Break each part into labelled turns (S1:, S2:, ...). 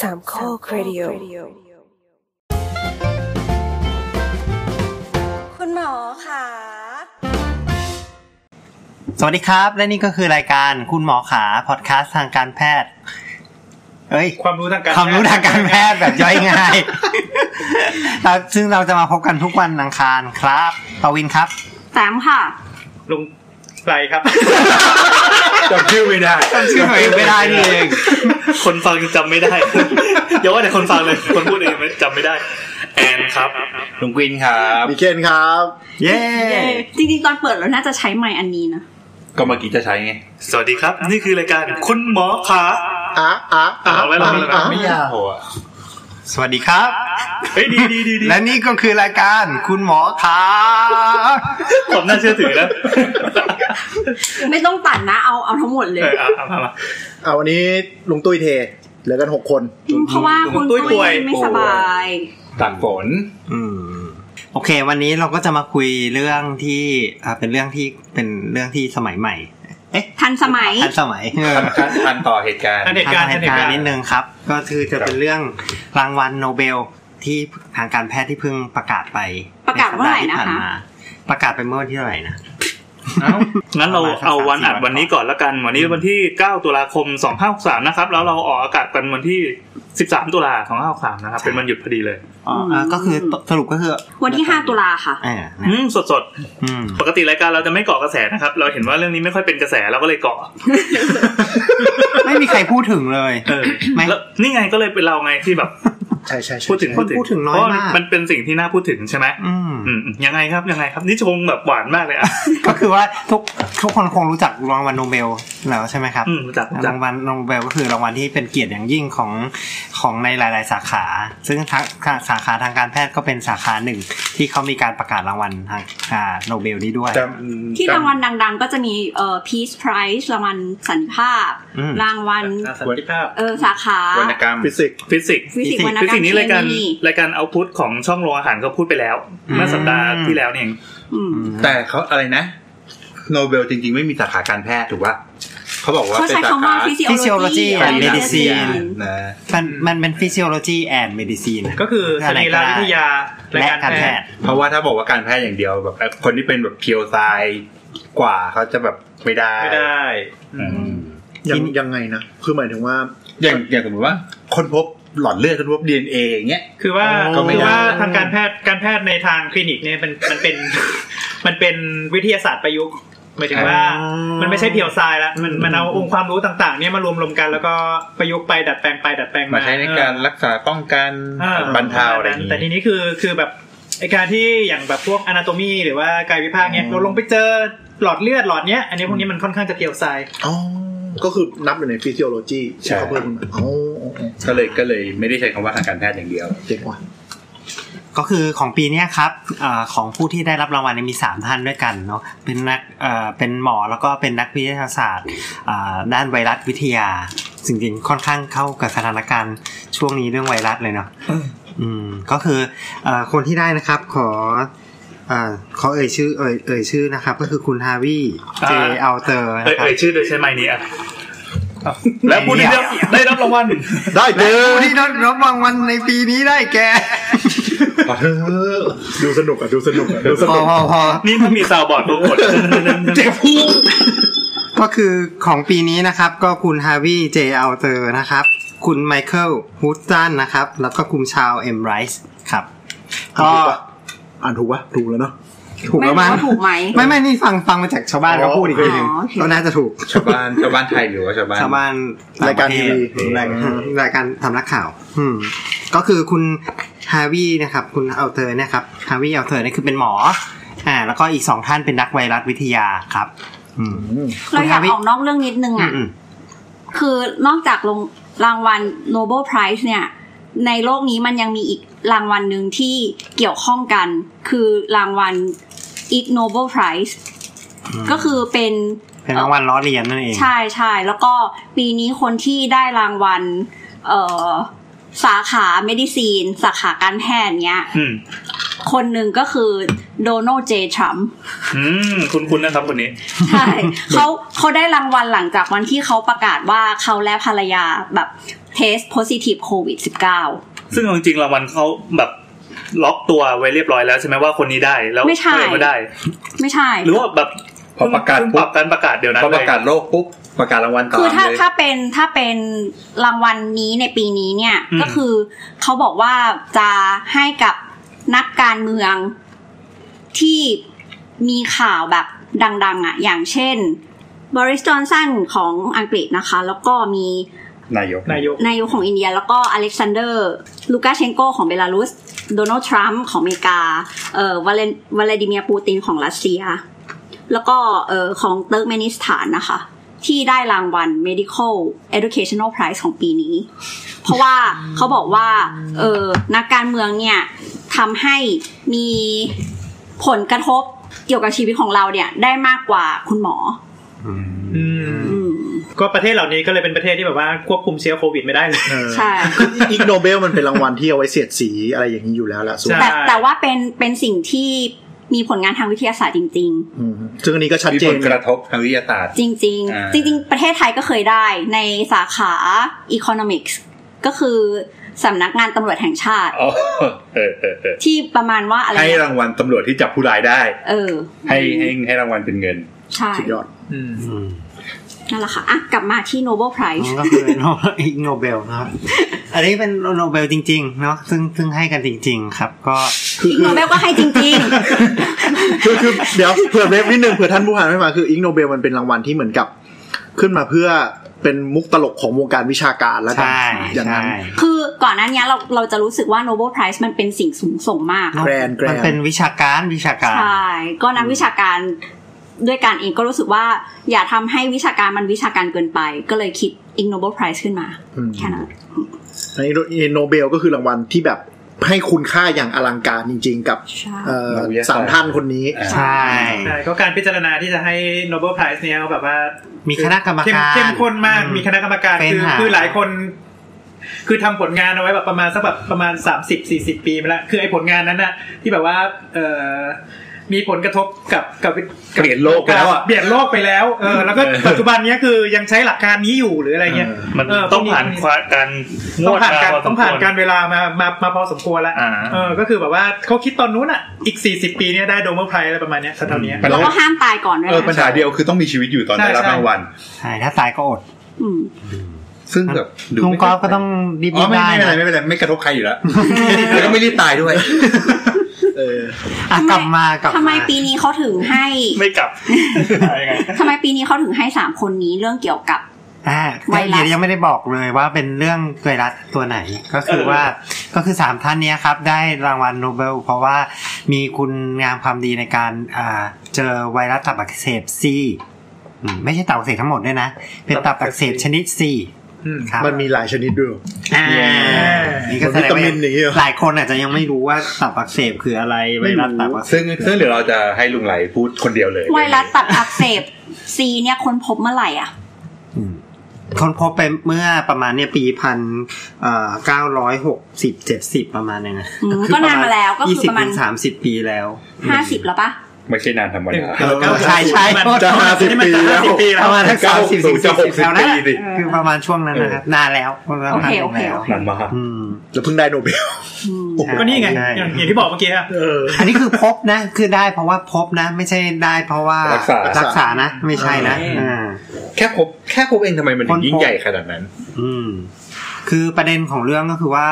S1: สามข้อครดิโอ
S2: คุณหมอค่ะ
S3: สวัสดีครับ และนี่ก็คือรายการคุณหมอขาพอดแคสต์ทางการแพทย์ เอ้ย
S4: ความรู้ทางการ
S3: ความรู้ทางการแพทย์แบบย่อยง่ ายเราซึ่งเราจะมาพบกันทุกวันอังคารครับปวินครับ
S5: แต้มค่ะ
S4: ลงไรครับ จำชื่อไม่ได้
S3: จำชื่อตัวเองไม่ได้นี่เอง
S6: คนฟังจำไม่ได้ เดี๋ยวว่าแต่คนฟังเลย คนพูดเองจำไม่ได้ แอนครับ
S4: ลุงกวินครับ
S7: มีเคนครับ
S3: เย้
S5: จริงๆ ตอนเปิดแล้วน่าจะใช้ไมค์อันนี้นะ
S4: ก็เมื่อกี้จะใช้ไง
S6: สวัสดีครับ นี่คือรายการคุณหมอขา
S7: อ่ะอ่ะอ่ะ
S6: เอาไว้เราไม่
S7: อ่ะ
S6: ไม่ยาก
S3: สวัสดีครับ
S6: เฮ้ยดีดีดีดี
S3: และนี่ก็คือรายการคุณหมอขา
S6: ผมน่าเชื่อถื อนะ
S5: ไม่ต้องตัดนะ เอาเอาทั้งหมดเล
S6: เอย อเอามามา
S7: เอาวันนี้ลุงตุ้ยเท เหลือกันหกคน
S5: เพราะว่าคุณ
S6: ตุ้ย
S5: ตุ้ย
S6: ป่วย
S5: ไม่สบาย
S4: ตากฝน
S3: โอเค วันนี้เราก็จะมาคุยเรื่องที่อ่าเป็นเรื่องที่เป็นเรื่องที่สมัยใหม่
S5: ทันสมัย
S3: ทันสมัย
S4: ทันต่อเหตุการณ์
S6: อันเหตุการณ์
S3: ทงเหตุการณ์นิดนึงครับ ก็คือจะเป็นเรื่องรางวัลโนเบลที่ทางการแพทย์ที่เพิ่งประกาศไป
S5: ประกาศเมื่อไหร่นะ
S3: ใสัปดาห์ที่
S5: คะ
S3: ผ่ามาประกาศไปเมื่อวันที่เท่าไหร่นะ
S6: งั้นเรา
S3: ประมาณสัก
S6: เอาวัน
S3: สามสี่
S6: อัด
S3: วัน
S6: วันนี้ก่อนละกัน วันนี้วันที่ 9 ตุลาคม 2563 นะครับ แล้วเราออกอากาศกันวันที่ 13 ตุลา2563 นะครับ เป็นวันหยุดพอดีเลย
S3: อ๋ออ่าก็คือสรุปก็คือ
S5: วันที่ 5 ตุลาค่ะ
S3: อ่า
S6: อืมสด
S3: อืม
S6: ๆ ปกติรายการเราจะไม่เกาะกระแสนะครับ เราเห็นว่าเรื่องนี้ไม่ค่อยเป็นกระแสเราก็เลยเกาะ
S3: ไม่มีใครพูดถึงเลย
S6: เออ
S3: ไม่
S6: แล้วนี่ไงก็เลยเป็นเราไงที่แบบ
S7: ใช่ใช่ใช่
S6: พูดถึง
S3: คนพูดถึงน้อย
S6: เพระ
S3: มาก
S6: มันเป็นสิ่งที่น่าพูดถึงใช่ไหม
S3: อืม
S6: อืมอืมยังไงครับยังไงครับ นี่ชงแบบหวานมากเลยอ่ะ
S3: ก็คือว่าทุกทุกคนคงรู้จักรางวัลโนเบลแล้วใช่ไหมครับ
S6: อืมรู้จักรู้จัก
S3: รางวัลโนเบลก็คือรางวัลที่เป็นเกียรติอย่างยิ่งของของในหลาย ๆ สาขา ซึ่งทางสาขาทางการแพทย์ก็เป็นสาขาหนึ่งที่เขามีการประกาศรางวัลทางอ่าโนเบลนี้ด้วย
S4: จ
S5: ที่รางวัลดังๆ ก็จะมีเอ่อ peace prize รางวัลสันติภาพ
S3: อืม
S5: รางวัล
S4: ำวันที่ภาพ
S5: เออสาขาว
S4: รรณกรรม
S7: ฟิสิกส์
S6: ฟิสิกส์
S5: ฟิสิกส์วรรณ
S6: ฟิ
S5: กร
S6: สิ
S5: ร
S6: กส์
S5: มเค
S6: นี้รายการ
S5: มี
S6: รายการเอาพุทของช่องโรงอาหารเขาพูดไปแล้ว เมื่อสัปดาห์ที่แล้วเนี่ยเอง
S5: อืม
S8: แต่เขาอะไรนะ โนเบลจริงๆ ไม่มีสาขาการแพทย์ถูกปะเขาบอกว่า
S5: เขา
S8: เป็น
S5: ใช้
S8: สา
S5: คำ
S8: ขา
S5: ว่า physiology
S3: physiology
S5: อะไร
S3: and
S8: ด้าน
S3: medicine
S8: นะ
S3: มันมันเป็น physiology and medicine
S4: ก็คือสรีรวิทยา
S3: และการแพทย์
S8: เพราะว่าถ้าบอกว่าการแพทย์อย่างเดียวแบบคนที่เป็นแบบเพียวไซายกว่าเขาจะแบบไม่ได้
S4: ไม่ได้
S8: อืม
S7: ยัง
S3: ทีนี้
S7: ยังไงนะ คือหมายถึงว่า
S8: อย่างอย่างสมมติว่า คนพบหลอดเลือดคนพบดีเอ็นเอย่างเงี้ย
S4: คือว่า
S8: ก็ไม่
S4: คือ
S8: ได้
S4: ว่าทางการแพทย์การแพทย์ในทางคลินิกเนี่ยมันมัน เป็น มันเป็นวิทยาศาสตร์ประยุกต์หมายถึงว่า
S3: อ๋อ
S4: มันไม่ใช่เพียวทรายละมันมันเอาองค์ความรู้ต่าง ๆ เนี่ยมารวมรวมกันแล้วก็ประยุกต์ไปดัดแปลงไปดัดแปลง
S8: มา
S4: มา
S8: ใช้ในการรักษาป้องกัน
S4: เออบ
S8: รรเทาอะไรอย่าง
S4: แต่ที
S8: งี้
S4: นี้คือคือแบบไอการที่อย่างแบบพวกอนาโตมีหรือว่ากายวิภาคเนี่ยเราลงไปเจอหลอดเลือดหลอดเนี้ยอันนี้พวกนี้มันค่อนข้างจะเพียวทราย
S7: อ๋อ ก็คือนับอยู่ในฟิสิโอโลจีที่เขาเพิ่มขึ้นมาอ๋ออ๋ออ๋อ
S8: ก็เลยก็เลยไม่ได้ใช้คำว่าทางการแพทย์อย่างเดียว
S7: เจ๋งว่ะ
S3: ก็คือของปีเนี้ยครับเออของผู้ที่ได้รับรางวัลเนี่ยมี 3 ท่านด้วยกันเนาะเป็นนักเอ่อเป็นหมอแล้วก็เป็นนักวิทยาศาสตร์อ่าด้านไวรัสวิทยาจริงๆค่อนข้างเข้ากับสถานการณ์ช่วงนี้เรื่องไวรัสเลยเนาะอืมก็คือเอ่อคนที่ได้นะครับขอเอ่อขอเอ่ยชื่อเอ่ยเอ่ยชื่อนะครับ ก็คือคุณฮาวิเจอัลเตอร์
S6: เอ่ย
S3: นะครับ
S6: เอ่ยชื่อโดยใช้ไมค์นี้อ่ะแล้วผู้ที่ได้ได้รับรางวัล
S7: ได้เจอ
S3: ผู้ที่ได้รับรางวัลในปีนี้ได้แก
S7: ดูสนุกอ่ะ ดูสนุกอ่ะ ดูส
S3: พ
S7: นุ
S3: อกพอพอ
S6: นี่ถ้ามีซาวด์บอร์ดตัวกด
S7: เจ็บพูด
S3: ก็คือของปีนี้นะครับก็คุณฮาวิเจอัลเตอร์นะครับ คุณไมเคิลฮ o ดตันนะครับ แล้วก็คุณชาวเอ็มไรส์ครับ ก็
S7: อ่านถูกปะถูกแล้วเนาะ
S3: ถูก
S5: ไม่
S3: แล้ว
S5: รู้
S3: มั้ง
S5: ว่าถูกไหม
S3: ไม่ไม่นี่ฟังฟังมาจากชาวบ้านเขาพูดอีกทีหนึ่ง
S5: อ๋อโอเค
S3: ก็น่าจะถูก
S8: ชาวบ้านชาวบ้านไทยหรือว่าชาวบ้าน
S3: ชาวบ้าน
S7: รายการทีวี
S3: รายการรายการทำนักข่าว อืม ก็คือคุณฮาวินะครับ คุณอัลเตอร์เนี่ยครับฮาวิอัลเตอร์นี่คือเป็นหมอ อ่า แล้วก็อีกสองท่านเป็นนักไวรัสวิทยาครับ อืม
S5: เราอยาก
S3: คุณฮาวิ
S5: ออกนอกเรื่องนิดนึง
S3: อืม
S5: อ่ะ
S3: อืม
S5: คือนอกจากลงรางวัล Nobel Prize เนี่ย ในโลกนี้มันยังมีอีกรางวัลหนึ่งที่เกี่ยวข้องกัน คือรางวัล Ig Nobel Prize ก็คือเป็น
S3: เป็นรางวัลล้อเลียนนั่นเอง
S5: ใช่ใช่แล้วก็ปีนี้คนที่ได้รางวัลเอ่อสาขา medicine สาขาการแพทย์เนี้ย
S6: อืม
S5: คนหนึ่งก็คือโดนัลด์เจทรัม
S6: อืมคุณคุณนะครับคนนี้
S5: ใช่เขาเขาได้รางวัลหลังจากวันที่เขาประกาศว่าเขาและภรรยาแบบ test positive covid 19
S6: ซึ่งเอาจริงๆรางวัลเขาแบบล็อกตัวไว้เรียบร้อยแล้วใช่ไหมว่าคนนี้ได้แล้ว
S5: ไม่ใช่
S6: คนอื่นก็ได้
S5: ไม่ใช่
S6: หรือว่าแบบ
S8: พอประกาศ
S6: เพิ่ง
S8: ปุ๊
S6: ปรั
S8: บ
S6: บการประกาศเดี๋ยวนั้น
S8: พอป
S6: เลย
S8: ระกาศโลกปุ๊บประกาศรางวัลตาม
S5: คือถ้า
S8: เลย
S5: ถ้าเป็นถ้าเป็นรางวัลนี้ในปีนี้เนี่ยก็คือเขาบอกว่าจะให้กับนักการเมืองที่มีข่าวแบบดัง ๆ อ่ะ อย่างเช่นบริส j อนสันของอังกฤษนะคะ แล้วก็มี
S8: นายก
S4: นายก
S5: นายกของอินเดีย แล้วก็อเล็กซานเดอร์ ลูกาเชนโกของเบลารุส โดนัลด์ทรัมป์ของอเมริกาเอ่อวาเลนวลาดิเมียร์ปูตินของรัสเซีย แล้วก็เอ่อของเติร์กเมนิสถานนะคะ ที่ได้รางวัล medical educational prize ของปีนี้ เพราะว่าเขาบอกว่าเออนักการเมืองเนี่ยทำให้มีผลกระทบเกี่ยวกับชีวิตของเราเนี่ย ได้มากกว่าคุณหมอ
S4: อืม
S5: อืม
S4: ก็ประเทศเหล่านี้ก็เลยเป็นประเทศที่แบบว่าควบคุมเชื้อโควิดไม่ได้เลย
S7: เออ
S5: ใช่
S7: คืออีกโนเบลมันเป็นรางวัลที่เอาไว้เสียดสีอะไรอย่างนี้อยู่แล้วแหละส่วน
S4: ใช่
S5: แต่แต่ว่าเป็นเป็นสิ่งที่มีผลงานทางวิทยาศาสตร์จริง
S7: อืมซึ่งอันนี้ก็ชัด
S8: มี
S7: เจ
S8: ผ
S7: น
S8: ลกระทบทางวิทยาศาสตร์
S5: ๆ จริง
S8: อ่า
S5: ๆ จริง ๆ ประเทศไทยก็เคยได้ในสาขา Economics ก็คือสำนักงานตำรวจแห่งชาติ
S8: อ๋อเออเออเออ
S5: ที่ประมาณว่าอะไร
S8: ให้
S5: นะ
S8: รางวัลตำรวจที่จับผู้ร้ายได้
S5: เออ
S8: ให้ให้ให้รางวัลเป็นเงิน
S5: ใช่
S7: สุดยอด
S4: อืม
S3: อืม
S5: นั่นแหละค่ะอ่ะ กลับมาที่ Nobel
S3: อื
S5: Prize
S3: มก็คืออีกโนเบลนะครับ อันนี้เป็นโนเบลจริงๆเนาะซึ่งซึ่งให้กันจริง ๆ ครับ ก็
S5: อีกโนเบลก็ให้จริง
S7: คือคือเดี๋ยวเผื่อเล็บนิดนึงเผื่อท่านผู้ฟังไม่มาคืออิงโนเบลมันเป็นรางวัลที่เหมือนกับ ขึ้นมาเพื่อเป็นมุกตลกของวงการวิชาการแล้วกั
S3: ใช่
S7: อย่างนั้น
S3: ใช่
S5: ๆ คือก่อนหน้านี้เราเราจะรู้สึกว่า Nobel Prize มันเป็นสิ่งสูงส่งมาก
S7: แกรนด์แกรนด์
S3: มันเป็นวิชาการวิชาการ
S5: ใช่ก็นักวิชาการด้วยกันเองก็รู้สึกว่า อย่าทำให้วิชาการมันวิชาการเกินไป ก็เลยคิด Ig Nobel Prize ขึ้นมา
S7: อืม
S5: แค่นั้น
S7: ในโนเบลก็คือรางวัลที่แบบให้คุณค่าอย่างอลังการจริง ๆ กับ
S5: ใช่
S7: เอ่อ
S8: นักวิทยาศาสตร์
S7: สามท่านคนนี้
S3: ใช่
S4: ใช่ก็การพิจารณาที่จะให้โนเบลไพรส์เนี่ยเขาแบบว่า
S3: มี
S4: มี
S3: คณะกรรมการ
S4: เข้มข้นมาก
S3: อืม
S4: มีคณะกรรมการ
S3: เป็น
S4: คือ
S3: หา
S4: คือหลายคน คือทำผลงานเอาไว้แบบประมาณสักแบบประมาณสามสิบสี่สิบปีมาแล้วคือไอ้ผลงานนั้นน่ะ ที่แบบว่าเออมีผลกระทบกับกับกับ
S8: เปลี่ยนโลกไปแล้วอะ
S4: เปลี่ยนโลกไปแล้วเออแล้วก็ปัจจุบันเนี้ยคือยังใช้หลักการนี้อยู่หรืออะไรเงี้ย
S7: เออ
S6: มัน
S4: เออ
S6: ต้องผ่าน
S4: พวกนี้
S6: ความการง
S4: ต้อง
S6: วด
S4: ผ่านการ
S6: มพสมคว
S4: ต้องผ่านการเวลามามามาพอสมควรแล้ว
S6: อ่า
S4: เออก็คือแบบว่าเขาคิดตอนนู้นอ่ะอีกสี่สิบปีเนี่ยได้โดมอร์ไพรส์อะไรประมาณเนี้ยเท่าๆเนี้ย
S8: ปัญ
S5: แล้ว
S8: หา
S5: ก็ห้ามตายก่อนด้วย
S8: เออปัญ
S5: นะ
S8: หาเดียวคือต้องมีชีวิตอยู่ตอน
S4: ใช่
S8: ได้รับ
S4: ใช่
S8: รางวัล
S3: ใช่ถ้าตายก็อด
S5: อืม
S8: ซึ่งแบบดู
S3: ลุงกอล์ฟก็ต้องรีบ
S8: อ๋อไม่
S3: ได้
S8: ไม่เป็นไร
S3: นะ
S8: ไม่เป็นไรไม่กระทบใครอยู่แล้ว แล้วก็ไม่รีบตายด้วย
S7: เออ
S3: อ่ะ
S5: ทำไม
S3: กลับมากลับ
S5: ทำไม
S3: มา
S5: ปีนี้เขาถึงให้
S6: ไม่กลับอะไรไง
S5: ทำไมปีนี้เขาถึงให้สามคนนี้เรื่องเกี่ยวกับ
S3: อ่า
S5: ไวรัส
S3: เดี๋ยวยังไม่ได้บอกเลยว่าเป็นเรื่องไวรัสตัวไหน ก็คือว่าก็คือสามท่านเนี้ยครับ ได้รางวัลโนเบล เพราะว่ามีคุณงามความดีในการอ่าเจอไวรัสตับอักเสบซีไม่ใช่ตับอักเสบทั้งหมดด้วยนะ เป็นตับอักเสบชนิดซี
S4: อืม
S3: ครับ
S7: มันมีหลายชนิดด้วย
S3: อ่านี่ก็แสดง
S7: วิตามินอย่างงี้เหรอ
S3: หลายคนอาจจะยังไม่รู้ว่าตับอักเสบคืออะไรไวรัสตับอักเสบ
S8: ซึ่งซึ่งเดี๋ยวเราจะให้ลุงไหลพูดคนเดียวเลย
S5: ไวรัสตับอักเสบซีเนี่ยค้นพบเมื่อไหร่อ่ะ
S3: อืมคนพบไปเมื่อประมาณเนี่ยปีพันเก้าร้อยหกสิบเจ็ดสิบประมาณเนี่ยนะ
S5: อืม
S3: คือ
S5: ก็นานมาแล้วก็คือ
S3: ยี่สิบ
S5: ประมาณ
S3: ถึงสามสิบปีแล้ว
S5: ห้าสิบแล้วปะ
S8: ไม่ใช่นานธรรมดา
S4: เออ
S3: เออใช่ใช่
S7: จะห้าสิบปีแล้ว
S3: ประมาณสา
S8: เก้าม
S3: สิ
S8: สิ
S3: บบ สี่สิ
S8: จะ
S3: บ
S8: หกสิบ
S3: แล้วนะ
S8: ปีดิ
S3: คือประมาณช่วงนั้นนะครับนานแล้ว
S5: โอเคโอเค
S3: แล้ว
S5: โอเคน
S8: านมาก
S3: อืม
S7: แล้วเพิ่งได้โนเบล
S5: อืม
S4: ก็นี่ไงอย่างอย่างที่บอกเมื่อกี้อะ
S7: เออ
S3: อันนี้คือพบนะ คือได้เพราะว่าพบนะ ไม่ใช่ได้เพราะว่า
S8: รักษา
S3: รักษานะ ไม่ใช่นะ
S4: เอออ่
S3: อ่า
S8: แค่พบแค่พบเองทำไมมันถึงยิ่งใหญ่ขนาดนั้น
S3: อืม คือประเด็นของเรื่องก็คือว่า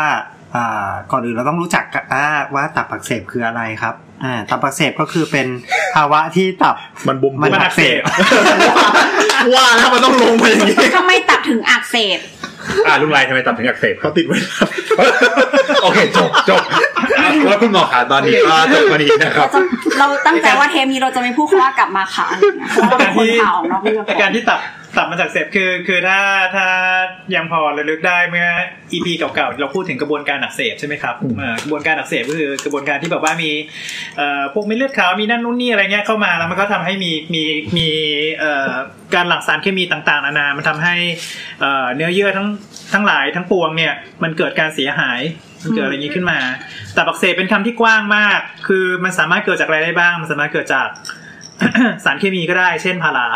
S3: อ่า ก่อนอื่นเราต้องรู้จักกะอ่าว่าตับอักเสบคืออะไรครับ อ่า ตับอักเสบก็คือเป็น ภาวะที่ตับ
S7: มันบวมๆ
S3: มันอักเสบ
S7: ว่าแล้วมันต้องลงไปอย่างนี้
S5: ทำไมตับถึงอักเสบ
S8: อ่าลุงไหลทำไมตับถึงอักเสบค
S7: เขา
S8: รับ
S7: ติดไว้
S8: โอเคจบจบแล้วคุณหมอขาตอนนี้ก็จบวันนี้นะครั
S5: เรา
S8: บ
S5: จะเราตั้งใจว่าเทปนี้เราจะไม่พูดคำว่ากลับมาขาอะไรเงี้ยเพราะเราเป็นคนข่าวออกนอกเรื่อง
S4: อาการที่ตับตับมาจากเสพคือคือถ้าถ้ายังพอระลึกได้เมื่อ EP เก่าๆ เราพูดถึงกระบวนการอักเสบใช่ไหมครับเอ่อกระบวนการอักเสบก็คือกระบวนการที่แบบว่ามีเอ่อพวกเม็ดเลือดขาวมีนั่นนู่นนี่อะไรเงี้ยเข้ามาแล้วมันก็ทำให้มีมีมีเอ่อการหลั่งสารเคมีต่างๆนานา มันทำให้เอ่อเนื้อเยื่อทั้งทั้งหลายทั้งปวงเนี่ยมันเกิดการเสียหาย มันเกิดอะไรอย่างนี้ขึ้นมาตับอักเสบเป็นคำที่กว้างมาก คือ มันสามารถเกิดจากอะไรได้บ้าง มันสามารถเกิดจาก สารเคมีก็ได้ เช่นพารา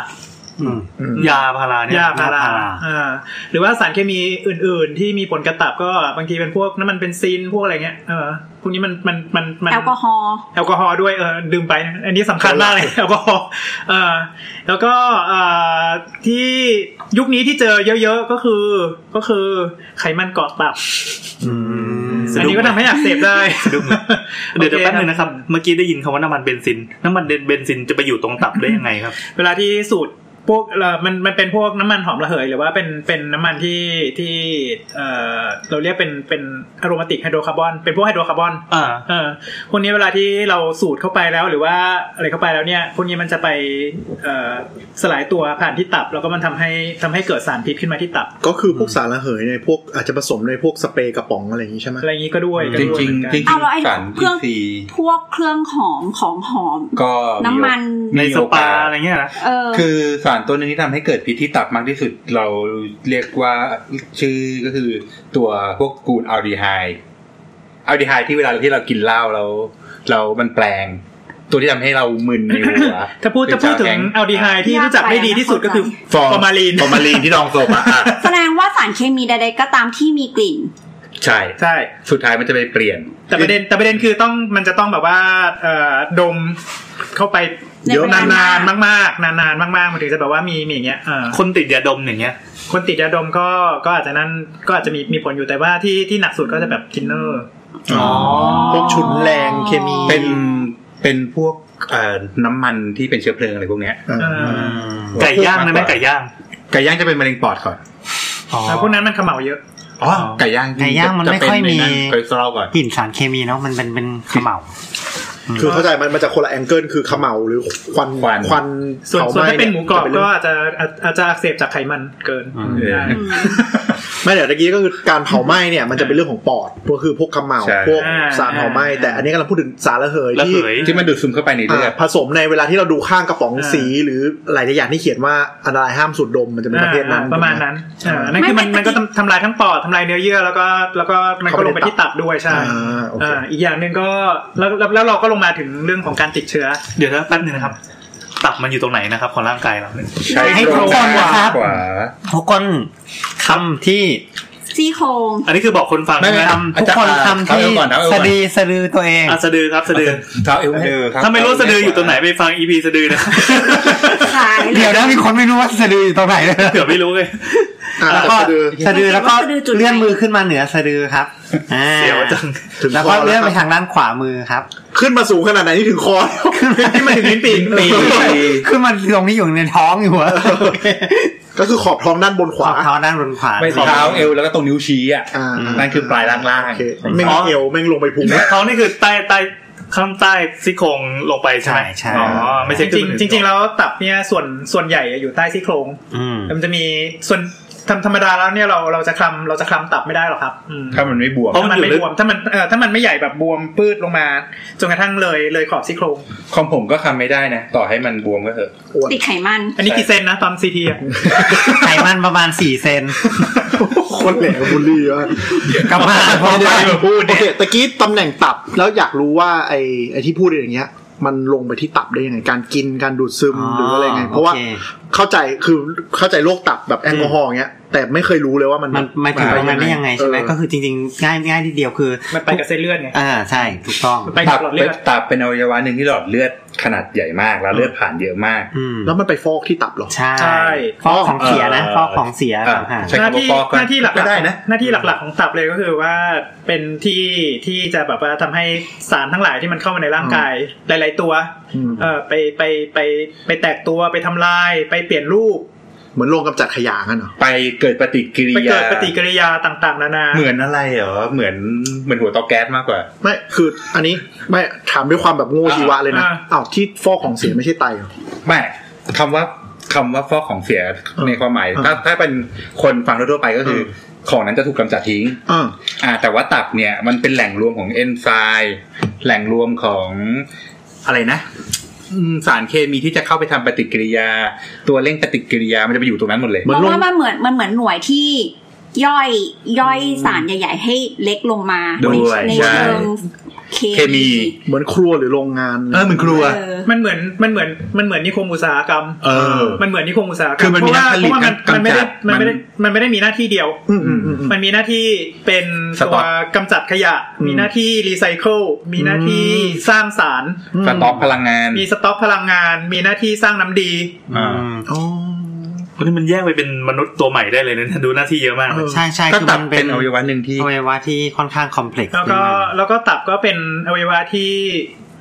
S3: อืม
S7: อืม
S6: ยาพาราเนี่ย
S4: ยาพารา
S3: พารา
S4: อ่าหรือว่าสารเคมีอื่น ๆ ที่มีผลกระตับก็บางทีเป็นพวกน้ำมันเป็นซินพวกอะไรเงี้ยเออพวกนี้มันมันมันมัน
S5: แอลกอฮอล์
S4: แอลกอฮอล์ด้วยเออดื่มไปนะอันนี้สำคัญ มากเลย แอลกอฮอล์เออแล้วก็เอ่อที่ยุคนี้ที่เจอเยอะๆก็คือก็คือไขมันเกาะตับ
S3: อืม
S4: อันนี้ก็ทำให้อักเสบได้
S6: เดี๋ยวเดี๋ยวแป๊บนึง
S4: โอ
S6: นะครับ เมื่อกี้ได้ยินคำว่าน้ำมันเบนซิน น้ำมันเบนซินจะไปอยู่ตรงตับได้ยังไงครับ
S4: เวลาที่สูตรพวกเอ่อมันมันเป็นพวกน้ำมันหอมระเหย หรือว่าเป็นเป็นน้ำมันที่ที่เอ่อเราเรียกเป็นเป็นอโรมาติกไฮโดรคาร์บอนเป็นพวกไฮโดรคาร์บอน
S6: อ่า
S4: เออพวกนี้เวลาที่เราสูดเข้าไปแล้วหรือว่าอะไรเข้าไปแล้วเนี่ยพวกนี้มันจะไปเอ่อสลายตัวผ่านที่ตับ แล้วก็มันทำให้ทำให้เกิดสารพิษขึ้นมาที่ตับ
S7: ก็คือพวกสารระเหยในพวกอาจจะผสมในพวกสเปรย์กระป๋องอะไรอย่างนี้ใช่ไหม
S4: อะไรอย่างนี้ก็ด้วยก็
S8: จริง
S4: ด้วย
S8: จริง
S4: เหมือนกัน
S8: จริง
S5: เอาแล้วไอ้
S8: สาร
S5: เครื่อง
S8: ซี
S5: พวกเครื่องหอมของหอม
S8: ก็
S5: น้ำมัน
S6: ในส
S8: โอก
S6: ปา
S8: ส
S6: อะไรเงี้ยนะ
S5: เออ
S8: คือสารตัวหนึงที่ทำให้เกิดพิษที่ตับมากที่สุด เราเรียกว่าชื่อก็คือตัวพวกกูนอัลดีไฮด์อัลดีไฮด์ที่เวลาที่เรากินเหล้าเรา เรามันแปลง ตัวที่ทำให้เรามึนในหัว
S4: ถ้าพูดจะพูดถึงอัลดีไฮด์ที่รู้จักไม่ดีที่สุดก็คือ
S8: ฟอร์
S4: ฟอร์มาลีน
S8: ฟอร์มาลีนที่ดองโซบอะอ่ะ
S5: แสดงว่าสารเคมีใดๆก็ตามที่มีกลิ่น
S8: ใช่
S4: ใช่
S8: สุดท้ายมันจะไปเปลี่ยน
S4: แต่ประเด็นแต่ประเด็นคือต้องมันจะต้องแบบว่าเอ่อดมเข้าไป
S5: เยอะ
S4: นานๆมากๆ นานๆมากๆมันถึงจะแบบว่ามีมีอย่างเงี้ยเออ
S6: คนติดยาดมอย่างเงี้ย
S4: คนติดยาดมก็ก็อาจจะนั่นก็อาจจะมีมีผลอยู่แต่ว่าที่ที่หนักสุดก็จะแบบทินเนอร์
S6: อ๋อ
S7: พวกชุนแรงเคมี
S8: เป็นเป็นพวกเอ่อน้ำมันที่เป็นเชื้อเพลิงอะไรพวกเนี้ย
S7: อ่า
S4: เออ
S3: อืม
S6: ไก่ย่างได้ไหมไก่ย่าง
S8: ไก่ย่างจะเป็นมะเร็งปอดก่อน
S6: อ๋อ
S4: แล้วพวกนั้นมันเขม่าเยอะ
S8: อ๋อไก่ย่าง
S3: ไก่ย่างมันไม่ค่อยมี
S8: คอเลสเตอรอลก่อน
S3: กลิ่นสารเคมีเนาะมันเป็นเป็นเขม่า
S7: คือเข้าใจมันมาจากคนละแองเกิลคือเขม่าหรือควัน
S8: ควัน
S7: ควัน
S4: ส่วน
S7: ผ
S4: ส่วนถ้าเป็นหมูกรอบ
S7: จะเ
S4: ก็อาจจะอาจอาจจะอักเสบจากไขมันเกิน
S3: อืม
S8: เออ
S4: ได้
S5: อืม
S7: ไม่เดี๋ยวตะกี้ก็คือการเผาไหม้เนี่ยมันจะเป็นเรื่องของปอดก็คือพวกเขม่า
S8: ใช่
S7: พวก
S4: อ่า
S7: สารเผาไหม้แต่อันนี้กำลังพูดถึงสารระเหย
S6: ระ
S7: ที่
S6: เหย
S8: ที่มันดูดซึมเข้าไปในเลือด
S7: อ่าผสมในเวลาที่เราดูข้างกระป๋อง
S4: อ่า
S7: สีหรือหลายๆอย่างที่เขียนว่าอันตรายห้ามสูดดมมันจะเป็นประเภทนั้น
S4: อ่าประมาณนั้นอ่านั่นคือมัน
S5: ไม่ไม่
S4: มันก็ทำทำลายทั้งปอดทำลายเนื้อเยื่อแล้วก็แล้วก็มันก็ลงไปที่ตับด้วยใช่
S7: อ่าโอเค
S4: อ่าอีกอย่างหนึ่งก็แล้วแล้วแล้วเราก็ลงมาถึงเรื่องของการติดเชื้อ
S6: เดี๋ยวนะแป๊บนึงนะครับ ตับมันอยู่ตรงไหนนะครับ ของร่างกายเราเนี่ย
S8: ใช้
S3: ให้
S8: โครง
S3: ทุกคนนะครับ
S8: ขวา
S3: ทุกคนคำที่
S5: ซี่โครง
S6: อันนี้คือบอกคนฟัง
S8: ไม่ไม่
S6: นะครับ
S8: ทำ
S3: ทุกคนคำที่
S8: ก่อนเอาเอว
S3: สะ
S8: ก่อน
S3: ดือสะดือตัวเอง
S6: อ่ะสะดือครับสะดือ
S8: เท้าเอวเอวคบ
S6: ถ้าไม่รู้สะดืออยู่ตรงไหนไปฟังอีพีสะดือนะ
S5: ขาย
S3: เดี๋ยวนะมีคนไม่รู้ว่าสะดืออยู่ตรงไหนเลย
S6: เผื่อไม่รู้เลย
S7: อ่า
S3: แล้ว
S7: แต่
S3: ก็
S7: สะดือ
S3: สะดือแล้วก็เลื่อนมือขึ้นมาเหนือสะดือครับอ่า
S6: เสียวจัง
S7: ถึง
S3: แล้ว
S7: ค
S3: ก็
S7: อ
S3: เลื่
S7: แล้
S3: อ
S7: วน
S3: ไป
S7: ครับ
S3: ทางด้านขวามือครับ
S7: ขึ้นมาสูงขนาดไหนนี่ถึงคอ
S3: ขึ้น
S7: ที่มันถึงลิ้นปีก
S8: ปี
S3: ขึ้นมาตรงนี้อยู่ในท้องอยู่อะโอเค
S7: ก็คือขอบท้องด้านบนข
S3: ข
S7: วา
S3: อบเท้าด้านบนขวา
S8: ไม่เท้าเอวแล้วก็ตรงนิ้วชี้อ่ะ
S7: อ่า
S8: นั่นคือปลายล่างล่าง
S7: โอเคแม่งเอวแม่งลงไปพุง
S6: ท้องนี่คือใต้ใต้ข้างใต้ซี่โครงลงไปใช่ไหม
S3: ใช่ใช่
S6: อ๋อไม่ใช่
S4: จริงๆจริงๆแล้วตับเนี่ยส่วนส่วนใหญ่อยู่ใต้ซี่โครง
S3: อืม
S4: มันจะมีส่วนธรรมธรรมดาแล้วเนี่ยเราเราจะคลำเราจะคลำตับไม่ได้หรอกครับอืม
S8: ถ้ามันไม่บวม
S6: เพราะ
S4: ถ้า
S6: มั
S4: มั
S6: อ
S4: น น
S6: ยู่
S4: ไม่
S6: ลึก
S4: บวมถ้ามันเอ่อถ้ามันไม่ใหญ่แบบบวมปืดลงมาจนกระทั่งเลยเลยขอบซี่โครง
S8: ของผมก็คำไม่ได้นะ ต่อให้มันบวมก็เถอะ
S5: ติดไขมัน
S4: อันนี้กี่เซนนะตอนซีทีอ่ะ
S3: ไขมันประมาณสี่เซน
S7: คนแหลกบุลลี่วะ
S3: กลับมาพร้อมกัน
S7: พูดโอเคตะกี้ตำแหน่งตับแล้วอยากรู้ว่าไอ้ไอ้ที่พูดอย่างเงี้ย มันลงไปที่ตับได้ยังไง การกินการดูดซึมหรืออะไรไง เพราะว่า
S3: โอค
S7: เข้าใจคือเข้าใจโรคตับแบบแอลกอฮอล์อย่างเงี้ย แต่ไม่เคยรู้เลยว่ามัน
S3: มันมาถึงตรงนั้นได้ยังไงใช่ไหม
S7: เออ
S3: ก็คือจริงๆ ง่ายง่ายทีเดียวคือ
S4: มันไปกับเส้นเลือดไง
S3: อ่าใช่ถูกต้อง
S4: มันไป
S8: ตั
S4: กับบ หลอดเลือด
S8: ตับเป็นอวัยวะหนึ่งที่หลอดเลือดขนาดใหญ่มาก แล้วเลือดผ่านเยอะมาก
S3: อืม
S7: แล้วมันไปฟอกที่ตับเหรอ
S3: ใช่
S4: ใช่
S3: ฟอกของเสียนะ
S8: เออ
S3: ฟอกของเสีย
S8: อ่ะ
S3: ต่างหาก
S8: ใช้
S4: หน้า
S8: คำว่า
S4: ที่
S8: ฟอกก่อ
S4: หน้าที่หลัก
S8: ก็
S4: ๆ
S8: ได้นะ
S4: หน้าที่หลักๆของตับเลยก็คือว่าเป็นที่ที่จะแบบว่าทำให้สารทั้งหลายที่มันเข้ามาในร่างกายหลาย ๆตัว
S7: อืม
S4: เออไปไปไปไปแตกตัวไปทำลายไปเปลี่ยนรูป
S7: เหมือนโรงกำจัดขยะกันเหรอ
S8: ไปเกิดปฏิกิริ
S4: ไป
S8: ยา
S4: เกิดปฏิกิริยาต่างๆ นานา
S8: เหมือนอะไรเหรอเหมือนเหมือนหัวเตาแก๊สมากกว่า
S7: ไม่คืออันนี้ไม่ถามด้วยความแบบโง่
S8: อ่า
S7: ชีวะเลยนะอ้าวที่ฟอกของเสียไม่ใช่ไตเหรอ
S8: ไม่คำว่าคำว่าฟอกของเสียในความหมาย
S7: เออ
S8: ถ้าถ้าเป็นคนฟังทั่วๆไปก็คืออของนั้นจะถูกกำจัดทิ้ง
S7: อ่า
S8: อ่าแต่ว่าตับเนี่ยมันเป็นแหล่งรวมของเอนไซม์แหล่งรวมของอะไรนะอืมสารเคมีที่จะเข้าไปทำปฏิกิริยา ตัวเร่งปฏิกิริยามันจะไปอยู่ตรงนั้นหมดเลย
S7: เห
S5: เพ
S7: มือน
S5: ราะ
S7: โรง
S5: ว่ามันเหมือนมันเหมือนหน่วยที่ย่อยย่อยสารใหญ่ ๆ ให้เล็กลงมา
S8: ด้วย
S5: ใน
S8: ใช่
S5: เชิง เค
S8: เคมี
S7: เหมือนครัวหรือโรงงาน
S8: เออเหมือนครัว
S5: เออ
S4: มันเหมือนมันเหมือนมันเหมือนนิคมอุตสาหกรรม
S8: เออ
S4: มันเหมือนนิคมอุตสาหกรรม
S8: คือมันมี
S4: เพราะว่า
S8: หน้าผ
S4: เพ
S8: ลิต
S4: ราะว่ามัน
S8: กำจัด
S4: มันไม่ได้มันไม่ได้
S8: มัน
S4: มันไม่ได้มีหน้าที่เดียว
S7: อืมอืมอืมอืม
S4: มันมีหน้าที่เป็น
S8: ส
S4: ตั
S8: ต็อ
S4: ว
S8: ก
S4: กำจัดขยะ
S7: อืม
S4: มีหน้าที่รีไซเคิลมีหน้าที่
S7: อืม
S4: สร้างสาร
S8: สต็อกพลังงาน
S4: มีสต็อกพลังงาน มีหน้าที่สร้างน้ำดี
S8: อ่า
S7: อ๋อ
S6: วันนี้มันแยกไปเป็นมนุษย์ตัวใหม่ได้เลยนะดูหน้าที่เยอะมากเลย
S3: ใช่ใช่
S8: ก็
S3: คือ
S8: ตั
S3: มั
S8: บ
S3: น
S8: เป็นอวัยวะหนึ่งที่
S3: อวัยวะที่ค่อนข้างคอมเพล็กซ์
S4: แล้วก็แล้วก็ตับก็เป็นอวัยวะที่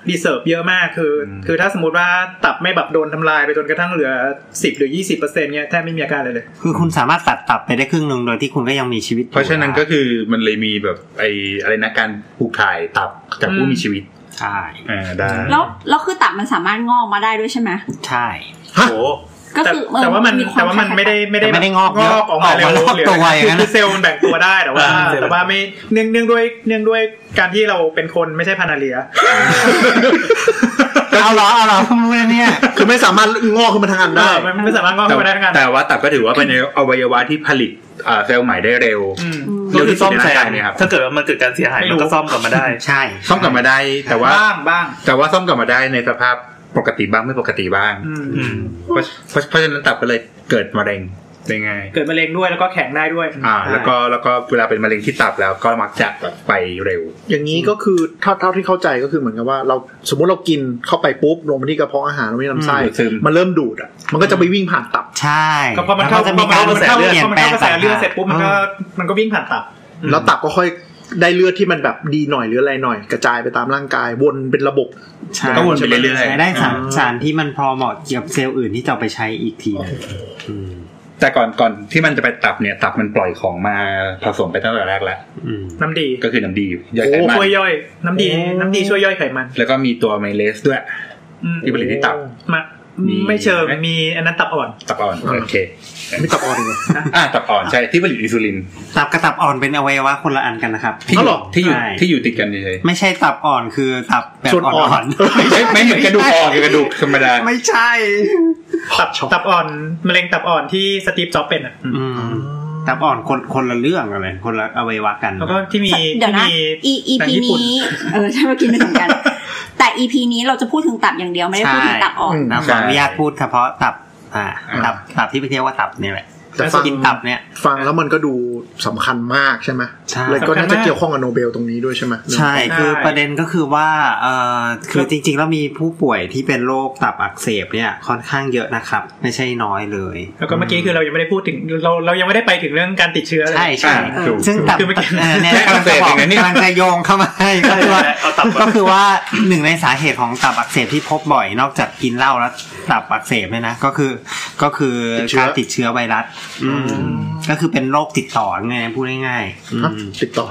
S4: ดีเซิร์ฟเยอะมากคือ
S8: อืม
S4: คือถ้าสมมติว่าตับไม่แบบโดนทำลายไปจนกระทั่งเหลือ 10 หรือ 20เปอร์เซ็นต์เนี่ยแทบไม่มีอาการเลยเลย
S3: คือคุณสามารถตัดตับไปได้ครึ่งหนึ่งโดยที่คุณก็ยังมีชีวิตอยู่
S8: เพราะฉะนั้นก็คือมันเลยมีแบบไอ้อะไรนะการผูกถ่ายตับจากผู้มีชีวิต
S3: ใช่
S8: อ่าได้
S5: แล้วแล้วคือตับมันสามารถงอกมาได้ด้วยใช่ไหม
S3: ใช่
S6: โอ้โห
S5: ก็
S4: แต่
S5: คือเออ
S4: แต่ว่ามัน
S5: ค
S4: แต่ว่ามันไม่ได้ไม่ได้
S3: แต่ไม่ได้งอก
S4: งอกออกมาเร็ว
S3: รอบ
S4: หรือ
S3: ตัว
S4: อะไร
S3: อย่างนั้น
S4: คื
S3: นะ
S4: อเซลล์มันแบ่งตัวได้แต่ว่า แต่ว่าไม่เนื่องเนื่องด้วยเนื่องด้วยการที่เราเป็นคนไม่ใช่พานาเลีย
S3: เอาเหรอเอาเหรอเพิ่งรู้นะเนี่ย
S7: คือไม่สามารถงอกขึ้นมาทางอัน
S4: ได้
S7: ได้
S4: มันไม่สามารถงอก
S8: แต่
S4: ขึ้นมาได้ทั้งนั้น
S8: แต่ว่าตับก็ถือว่าเป็นอวัยวะที่ผลิตอ่าเซลล์ใหม่ได้เร็ว
S4: อืม
S5: อืม
S8: เดี๋ยวที่
S6: ซ่อมแซม
S8: เดี๋ยวที่ครับ
S6: ถ้าเกิดว่ามันเกิดการเสียหาย
S4: ไม่รู้
S6: มันก็ซ่อมกลับมาได้
S3: ใช่
S8: ซ่อมกลับมาได้ แต่ว่า
S4: บ้างบ้าง
S8: แต่ว่าซ่อมกลับมาได้ในสภาพปกติบ้างไม่ปกติบ้าง
S4: อืม
S6: อืม
S8: เพราะเพราะเพราะฉะนั้นตับก็เลยเกิดมะเร็งได้ง่าย
S4: เกิดมะเร็งด้วยแล้วก็แข็งได้ด้วย
S8: อ่า แล้วก็แล้วก็เวลาเป็นมะเร็งที่ตับแล้วก็มักจะแบบไปเร็ว
S7: อย่างนี้ก็คือเท่าเท่าที่เข้าใจก็คือเหมือนกับว่าเราสมมติเรากินเข้าไปปุ๊บลงไปที่กระเพาะอาหารลงไปที่ลำไส้
S8: อืมซึม
S7: มันเริ่มดูดอ่ะมันก็จะไปวิ่งผ่านตับ
S3: ใช่
S4: ก็พอมันเข้า
S3: แล้วจะมี
S4: พ
S3: กา
S4: อ
S3: ร
S4: มันเข้า
S3: เปลี่ยน
S4: พอมัน
S3: แปล
S4: เข้าง กระแสเลือดเสร็จปุ๊บมันก็
S3: เออ
S4: มันก็วิ่งผ่านตับ อืม
S7: แล้วตับก็ค่อยได้เลือดที่มันแบบดีหน่อยหรืออะไรหน่อย กระจายไปตามร่างกายวนเป็นระบบ
S3: ใช่
S8: ก็วนไปเรื่อยๆ
S3: ใช้ได้สารสารที่มันพอเหมาะกับเซลล์อื่นที่จะเอาไปใช้อีกทีหนึงอืม
S8: แต่ก่อนก่อนที่มันจะไปตับเนี่ย ตับมันปล่อยของมาผสมไปตั้งแต่แรกแล้ว
S3: อืม
S4: น้ำดี
S8: ก็คือน้ำดีย่อยไขมัน
S4: ช่วยย่อย น้ำดี
S7: โอ้
S4: น้ำดีช่วยย่อยไขมัน
S8: แล้วก็มีตัวไมเลสด้วย
S4: อืม
S8: ที่ผลิตที่ตับ
S4: มา
S8: มี
S4: ไม่เชิงมีอันนั้นตับอ่อน
S8: ตับอ่อนโอเค
S7: ไม่ตับอ่อนเลย
S8: อ่าตับอ่อนใช่ที่ผลิตอินซูลิน
S3: ตับกับตับอ่อนเป็นอวัยวะคนละอันกันนะครับ
S8: ที่อ
S7: อ๋อเหร
S8: ยู่
S7: อ
S8: ที่อยู่
S3: ใช่
S8: ที่อยู่ติดกันเลย
S3: ไม่ใช่ตับอ่อนคือตับแบบ
S7: ส่วนอ่
S3: อ่
S7: อ
S3: อน น
S8: ไม่ไม่เหมือนกระดูกอ่อนกับกระดูกธรรมดา
S3: ๆไม่ใช่
S4: ตับตับอ่อนมะเร็งตับอ่อนที่สตีฟจ็อบส์เป็นอ่ะ
S3: อืมตับอ่อนคนคนละเรื่องอะไรคนละอวัยวะกัน
S4: แล้วก็ที่มี
S5: เดี๋ยวน
S4: ที่
S5: ะ
S4: มี
S5: อีอี
S4: หนัง
S5: พี
S4: ญี่ปุ่น
S5: นี้เออใช่เมื่อกี้ไม่ถึงกัน แต่อีพีนี้เราจะพูดถึงตับอย่างเดียวไม่ได้พูดถึงตับอ่อน
S3: นะข
S8: ใช่
S3: ออนุญาตพูดเฉพาะตับ อ่า
S8: อ่า
S3: ตับตับที่ไปเที่ยวว่าตับเนี่ยแหละ
S7: แต่
S3: แล้ว
S7: ฟัง
S3: กินตับเนี่ย
S7: ฟังแล้วมันก็ดูสำคัญมากใช่ไหม
S3: ใช่
S7: เลยก็น่า
S4: สำคัญมา
S7: จะ
S4: ก
S7: เกี่ยวข้องกับโนเบลตรงนี้ด้วยใช่ไหม
S3: ใช่คือ
S4: ใช่
S3: ประเด็นก็คือว่าเอ่อคือจริงๆ แล้วมีผู้ป่วยที่เป็นโรคตับอักเสบเนี่ยค่อนข้างเยอะนะครับ ไม่ใช่น้อยเลย
S4: แล้วก็เมื่อกี้คือเรายังไม่ได้พูดถึงเราเรายังไม่ได้ไปถึงเรื่องการติดเชื้อเลย
S3: ใช่ใช่
S8: อ่าถูก
S3: ซึ่งตับ
S4: คือเมื่อกี้
S3: เอ่อเนี่ย
S8: แค่
S3: กำลัง
S8: อักเส
S3: จะ
S8: บบ เอ
S3: อก
S8: งนะเนี่ย
S3: กำลังจะโยงเข้ามาให้ก็คือว่า
S6: เอาตับก่อน
S3: ก็คือว่าหนึ่งในสาเหตุของตับอักเสบที่พบบ่อยนอกจากกินเหล้าแล้วตับอักเสบเนี่ยนะก็คือก็คือการติดเชื้อไวรัสอืมก็คือเป็นโรคติดต่อไงพูดง่ายๆอืม
S7: ฮะติดต่อ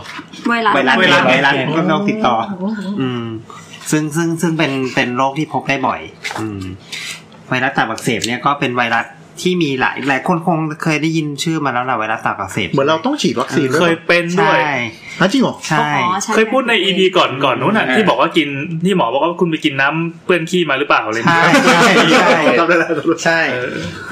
S5: เวลา
S3: ไวรัส
S4: ไวรัส
S3: ไวรัสเป็นโรคติดต่อ อืมซึ่งซึ่งซึ่งเป็นเป็นโรคที่พบได้บ่อย อืม ไวรัสตับอักเสบเนี่ยก็เป็นไวรัสที่มีหลายหลายคนคงเคยได้ยินชื่อมาแล้วแหละไวรัสตับอักเสบ
S7: เหมือนเราต้องฉีดวัคซีนด้
S6: เค
S7: วย
S6: ยเป็นด้วย
S3: ใช่
S7: ฮะจริงเหรอ
S3: ใช่
S5: อ๋อช่
S6: เคยพูดในอีพีก่อนก่อนนู้นน่ะ
S8: อ่า
S6: ที่บอกว่ากินที่หมอบอกว่าคุณไปกินน้ำเปื้อนขี้มาหรือเปล่าอะไรอย่าง
S3: ใช่
S6: เงี้ย
S3: ใช่ใช่
S7: จำได้แล้วจำได้แล้ว
S3: ใช่
S6: เ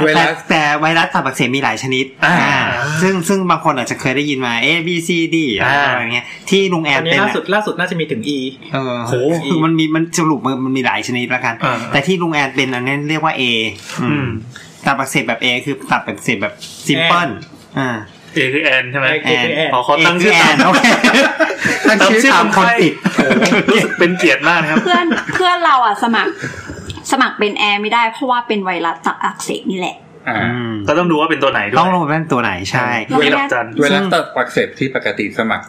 S6: ออ
S8: ไวรั
S3: แต่
S8: ส
S3: แต่ไวรัสตับอักเสบมีหลายชนิด
S6: อ่า
S3: อ่าซึ่งซึ่งบางคนอาจจะเคยได้ยินมา A B C D อะไร
S6: อ่า
S3: อย่างเงี้ยที่ลุงแอ
S4: อั
S3: น
S4: นนี้
S3: เป็น
S4: ล่า
S3: อะ
S4: สุดล่าสุดน่าจะมีถึง E
S3: เออ
S6: โห
S3: คือมันมีมันสรุปมันมันมีหลายชนิดละกัน
S6: อ่า
S3: แต่ที่ลุงแอนเป็นอันนี้เรียกว่า A อื
S6: อื
S3: ม
S6: ม
S3: ตับอักเสบแบบ A คือตับอักเสบแบบ s ิมเพิลอ่า
S6: เอคือแอนใช่ไหม
S4: A คือแอน
S6: ขอขอ
S3: A
S6: ตั้ง
S3: คื
S6: ชื่อ
S3: แอ
S6: ตาม
S3: นโอเค
S6: ตั้ง
S3: ตั้ง
S6: ชื่
S3: ชื่
S6: อ
S3: อ
S6: ตา
S3: ตาม มค
S6: ค
S3: น น
S6: ติ
S3: ติ
S6: ด
S3: ด
S6: รู้สึกเป็นเกียรติมากนะครับ
S5: เพื่อนเพื่อนเราอ่ะสมัคร สมัครเป็นแอร์ไม่ได้เพราะว่าเป็นไวรัสตับอักเสบนี่แหละ
S8: อ่า
S3: อืม
S6: ก็ต้องดูว่าเป็นตัวไหนด้วย
S3: ต้องลงเป็นตัวไหนใช่
S5: เว
S6: มีด
S5: ลา
S6: อกจัน
S8: เวลาตัดปักเสพที่ปกติสมัคร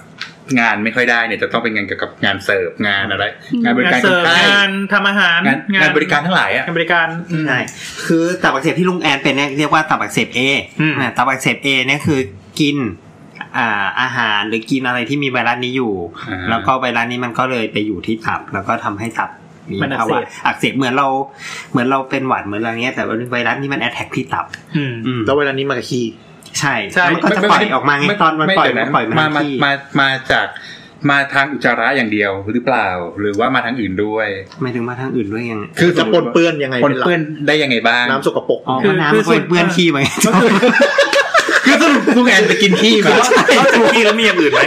S8: งานไม่ค่อยได้เนี่ยจะต้องเป็นงานเกี่ยวกับงานเสิร์ฟงานอะไร งานบริ
S4: งาน
S8: การ
S4: เสิ
S8: คน
S4: ร์ฟ
S8: ไข้
S4: งานทำอาหารง
S8: านงานบริการทั้งหลายอ่ะ
S4: งานบริการ
S3: ใช่คือตับอักเสบที่ลุงแอนเป็นเนี่ยเรียกว่าตับอักเสบเอตับอักเสบเอเนี่ยคือกินอ่าอาหารหรือกินอะไรที่มีไวรัสนี้อยู่
S8: อ่า
S3: แล้วก็ไวรัสนี้มันก็เลยไปอยู่ที่ตับ แล้วก็ทำให้ตับมี
S4: มันอัก
S3: ภา
S4: เสบ
S3: วะอักเสบเหมือนเรา เหมือนเราเป็นหวัดเหมือนอะไรเงี้ยแต่ว่าไวรัสนี่มันแอ t แทกที่ตับ
S6: อืม
S3: อืม
S7: แล้วเวลานี้มากับคี
S3: ใช่
S4: ใช่
S3: แล้วมันก็จะปล่อยออกมาไงตอนมันปล่อย
S8: ไเดี๋ว
S3: มันปล่อย
S8: มา
S3: มา
S8: มา
S3: ที่
S8: มามาจากมาทางอุจจาระอย่างเดียวหรือเปล่า หรือว่ามาทางอื่นด้วย
S3: ไม่ถึงมาทางอื่นด้วยยัง
S8: คือ
S7: จะปนเปื้อนยังไง
S8: ปน
S7: เป็นหลัก
S8: เปื้อนได้ยังไงบ้าง
S7: น้ำสกปรก
S3: อ๋อ
S4: คือ
S3: น้ำ
S4: คือ
S3: มัน
S4: ส่วน
S3: เปื้อนขี้มาไง
S8: คื
S4: ก็คือ
S8: อสรุปลุงแอนไปกินขี้มา
S6: นอกจากที่แล้วมีอย่างอื่นไหม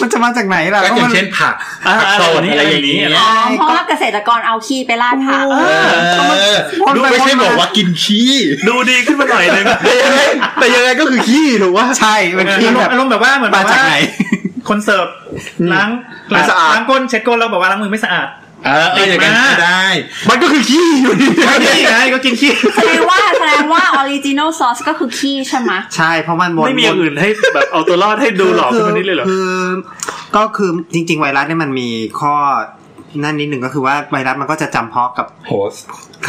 S3: มันจะมาจากไหนล่ะ
S8: ก็
S3: ก็
S8: อย่า
S3: มั
S8: ง
S3: น
S8: เช่นผัก
S6: อ่า
S8: ผักสด
S6: อะ
S8: อะไร ไรอย่
S6: อา
S8: ย่าง ง
S6: นี้
S8: นี้
S5: อ๋อเพราะว่าเกษตรกรเอาขี้ไปราดผัก
S8: เออ
S3: วน
S8: ดู
S3: ไป
S8: ไม่ใช่
S3: วนมา
S8: บอกว่ากินขี้
S6: ดูดีขึ้นมาหน่อยนึง
S7: แต่ยังไงแต่ยังไงก็คือขี้ถูกว่า
S3: ใช่เป็นที่แบบ
S4: อารมณ์แบบว่าเหมือน
S3: มาจากไหน
S4: คนเสิร์ฟล้าง
S7: ไม่สะอาด
S4: ล้างก้นเช็ดก้นแล้วบอกว่าล้างมือไม่สะอาด
S8: เออเอออย่างนั้นก็ได้
S7: มันก็คือขี้อยู่ดี
S4: นี่ไงก็กินขี้
S5: แสดงว่าแสดงว่าออริจินอลซอสก็คือขี้ใช่ไหม
S3: ใช่เพราะมันวน
S6: ไม่มีอย่างอื่นให้แบบเอาตัวรอดให้ดูหลอกขึ้นมานิดเลยเหรอ
S3: คือก็คือจริง ๆ ไวรัสเนี่ยมันมีข้อนั่นนิดหนึ่งก็คือว่าไวรัสมันก็จะจำเพาะกับ
S8: โฮส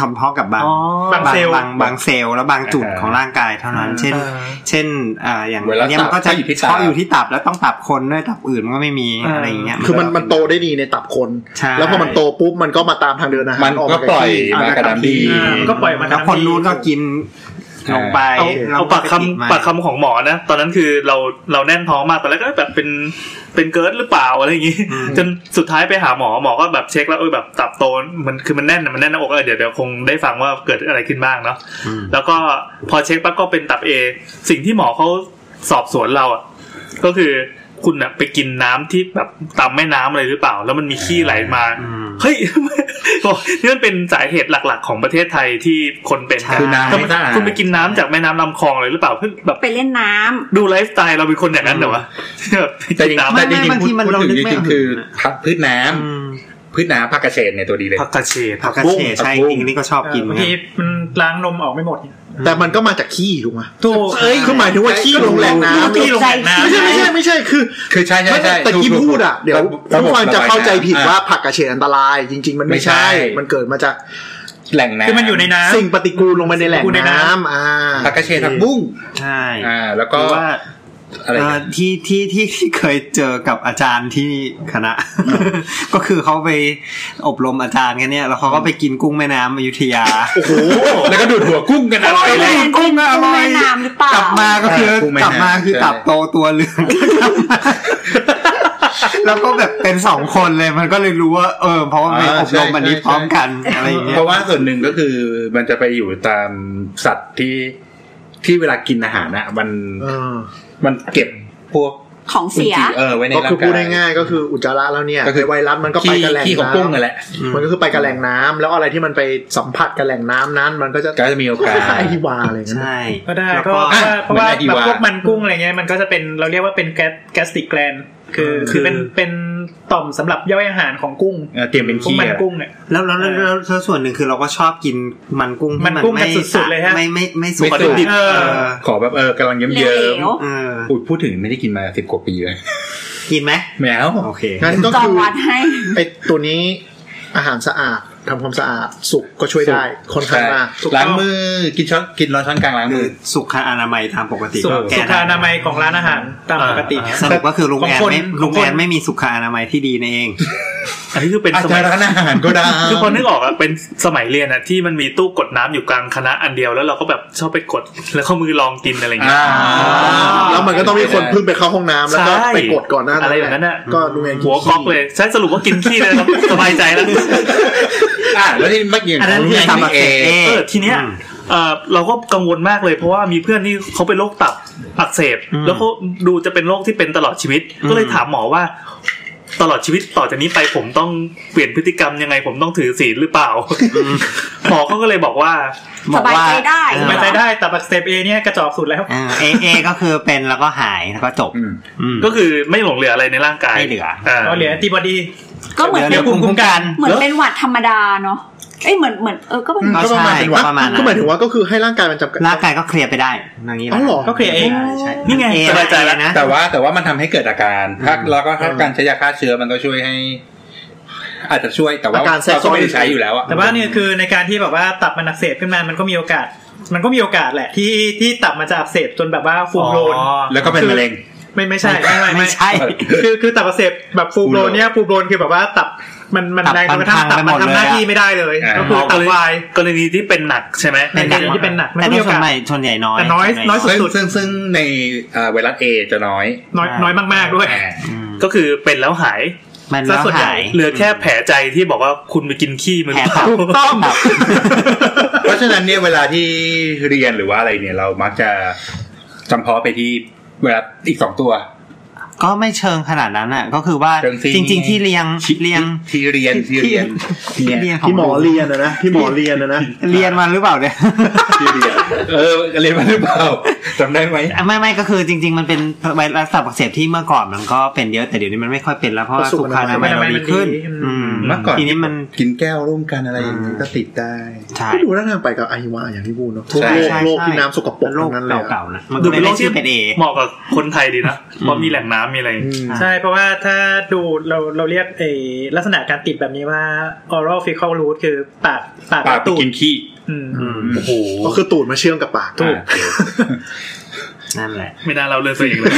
S3: คำเพาะกับบาง
S4: บางเซลล์
S3: บางบางเซลล์แล้วบางจุดของร่างกายเท่านั้น เช่น เช่นอ่าอย่าง
S8: ไวรัส
S3: เนี้ยมันก็จะ
S8: ตับก็อยู่ที่ตับ
S3: เพาะอยู่ที่ตับแล้วต้องตับคนด้วยตับอื่นมันก็ไม่มี
S4: อ่า
S3: อะไรอย่างเงี้ย
S7: คือมันมันโตได้ดีในตับคน
S3: ใช่
S7: แล้วพอมันโตปุ๊บมันก็มาตามทางเดินอาหาร
S8: มัน
S7: ออก
S8: ก็
S7: มาจาก
S8: ปล่อย
S7: ขี้
S8: มากระดามดี
S4: อ่ามันก็ปล่อยมา
S3: แล้ว
S4: ทาง
S3: คนนู้นก็กินลงไป
S6: เอา
S3: ร
S6: เอาปาก
S3: ไติดม
S6: คำปากคำของหมอนะ ตอนนั้นคือเราเราแน่นท้องมากตอนแรกก็แบบเป็นเป็นเกิร์ดหรือเปล่าอะไรอย่างงี้
S3: อืม
S6: จนสุดท้ายไปหาหมอหมอก็แบบเช็คแล้วเออแบบตับโตมันคือมันแน่นอะมันแน่นหน้าอกเออเดี๋ยวเดี๋ยวคงได้ฟังว่าเกิดอะไรขึ้นบ้างเนาะแล้วก็พอเช็คปั๊บก็เป็นตับเอสิ่งที่หมอเขาสอบสวนเราอ่ะก็คือคุณอะไปกินน้ำที่แบบตามแม่น้ำอะไรหรือเปล่า แล้วมันมีขี้ไหลมา
S3: อืม
S6: เฮ้ย บอกนี่มันเป็นสาเหตุหลักๆ ของประเทศไทยที่คนเป็นกั
S3: คื
S6: น
S3: อน้ำ
S6: ทำไม
S8: ไม่สะอาด
S6: คุณไปกินน้ำจากแม่น้ำลำคลองเลยหรือเปล่าเพิ่งแบบ
S5: ไปเล่นน้ำ
S6: ดูไลฟ์สไตล์เราเป็นคนอย่างนั้นเหรอวะแบบ
S8: แต่จริง
S6: น้ำ
S8: แต่จริง
S3: ไม่ไม่บางทีมัน
S8: พูด
S3: เรา
S8: ถึง
S3: นึก
S8: จ
S3: ไม่
S8: ริง
S3: ออก
S8: ๆคือผักพืชน้ำ
S3: อืม
S8: พืชน้ำผักกระเฉดเนี่ยตัวดีเลย
S6: ผักกระเฉด
S3: ผักกระ
S8: บุ้ง
S3: เฉดใช่
S8: ผักบุ้ง
S3: จริงๆนี่ก็ชอบกินเหมือ
S4: บา
S3: ง นกั
S4: ที
S3: น
S4: มันล้างนมออกไม่หมดเนี่ย
S7: แต่มันก็มาจากขี้ถูกไหม
S4: ถูก
S7: คือหมายถึงว่าขี้ลงแหล่งน้ำ
S4: ที่ลงแหล่งน้ำ
S7: ไม่ใช่ไม่ใช่ไม่ใช่คือ
S8: คือใช่ใช่ใช่
S7: แต่กี้
S8: ถูกๆ
S7: พูดอ่ะ เดี๋ยว
S8: ระบบ
S7: ผู้ฟังจะเข้าใจผิดว่า
S8: อ่
S7: ผักกระเฉดอันตราย จริง ๆ มันไม่ใช่
S8: ไม่ใช่
S7: มันเกิดมาจาก
S8: แหล่งน้ำ
S4: คือมันอยู่ในน้ำ
S7: สิ่งปฏิกูลลงไปในแหล่
S4: ป
S7: ง
S4: ฏิกูลในน้
S7: น้ำอ่า
S8: ผักกระเฉดผักบุ้ง
S3: ใช่
S8: อ่า แล้ว
S3: ห
S8: ก็
S3: รือว่า
S8: อะไร
S3: เอ่อที่ที่ที่ ที่เคยเจอกับอาจารย์ที่คณะ ก็คือเขาไปอบรมอาจารย์กันเนี่ย แล้วเขาก็ไปกินกุ้งแม่น้ำอยุธยา
S8: โอ้โหแล้วก็ดูดหัวกุ้งกันอร่อยเลย
S5: กุ้งแม่น้ำกุ้งแม่น้ำหรือเปล่า
S3: กลับมาก็คือ
S8: เออกุ้งแม่
S3: กลั
S8: น้ำ
S3: บมาคือ
S8: ใช่
S3: ตับโตตัวเหลือง แล้วก็แบบเป็นสองคนเลยมันก็เลยรู้ว่า เออ เพราะว่าไปอบรมอันนี้พร้อมกันอะไรอย่างเงี้ย
S8: เพราะว่าส่วนหนึ่งก็คือมันจะไปอยู่ตามสัตว์ที่ที่เวลากินอาหารนะมัน
S7: เออ
S8: มันเก็บพวก
S5: ของเสีย
S8: อุจจิเออไว้ใน
S7: ก็
S8: ร่าง
S7: คือพูด
S8: กาย
S7: ง่ายๆก็คืออุจจาระแล้วเนี่ย
S8: ก็คือ
S7: ไวรัสมันก็ไป
S8: ขี้
S7: กับแหล่ง
S8: ขี้ของ
S7: น้
S8: กุ้งนั่นแหละ
S7: ำมันก็คือไปกับแหล่งน้ำแล้วอะไรที่มันไปสัมผัสกับแหล่งน้ำนั้น มันก็จะ
S8: ก็จะมีโอกาส
S7: ไอฮิวาอะไรอย่างเงี้ยนะ
S3: ใช่
S4: ก็ได้
S3: แล้ว
S4: ก็
S8: อ่ะ
S4: เพราะว่า
S8: เหมือนไอ้ดี
S4: แบบ
S8: วา
S4: พวกมันกุ้งอะไรเงี้ยมันก็จะเป็นเราเรียกว่าเป็นแก๊สแกสติกแกลนคือคือเป็นเป็นต่อมสำหรับย่อยอาหารของกุ้ง
S8: เออเตรียมเป็น
S4: พวก
S8: ขี้
S4: มัน
S8: อะ
S4: กุ้งเนี่ย
S3: แล้วแล้วแล้วแล้วแล้วส่วนหนึ่งคือเราก็ชอบกินมันกุ้งที่
S4: มันกุ้งกัน
S3: ไ
S4: สุดๆเลยฮะ
S3: ไม่ไม่ไม่สุก
S8: ไม่สุก
S4: เออ
S8: ขอแบบเออกำลังเยิ้ม
S5: เหล
S8: เยิ้ม
S5: ว
S3: เออ
S8: อุยพูดถึงไม่ได้กินมาสิบกว่าปีเลย
S3: กินไหม
S8: แมว
S3: โอเค
S7: งั้นก็
S5: จอง
S7: คือ
S5: วัดให้
S7: ไอตัวนี้อาหารสะอาดทำความสะอาดสุกก็ช่วยได้ค่อนข้างมาก
S8: ล้างมือกินช้อนกินร้อนช้อนกลางล้าง
S3: คื
S8: มื
S3: อ
S8: อ
S3: สุขอนามัยตามปกติ
S4: สุข
S3: ก็แก้
S4: สุ
S3: ได้
S4: ขานามัยของร้านอาหารตามปกติ
S3: สรุปก็คือลุงแอน
S4: ของคน
S3: ไม่
S4: ของคน
S3: ลุงแอนไม่มีสุขอนามัยที่ดีในเอง
S6: อันนี้คือเป็น
S8: อาจ
S6: ส
S8: จะ
S6: มัย
S8: ร้านอาหารก็ได้
S6: คือพอนึกออกอะเป็นสมัยเรียนอะที่มันมีตู้กดน้ำอยู่กลางคณะอันเดียวแล้วเราก็แบบชอบไปกด แล้วเข้ามือลองกินอะไรเงี้
S8: อ่าย
S7: แล้วมันก็ต้องมีคนเพึ่งไปเข้าห้องน้ำแล้วก็
S6: ใช่
S7: ไปกดก่อนหน้า
S6: อะไรอย่างนั้นน่ะ
S7: ก็ดูเอง
S6: หัวก๊อกเลยใช่สรุปว่ากินขี้เลย นะครับสบายใจแล้ว
S8: อ่าแล้วที่เมื่อกี้
S3: อันนั้นคือ
S8: ขง
S3: ทำแบบ
S8: เอ
S3: เอง
S6: เออทีเนี้ย
S3: อืม
S6: เอ่อเราก็กังวลมากเลยเพราะว่ามีเพื่อนที่เขาเป็นโรคตับอักเสบ
S3: อืม
S6: แล้วเขาดูจะเป็นโรคที่เป็นตลอดชีวิต
S3: อืม
S6: ก็เลยถามหมอว่า ตลอดชีวิตต่อจากนี้ไปผมต้องเปลี่ยนพฤติกรรมยังไงผมต้องถือศีลหรือเปล่า หมอเขาก็เลยบอกว่า
S3: บ
S5: ส
S3: อก
S5: บาย
S3: ว่า
S5: ใจได้
S3: เออ
S4: ไม่ใจได้แต่บักเซปเอเนี่ยกระจอกสุดแล้ว
S3: เออเอเอก็คือเป็นแล้วก็หายแล้วก็จบ
S8: อืม
S3: อืม
S6: ก็คือไม่หลงเหลืออะไรในร่างกาย
S3: ไม่เหลือ
S6: า
S4: เราเหลือตีบอดี
S5: ก็เหมือน
S3: ดี๋ยวภูมิคุ้มกัน
S5: เหมือนเป็นหวัดธรรมดาเนาะเอ้ยเหมือนเหมือนเออก็เป็น
S3: ก็
S7: ก็ประมาณ
S3: ใช่
S7: เป็นว่า
S3: ก็ประมาณนั้น
S7: ก็หมายถึงว่าก็คือให้ร่างกายมันจำกัด
S3: ร่างกายก็เคลียร์ไปได้อย่างนี้แห
S7: อ๋
S3: ละ
S7: อเหรอ
S4: ก็เคลียร์เอง
S3: ใช่ใช่
S6: นี่ไง
S3: เอ
S6: สบายใจแล้ว
S3: เอนะ
S8: แต่ว่าแต่ว่ามันทำให้เกิดอาการถ้า
S3: อืม
S8: แล้วก็ถ้าการใช้ยาฆ่าเชื้อมันก็ช่วยให้ อาจจะช่วยแต่ว่า
S7: อาการแทรก
S8: เรา
S7: ซ้
S8: ก็
S7: อน
S8: ไม่ได้ใช้อยู่แล้วอะ
S4: แต่ว่าเนี่ยคือในการที่แบบว่าตับมันอักเสบขึ้นมามันก็มีโอกาส มันก็มีโอกาสแหละที่ที่ตับมันจะอักเสบจนแบบว่าฟูมโรน
S6: อ๋อ
S8: แล้วก็เป็นมะเร็ง
S4: ไม่ไม่ใช่ไม่ไม่
S3: ไม่
S4: ไม่
S3: ใช่
S4: คือคือตับอักเสบแบบฟูมโรนเนี่ยฟูมโรนคือแบบว่าตับมันมันแรงจนกระทั่งตับมันทำหน้าที่ไม่ได้เลย
S8: อ่า
S4: ก็คือตับวาย
S6: กรณีที่เป็นหนักใช่ไหม
S4: ในกรณีที่เป็นหนักมัน
S3: แต่
S4: ก็
S3: โด
S4: มี
S3: ย
S4: โอ
S3: ส่ว
S4: กาส
S3: นใหญ่ส่วนใหญ่น้อย
S4: แต่น้อยน้อย
S8: ซึ่ง
S4: สุดๆ
S8: ซึ่งซึ่งในเอ่อไวรัสเอจะน้อย
S4: น้อยน้อยมากๆด้วย
S8: อ่า
S3: อืม
S6: ก็คือเป็นแล้วหาย
S3: มันแล้ว
S4: ส่วนใหญ่
S3: หาย
S6: เหลือแค่แผลใจที่บอกว่าคุณไปกินขี้มาห
S3: แผล
S6: รือเป
S3: ตั
S6: ล่า
S3: บตับ
S8: เพราะฉะนั้นเนี่ยเวลาที่เรียนหรือว่าอะไรเนี่ยเรามักจะ จำเพาะไปที่ไวรัสอีกสองตัว
S3: ก็ไม่เชิงขนาดนั้นอ่ะก็คือว่า
S8: เชิงซี
S3: จริง ๆ ที่เรียงเรียง
S8: ที่เรียนที่เรียนเนี่ย
S3: เรียงขง
S7: ที่หมอเรียนนะนะที่หมอเรียนนะนะ
S3: เรียนมาหรือเปล่าเนี่ย
S8: ที่เรียนเออเรียนมาหรือเปล่าจำได้ไหม
S3: อ่ะไม่ไม่ก็คือจริง ๆ มันเป็นไวรัสตับอักเสบที่เมื่อก่อนมันก็เป็นเยอะแต่เดี๋ยวนี้มันไม่ค่อยเป็นแล้วเพราะว่าสุขอนามัยเราดีขึ้นอืม
S8: เมื่อก่อน
S3: ทีนี้มัน
S8: กินแก้วร่วมกันอะไรอย่างนี้ก็ติดได้
S3: ใช่
S7: ก็ดูแล้วทางไปกับไอฮิวาอย่างที่พูดเนาะพวก
S8: ใช่
S7: โรค
S3: ใช่
S7: โรคที่
S3: ใช่
S7: น้ำสกปรก
S3: โรค
S7: ทั้งนั้นเลยอะ
S3: เก่าๆนะมันก็เลยเรียกชื่อเป็นเอ
S6: เหมาะกับคนไทยดีนะเพราะมีแหล่งน้ำมีอะไร
S7: อืม
S4: ใช่เพราะว่าถ้าดูเราเราเรียกไอ้ลักษณะการติดแบบนี้ว่า oral fecal route คือปากปาก
S8: ปากไป
S4: ตูด
S8: กินขี้
S4: อืม
S3: อืม
S6: โอ้โห
S7: ก็คือตูดมาเชื่อมกับปาก
S4: ถูก
S7: อ่ะ
S3: นั่นแหละ
S6: ไม่น่าเราเรื่องตัวเองเลย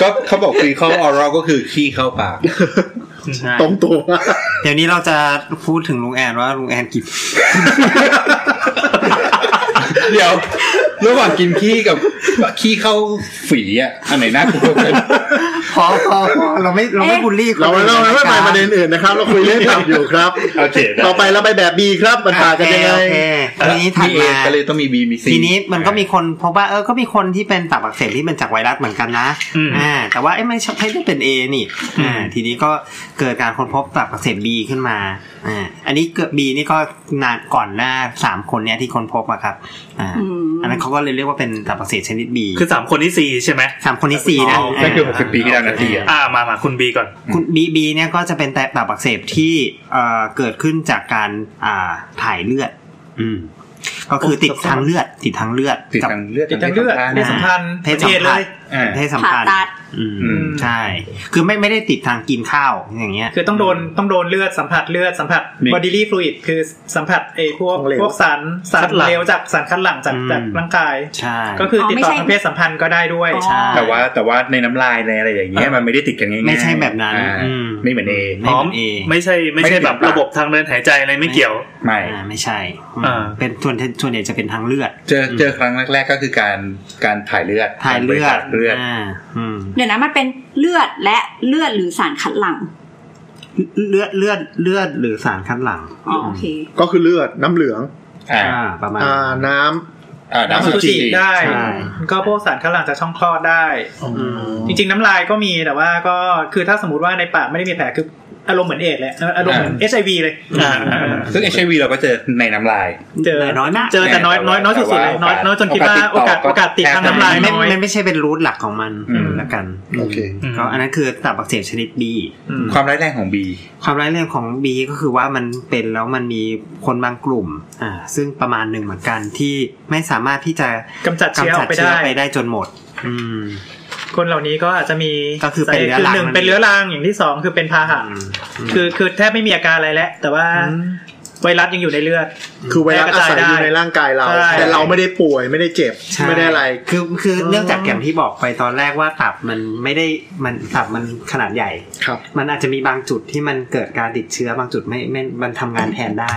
S8: ก็เขาบอกฟรีเข้าออร l ก็คือขี้เข้าปาก
S3: ใช่
S7: ตรงตัวมาก
S3: เดี๋ยวนี้เราจะพูดถึงลุงแอนว่าลุงแอนกี่
S8: เดี๋ยว ระหว่างกินขี้กับขี้เข้าฝีอ่ะ อันไหนน่ากลัว กัน
S3: พอพอพอเราไม่เราไม่
S5: เอ๊ะ
S3: บูลลี่คน
S7: เราไม่
S3: อื่น
S7: เราไม่ไม่ไปประเด็นอื่นนะครับ เราคุยเรื่องตับอยู่ครับ
S8: โอเคได้
S7: ต่อไปเราไปแบบบีครับมันต่าง
S3: โอ
S7: กัน
S3: เค
S7: ยังไง
S3: โอเคทีนี้ถัด
S8: มีเอ
S3: มา
S8: ก็เลยต้องมีบีมีซี
S3: ทีนี้มันก็มีคนพบว่าเออก็มีคนที่เป็นตับอักเสบที่เป็นจากไวรัสเหมือนกันนะ
S6: อืม
S3: อ่าแต่ว่าเอ้ไม่ใช่ไม่ได้เป็นเอนี่อ่าทีนี้ก็เกิดการค้นพบตับอักเสบบีขึ้นมาอ่าอันนี้เกิดบีนี่ก็นานก่อนหน้าสามคนเนี้ยที่ค้นพบอะครับอ่า
S5: อืม
S3: อันนั้นเขาก็เลยเรียกว่าเป็นตับอักเสบชนิดบี
S6: คือสามคนที่สี่ใช่ไหม
S3: สามคนที่สี่นะ
S6: อ๋อ
S8: ก็คือหกสิบ
S3: า
S8: ปีที่แล้วนาทีอ่ะ
S6: อ่ามามาคุณบีก่อน
S3: คุณบีบีเนี่ยก็จะเป็นแต่ตับอักเสบที่เอ่อเกิดขึ้นจากการอ่าถ่ายเลือด อืม ก็คือติดทางเลือด ติดทางเลือด
S8: ติด
S3: กับ
S8: ทางเลือด
S4: ติดทางเลือด
S8: ทางเลือด
S4: เพศสัมพันธ์
S3: เพศสัมพันธ์
S4: เลย
S8: อ่า
S3: เพศสัมพันธ์
S5: ผ่าตัด
S3: อื
S8: อื
S3: ม
S8: ม
S3: ใช่ คือไม่ไม่ได้ติดทางกินข้าวอย่างเงี้ย
S4: คือต้องโดนต้องโดนเลือดสัมผัสเลือดสัมผัส
S8: นี่
S4: bodily fluid คือสัมผัสไอ้พวก
S7: ของเหลว
S4: พวกสารสาร
S6: คัดหลั่ง
S4: เหลวจากสารคัดหลั่งจาก
S3: อืม
S4: จากร่างกาย
S3: ใช่
S4: ก็คืออ
S5: อ
S4: ติด
S5: ไม่
S4: ต่อ
S5: ใช่
S4: ทางเพศสัมพันธ์ก็ได้ด้วย
S3: ใช่
S8: แต่ว่าแต่ว่าในน้ำลายในอะไรอย่างเงี้ยมันไม่ได้ติดกันง่ายๆ
S3: ไม่ใช่แบบนั้น
S8: อ่า
S3: อืม
S8: ไม่เหมือนเอ
S3: ไม่เป็นเอ
S6: ไม่ใช่ไม่
S8: ไม่
S6: ใช่
S8: ได้
S6: แบบ
S8: เปลี่ยน
S6: ระบบทางเดินหายใจอะไรไม่เกี่ยว
S8: ไม่
S3: อ่าไม่ใช่อืม
S6: อ่า
S3: เป็นส่วนส่วนใหญ่จะเป็นทางเลือด
S8: เจอเจอครั้งแรกๆก็คือการการถ่ายเลือด
S3: ถ่ายเลือด
S8: การบริจาคเลือด
S3: าอืม
S5: เดี๋ยวนะมันเป็นเลือดและเลือดหรือสารคัดหลั่ง
S3: เลือดเลือดเลือดหรือสารคัดหลั่ง
S5: อ๋อโอเค
S7: ก็คือเลือดน้ำเหลือง
S8: อ่า
S3: อ่าประมาณ
S7: อ่าน้
S8: อ่า
S4: น้ำ
S8: น้ำ
S4: สุ
S8: สุ
S4: จิ
S8: จิ
S4: ได้
S3: ใช่
S4: ก็พวกสารคัดหลั่งจากช่องคลอดได้ จ
S7: ำ
S4: ริงๆ น้ำลายก็มีแต่ว่าก็คือถ้าสมมติว่าในปากไม่ได้มีแผลคืออารมณ์เหมือนเอดส์เลยอารมณ์เหมือน HIV เลย
S6: อ่า
S8: ซึ่งเอชไอวีเราก็เจอในน้ำลาย
S4: เจอ
S3: น้อยมาก
S4: เจอแต่น้อย
S8: แต่
S4: น้อ
S8: ว่าย
S4: น้อยสุดๆเลยน้อย
S8: แต่ว่า
S4: น้อยจนคิดว่า
S8: โอ
S4: โอาก
S8: กา
S4: ส
S8: ส
S4: โอกาสติด
S8: แทบ
S4: ทางน้ำลาย
S3: ไม่
S4: น้อย
S3: ไม่ไม่ใช่เป็นรูทหลักของมัน
S8: อืม
S3: ละกัน
S7: โอเค
S6: อืม
S3: ก็อันนั้นคือตับอักเสบชนิด B
S4: อืม
S8: ความร้ายแรงของบี
S3: ความร้ายแรงของ B ก็คือว่ามันเป็นแล้วมันมีคนบางกลุ่มอ่าซึ่งประมาณหนึ่งเหมือนกันที่ไม่สามารถที่จะ
S4: กำจัดเชื้อก
S3: ำ
S4: อ
S3: จัด
S4: อกไป
S3: เชื้อ
S4: ได้
S3: ไปได้จนหมด อืม
S4: คนเหล่านี้ก็อาจจะมี
S3: ก็คือเป็นเรื้อรัง
S4: หนึ่ง
S3: มัน
S4: เป็นเรื้อรังอย่างที่สองคือเป็นพาหะคือคือแทบไม่มีอาการอะไรแล้ว แต่ว่าไวรัสยังอยู่ในเลือด
S7: คือไวรัสอาศัย
S4: แพร่กระจายได้
S7: อยู่ในร่างกายเรา
S4: ใช่
S7: แต่เราไม่ได้ป่วยไม่ได้เจ็บ
S3: ใช่
S7: ไม่ได้อะไร
S3: คือคือเนื่องจากอย่างที่บอกไปตอนแรกว่าตับมันไม่ได้มันตับมันขนาดใหญ่
S7: ครับ
S3: มันอาจจะมีบางจุดที่มันเกิดการติดเชื้อบางจุดไม่ไม่มันทำงานแทนได้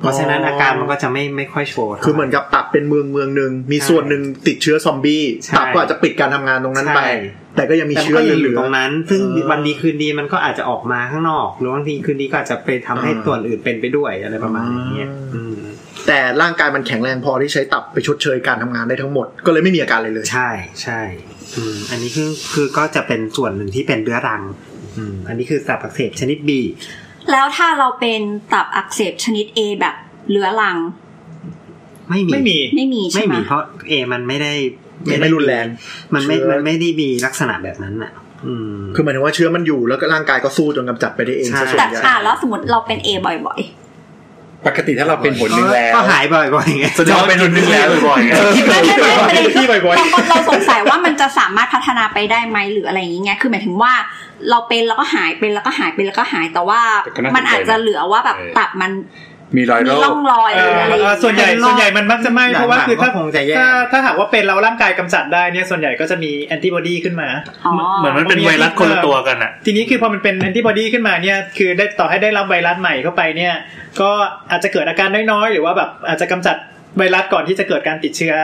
S3: เพราะฉะนั้นอาการมันก็จะไม่ไม่ค่อยโชว์ท่าไร่
S7: คือเหมือนกับตับเป็นเมืองเมืองหนึ่งมี
S3: ใช่
S7: ส่วนหนึ่งติดเชื้อซอมบี้
S3: ใช่
S7: ตับก็อาจจะปิดการทำงานตรงนั้นไป
S3: ใช่
S7: แต่ก็ยังมีเชื้อ
S3: แต่มันก็
S7: เห
S3: อ
S7: ลื
S3: ยู่
S7: อ
S3: ตรงนั้น ซึ่ง
S7: เออ
S3: วันดีคืนดีมันก็อาจจะออกมาข้างนอก หรือบางทีคืนดีก็อาจจะไปทำให้
S7: อ่า
S3: ตัวนอื่นเป็นไปด้วยอะไรประมาณอย่างเงี้ย
S7: อ่า
S3: อืม
S7: ๆแต่ร่างกายมันแข็งแรงพอที่ใช้ตับไปชดเชยการทำงานได้ทั้งหมด ก็เลยไม่มีอาการอะไรเลย
S3: ใช่ใช่อืมอันนี้คือคือก็จะเป็นส่วนหนึ่งที่เป็นเรื้อรังอืมอันนี้คือตับอักเสบชนิด B
S5: แล้วถ้าเราเป็นตับอักเสบชนิด A แบบเรื้อรัง
S3: ไม่มี
S4: ไม่มี
S5: ไม่มี
S3: ไม่
S5: ใช่ไหม
S3: มีเพราะ A มันไม่ได้ด้
S7: ไม่รุนแรง
S3: มันไม่
S7: เชื้อ
S3: มันไม่ได้มีลักษณะแบบนั้นอ่ะ อืม
S7: คือหมายถึงว่าเชื้อมันอยู่แล้วก็ร่างกายก็สู้จนกำจัดไปได้เอง
S3: ใช่
S7: ซะส่ว
S5: แต่
S7: นใหญ่
S5: อ่าแล้วสมมติเราเป็น A บ่อย
S8: ปกติถ้าเราเป็นผลหนึ่งแล้ว
S3: ก็หายบ่อยๆไง
S6: แสดงว่าเป็นคนนึงแล้วบ่อยๆไง
S5: ๆไม่ไม่ไม่ประเด็นคือ
S7: ที่บ่อย
S5: บางคนเราสงสัยว่ามันจะสามารถพัฒนาไปได้ไหมหรืออะไรอย่างเงี้ยคือหมายถึงว่าเราเป็นแล้วก็หายเป็นแล้วก็หายเป็นแล้วก็หายแต่ว่า
S8: แต่ก็น่า
S5: มันอาจจะเหลือว่าแบบตับมัน
S8: มีรอย
S5: มี
S8: โร
S5: ร่
S8: ค
S5: องรอย
S4: เอ
S5: หรืออะไรอย่าง
S4: อ
S5: เงี้ย
S4: ส่วนใหญ่
S3: เป็นโรค
S4: ส่วนใหญ่มันมักจะไม่เพราะว่าคือถ้า
S3: หลังๆก็คงจะแย่
S4: ถ้าถ้าหากว่าเป็นเราร่างกายกำจัดได้เนี่ยส่วนใหญ่ก็จะมีแอนติบอดีขึ้นมา
S5: อ๋อ
S6: เหมือนมันเป็นไวรัสคนละตัวกันอ่ะ
S4: ทีนี้คือพอมันเป็นแอนติบอดีขึ้นมาเนี่ยคือได้ต่อให้ได้รับไวรัสใหม่เข้าไปเนี่ยก็อาจจะเกิดอาการน้อยๆ หรือว่าแบบอาจจะกำจัดไวรัสก่อนที่จะเกิดการติดเชื้อ